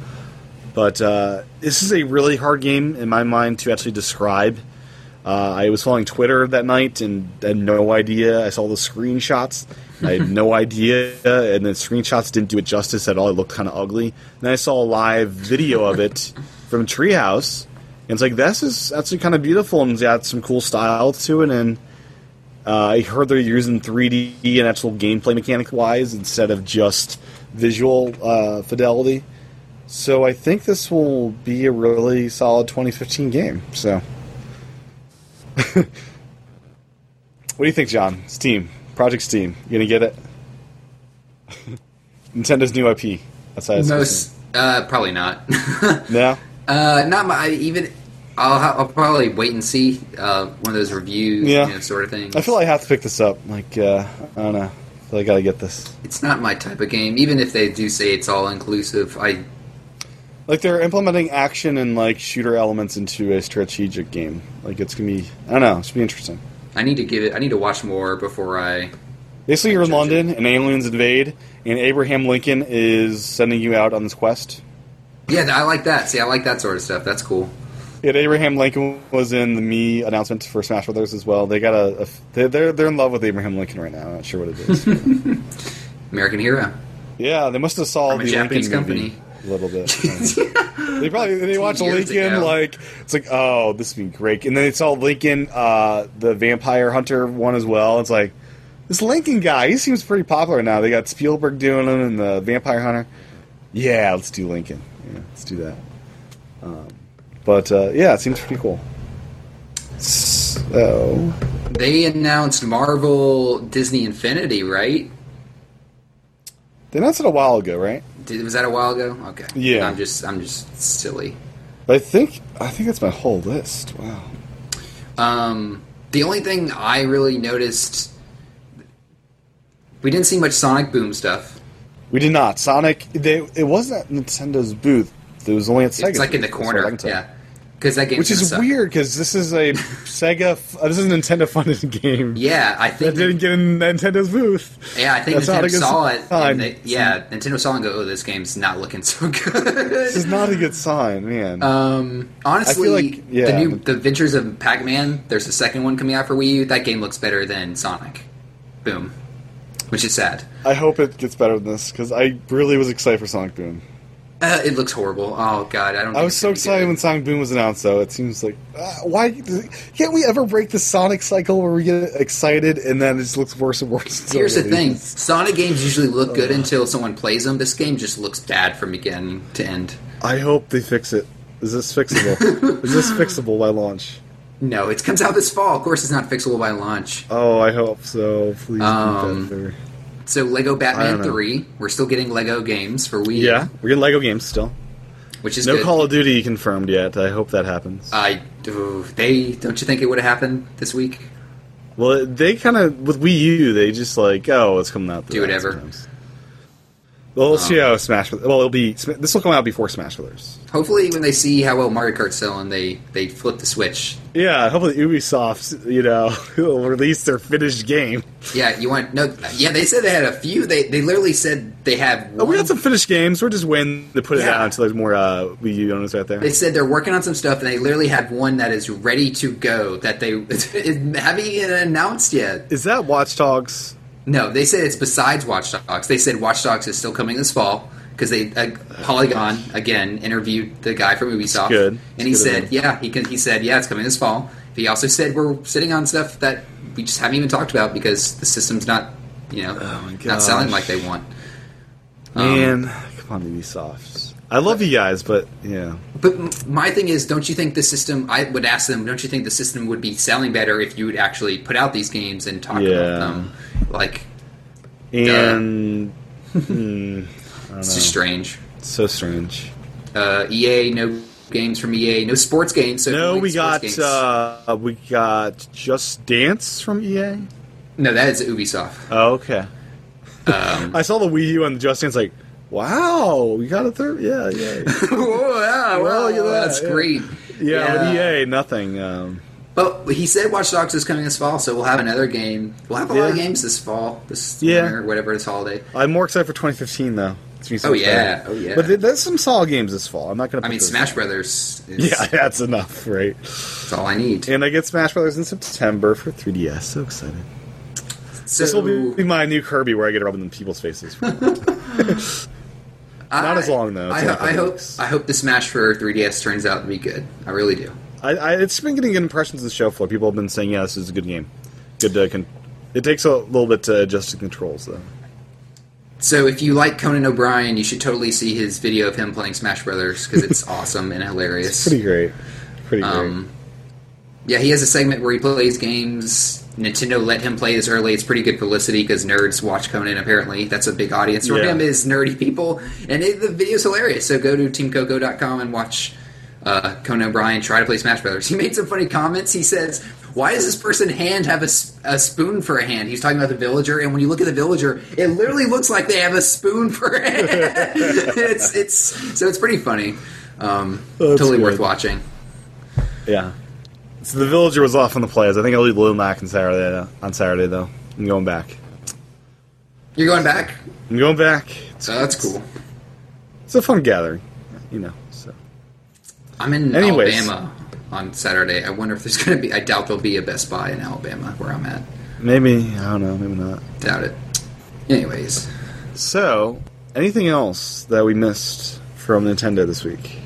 B: but uh, this is a really hard game in my mind to actually describe. Uh, I was following Twitter that night and had no idea. I saw the screenshots. I had no idea, and the screenshots didn't do it justice at all. It looked kind of ugly. And then I saw a live video of it from Treehouse, and it's like this is actually kind of beautiful and it's got some cool style to it. And uh, I heard they're using 3D and actual gameplay mechanic wise instead of just visual uh, fidelity. So I think this will be a really solid 2015 game. So, [LAUGHS] what do you think, John? Steam, Project Steam, you gonna get it? [LAUGHS] Nintendo's new IP. That's how it's
C: No, s- uh, probably not. [LAUGHS]
B: No,
C: Uh, not my I even. I'll, ha- I'll probably wait and see uh, one of those reviews,
B: Yeah.
C: you know, sort of things.
B: I feel like I have to pick this up. Like uh, I don't know. I feel like I gotta get this.
C: it's not my type of game. Even if they do say it's all inclusive, I
B: Like they're implementing action and like shooter elements into a strategic game. Like it's gonna be I don't know, it's gonna be interesting.
C: I need to give it. I need to watch more before I.
B: Basically you're in London and aliens invade and Abraham Lincoln is sending you out on this quest.
C: Yeah, I like that. See, I like that sort of stuff. That's cool.
B: And Abraham Lincoln was in the me announcement for Smash Brothers as well. They got a, a they're- they're they're in love with Abraham Lincoln right now. I'm not sure what it
C: [LAUGHS]
B: is.
C: American Hero.
B: yeah, they must have saw
C: From a
B: the
C: Japanese
B: Lincoln movie
C: company.
B: a little bit.
C: [LAUGHS]
B: They probably they watch
C: years
B: Lincoln
C: ago.
B: like it's like oh this would be great, and then they saw Lincoln uh, the Vampire Hunter one as well. It's like this Lincoln guy he seems pretty popular now. They got Spielberg doing him and the Vampire Hunter. Yeah, let's do Lincoln. Yeah, let's do that. Um, but uh, yeah, it seems pretty cool. So
C: [LAUGHS] They announced Marvel Disney Infinity, right?
B: they announced it a while ago, right?
C: Did, was that a while ago? Okay.
B: Yeah.
C: I'm just. I'm just silly.
B: But I think I think that's my whole list. Wow.
C: Um, the only thing I really noticed, we didn't see much Sonic Boom stuff.
B: We did not Sonic. They it wasn't at Nintendo's booth. It was only at Sega.
C: It's like in the corner, yeah. Because that game,
B: Which is weird because this is
C: [LAUGHS]
B: a Sega. F- uh, this is a Nintendo funded [LAUGHS] game.
C: Yeah, I
B: That
C: think.
B: didn't get in Nintendo's
C: [LAUGHS]
B: booth.
C: yeah, I think
B: That's not a
C: Nintendo
B: good
C: saw it.
B: sign.
C: And they, yeah, Nintendo saw it and go, "Oh, this game's not looking so [LAUGHS]
B: This is
C: good."
B: not a good sign, man.
C: um, honestly,
B: like- yeah.
C: the new The Adventures of Pac-Man. There's a second one coming out for Wii U. That game looks better than Sonic. Boom, which is sad.
B: I hope it gets better than this because I really was excited for Sonic Boom.
C: Uh, it looks horrible. Oh god, I don't.
B: I
C: think
B: was
C: it's
B: so
C: gonna be
B: excited
C: good.
B: when Sonic Boom was announced, though. It seems like uh, why can't we ever break the Sonic cycle where we get excited and then it just looks worse and worse? [LAUGHS] until
C: Here's the
B: it
C: thing:
B: releases?
C: Sonic games usually look good
B: Uh-huh.
C: until someone plays them. This game just looks bad from beginning to end.
B: I hope they fix it. Is this
C: [LAUGHS]
B: fixable? is this fixable by launch?
C: No, it comes out this fall. Of course, it's not fixable by launch.
B: Oh, I hope so. Please
C: Um,
B: do better.
C: So, Lego Batman
B: know.
C: Three, we're still getting Lego games for Wii, U,
B: Yeah, we're getting Lego games still.
C: which is
B: No
C: good. Uh,
B: Call of Duty confirmed yet. I hope that happens.
C: I do. They don't you think it would have happened this week?
B: well, they kind of with Wii U, they just like, oh, it's coming out. the
C: Do
B: round
C: whatever. Um,
B: sometimes. Well, let's see how Smash. Well, it'll be this will come out before Smash Brothers.
C: Hopefully, when they see how well Mario Kart's selling, they they flip the switch.
B: Yeah, hopefully Ubisoft, you know, [LAUGHS] will release their finished game.
C: Yeah, you want no? Yeah, they said they had a few. They they literally said they have.
B: Oh, we
C: one-
B: got some finished games. We're just waiting to put it
C: Yeah.
B: out until there's more uh, Wii U owners out there.
C: They said they're working on some stuff, and they literally have one that is ready to go that they [LAUGHS] haven't even announced yet.
B: Is that Watch Dogs?
C: No, they said it's besides Watch Dogs. They said Watch Dogs is still coming this fall because they uh, Polygon again interviewed the guy from Ubisoft,
B: good. It's
C: and he
B: good of
C: said,
B: them.
C: "Yeah, he can." He said, "Yeah, it's coming this fall." But he also said we're sitting on stuff that we just haven't even talked about because the system's not, you know,
B: Oh my
C: not selling
B: gosh.
C: like they want. Um,
B: Man, come on, Ubisoft. I love you guys, but yeah.
C: But m- my thing is, don't you think the system? I would ask them, don't you think the system would be selling better if you would actually put out these games and talk
B: Yeah.
C: about them? Like,
B: And hmm,
C: It's just strange.
B: So strange.
C: Uh, EA, no games from EA, no sports games. So
B: No,
C: like
B: we
C: sports
B: got
C: games-
B: uh, we got Just Dance from EA.
C: no, that
B: [LAUGHS]
C: is Ubisoft.
B: Oh, okay. [LAUGHS]
C: Um,
B: I saw the Wii U and Just Dance. Like, wow, we got a third. Yeah,
C: [LAUGHS]
B: yeah,
C: Whoa, yeah, well,
B: look at that,
C: that's
B: yeah.
C: great.
B: yeah. E But EA, nothing. Um,
C: But he said Watch Dogs is coming this fall, so we'll have another game. We'll have a lot of
B: Yeah.
C: games this fall, this
B: Yeah.
C: winter, whatever this holiday.
B: I'm more excited for 2015 though. It's gonna be so
C: Oh, yeah.
B: exciting.
C: Oh, yeah.
B: But th- there's some solid games this fall. I'm not gonna.
C: I
B: put
C: mean,
B: those-
C: Smash Brothers is
B: [LAUGHS] Yeah, that's enough, right?
C: that's all I need.
B: And I get Smash Brothers in September for 3DS. So excited!
C: So,
B: This will be my new Kirby, where I get to rub in people's
C: [LAUGHS]
B: faces. not as long, though. It's
C: I,
B: only a
C: ho-
B: couple
C: I hope
B: weeks.
C: I hope the Smash for 3DS turns out to be good. I really do.
B: I, I, it's been getting good impressions of the show floor. People have been saying, "Yeah, this is a good game. Good to con- It takes a little bit to adjust to controls, though.
C: So if you like Conan O'Brien, you should totally see his video of him playing Smash Brothers because
B: [LAUGHS]
C: it's awesome and hilarious.
B: Pretty great. Pretty great.
C: Um, yeah, he has a segment where he plays games. Nintendo let him play this early. It's pretty good publicity because nerds watch Conan. Apparently, that's a big audience for
B: Yeah.
C: him is nerdy people, and it, the video's hilarious. So go to teamcoco.com and watch uh, Conan O'Brien try to play Smash Brothers. [LAUGHS] He made some funny comments. He says, "Why does this person hand have a, s- a spoon for a hand?" He's talking about the villager, and when you look at the villager, it literally looks like they have a spoon for a hand. [LAUGHS] it's it's so it's pretty funny. Um,
B: That's
C: totally worth
B: good.
C: watching.
B: yeah. So the villager was off on the plays. I think I'll leave Little Mac on Saturday. uh, On Saturday, though, I'm going back.
C: You're going back?
B: I'm going back. It's,
C: Oh, that's cool.
B: it's a fun gathering, you know. So
C: I'm in
B: Anyways.
C: Alabama on Saturday. I wonder if there's going to be. I doubt there'll be a Best Buy in Alabama where I'm at.
B: maybe I don't know. Maybe not.
C: Doubt it. Anyways,
B: So, anything else that we missed from Nintendo this week?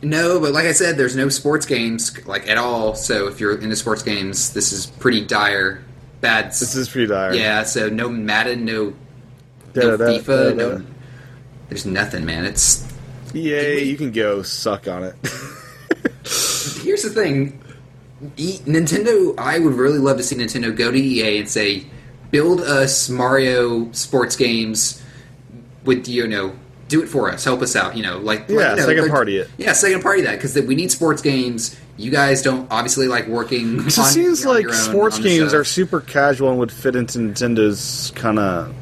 C: no, but like I said, there's no sports games like at all. So if you're into sports games, this is pretty dire. Bad. s-
B: This is pretty dire.
C: yeah. So no Madden, no,
B: Da,
C: no
B: da,
C: FIFA,
B: da, da.
C: no. There's nothing, man. It's
B: EA, you can go suck on it. [LAUGHS]
C: Here's the thing, e- Nintendo. I would really love to see Nintendo go to EA and say, "Build us Mario sports games with you know, do it for us, help us out." You know, like
B: Yeah,
C: like, you know,
B: second
C: like-
B: party it.
C: Yeah, second party that because we need sports games. You guys don't obviously like working.
B: It just
C: on-
B: seems
C: on
B: like
C: your own
B: sports
C: on the
B: games
C: show.
B: are super casual and would fit into Nintendo's kind of.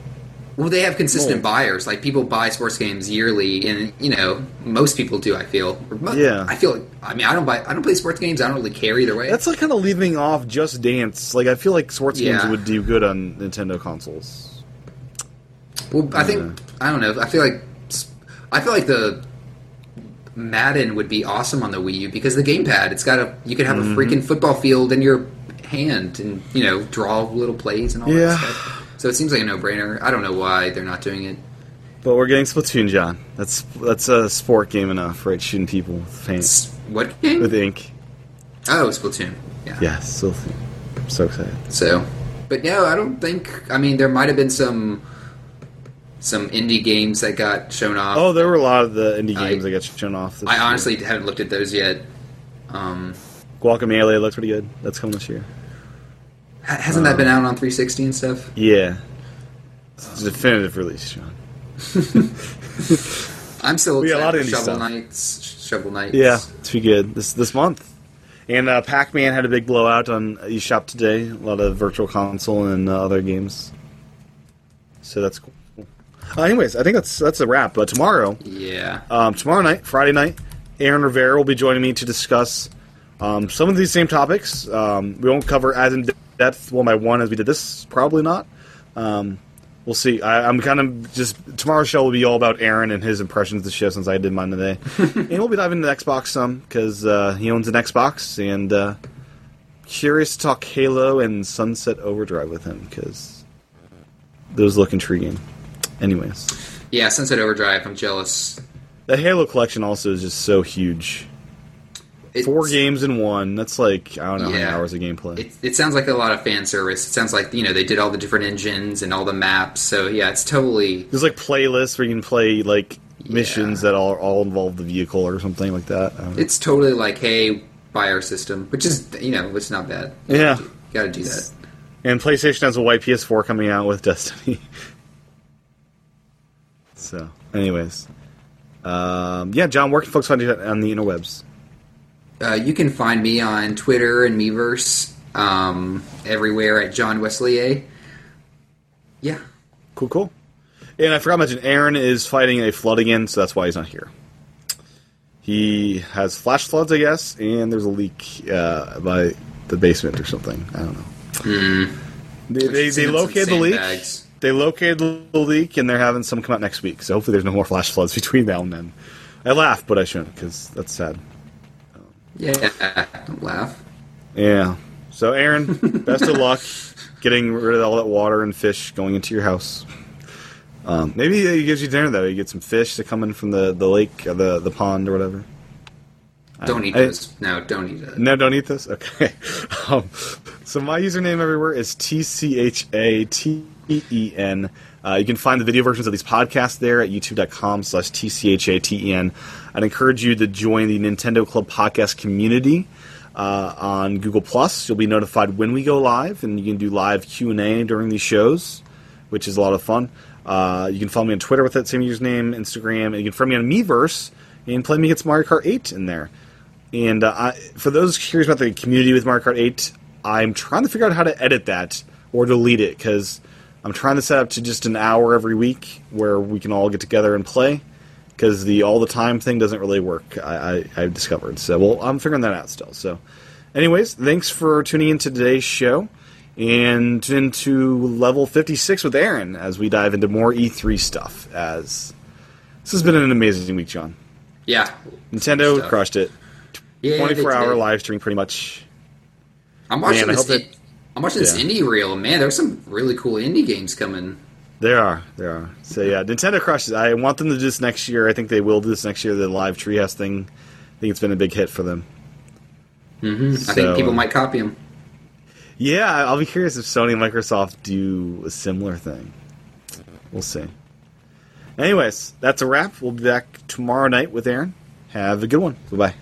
C: Well, they have consistent
B: Well-
C: buyers. Like people buy sports games yearly, and you know most people do. I feel. Or mo-
B: Yeah.
C: I feel. I mean, I don't buy. I don't play sports games. I don't really care either way.
B: That's like kind of leaving off Just Dance. Like I feel like sports games
C: Yeah.
B: would do good on Nintendo consoles.
C: Well, I think I don't know. I feel like I feel like the Madden would be awesome on the Wii U because the gamepad. It's got a you could have
B: Mm-hmm.
C: a freaking football field in your hand and you know draw little plays and all
B: Yeah.
C: that stuff. So it seems like a no brainer. I don't know why they're not doing it.
B: But we're getting Splatoon, John. That's that's a sport game enough, right? Shooting people with paint,
C: It's, what game?
B: with ink.
C: oh, Splatoon. Yeah.
B: Yeah, still thing. I'm so excited.
C: So, but no, I don't think. I mean, there might have been some some indie games that got shown off.
B: Oh, there were a lot of the indie
C: I-
B: games that got shown off. This
C: I
B: year.
C: honestly haven't looked at those yet. Um,
B: Guacamelee looks pretty good. That's coming this year.
C: ha- hasn't
B: Um.
C: that been out on 360 and stuff?
B: Yeah, it's a definitive release, John.
C: I'm still
B: We got a lot of
C: excited for
B: indie
C: Shovel
B: stuff.
C: Knights. Shovel Knights.
B: Yeah, it's pretty good this this month. And uh, Pac Man had a big blowout on eShop today. A lot of Virtual Console and uh, other games. So that's cool. Uh, anyways, I think that's that's a wrap. But tomorrow,
C: Yeah.
B: um, tomorrow night, Friday night, Aaron Rivera will be joining me to discuss um, some of these same topics. Um, we won't cover as in depth one by one as we did this. Probably not. Um, we'll see. I, I'm kind of just tomorrow's show will be all about Aaron and his impressions of the show since I did mine today, and we'll be diving into Xbox some because uh, he owns an Xbox and uh, curious to talk Halo and Sunset Overdrive with him because those look intriguing. Anyways.
C: yeah. Sunset Overdrive. I'm jealous.
B: The Halo collection also is just so huge.
C: It,
B: Four games in one. That's like I don't know how many
C: Yeah.
B: hours of gameplay.
C: It, it sounds like a lot of fan service. It sounds like you know they did all the different engines and all the maps. So yeah, it's totally.
B: There's like playlists where you can play like missions that all all involve the vehicle or something like that. I don't know.
C: It's totally like hey, buy our system, which is you know it's not bad.
B: yeah.
C: Got to do that.
B: [LAUGHS] And PlayStation has a white PS4 coming out with Destiny. So, anyways, um, yeah, John, where can folks find you on the interwebs?
C: Uh, you can find me on Twitter and Meverse, um, everywhere at John Wesley Yeah.
B: Cool, cool. And I forgot to mention, Aaron is fighting a flood again, so that's why he's not here. He has flash floods, I guess, and there's a leak uh, by the basement or something. I don't know. They, they, they
C: Hmm. Send them some
B: located the leak.
C: sandbags.
B: They located the leak, and they're having some come out next week. So hopefully, there's no more flash floods [LAUGHS] between now and then. I laugh, but I shouldn't because that's sad.
C: Yeah. Don't laugh.
B: Yeah. So, Aaron, best of luck getting rid of all that water and fish going into your house. Um, maybe he gives you dinner though. You get some fish that come in from the, the lake or the, the pond or whatever.
C: Don't eat
B: I-
C: those. No, don't eat those.
B: No, don't eat this. Okay. [LAUGHS] Um, so my username everywhere is T C H A T E N. Uh, you can find the video versions of these podcasts there at youtube.com slash T-C-H-A-T-E-N. E I'd encourage you to join the Nintendo Club podcast community uh, on Google+. Plus. You'll be notified when we go live, and you can do live Q&A during these shows, which is a lot of fun. Uh, you can follow me on Twitter with that same username, Instagram, and you can friend me on Meverse and play me against Mario Kart 8 in there. And uh, I, for those curious about the community with Mario Kart 8, I'm trying to figure out how to edit that or delete it because I'm trying to set up to just an hour every week where we can all get together and play because the all the time thing doesn't really work. I, I, I've discovered. So well, I'm figuring that out still. So, anyways, thanks for tuning in to today's show and tune into level 56 with Aaron as we dive into more E3 stuff. As this has been an amazing week, John.
C: Yeah.
B: Nintendo
C: Stuff.
B: crushed it.
C: Yeah, they
B: 24 hour
C: did.
B: live stream, pretty much.
C: I'm watching
B: Man, I
C: this.
B: hope
C: in- I'm watching this
B: yeah.
C: indie reel. Man, there's some really cool indie games coming.
B: There are, there are. So yeah, Nintendo crushes. I want them to do this next year. I think they will do this next year. The live treehouse thing. I think it's been a big hit for them.
C: Mm-hmm. I
B: So,
C: think people
B: uh,
C: might copy them.
B: Yeah, I'll be curious if Sony and Microsoft do a similar thing. We'll see. Anyways, that's a wrap. We'll be back tomorrow night with Aaron. Have a good one. Bye bye.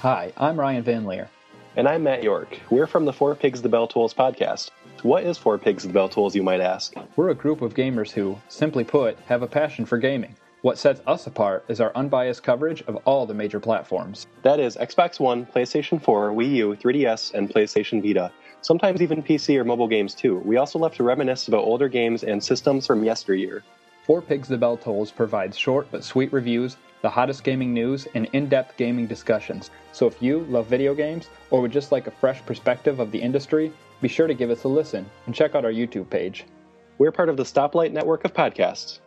D: Hi, I'm Ryan Van Leer.
E: And I'm Matt York. We're from the Four Pigs the Bell Tools podcast. What is Four Pigs the Bell Tools, you might ask?
D: We're a group of gamers who, simply put, have a passion for gaming. What sets us apart is our unbiased coverage of all the major platforms.
E: That is Xbox One, PlayStation 4, Wii U, 3DS, and PlayStation Vita. Sometimes even PC or mobile games too. We also love to reminisce about older games and systems from yesteryear.
D: Four Pigs the Bell Tolls provides short but sweet reviews, the hottest gaming news, and in depth gaming discussions. So if you love video games or would just like a fresh perspective of the industry, be sure to give us a listen and check out our YouTube page.
E: We're part of the Stoplight Network of podcasts.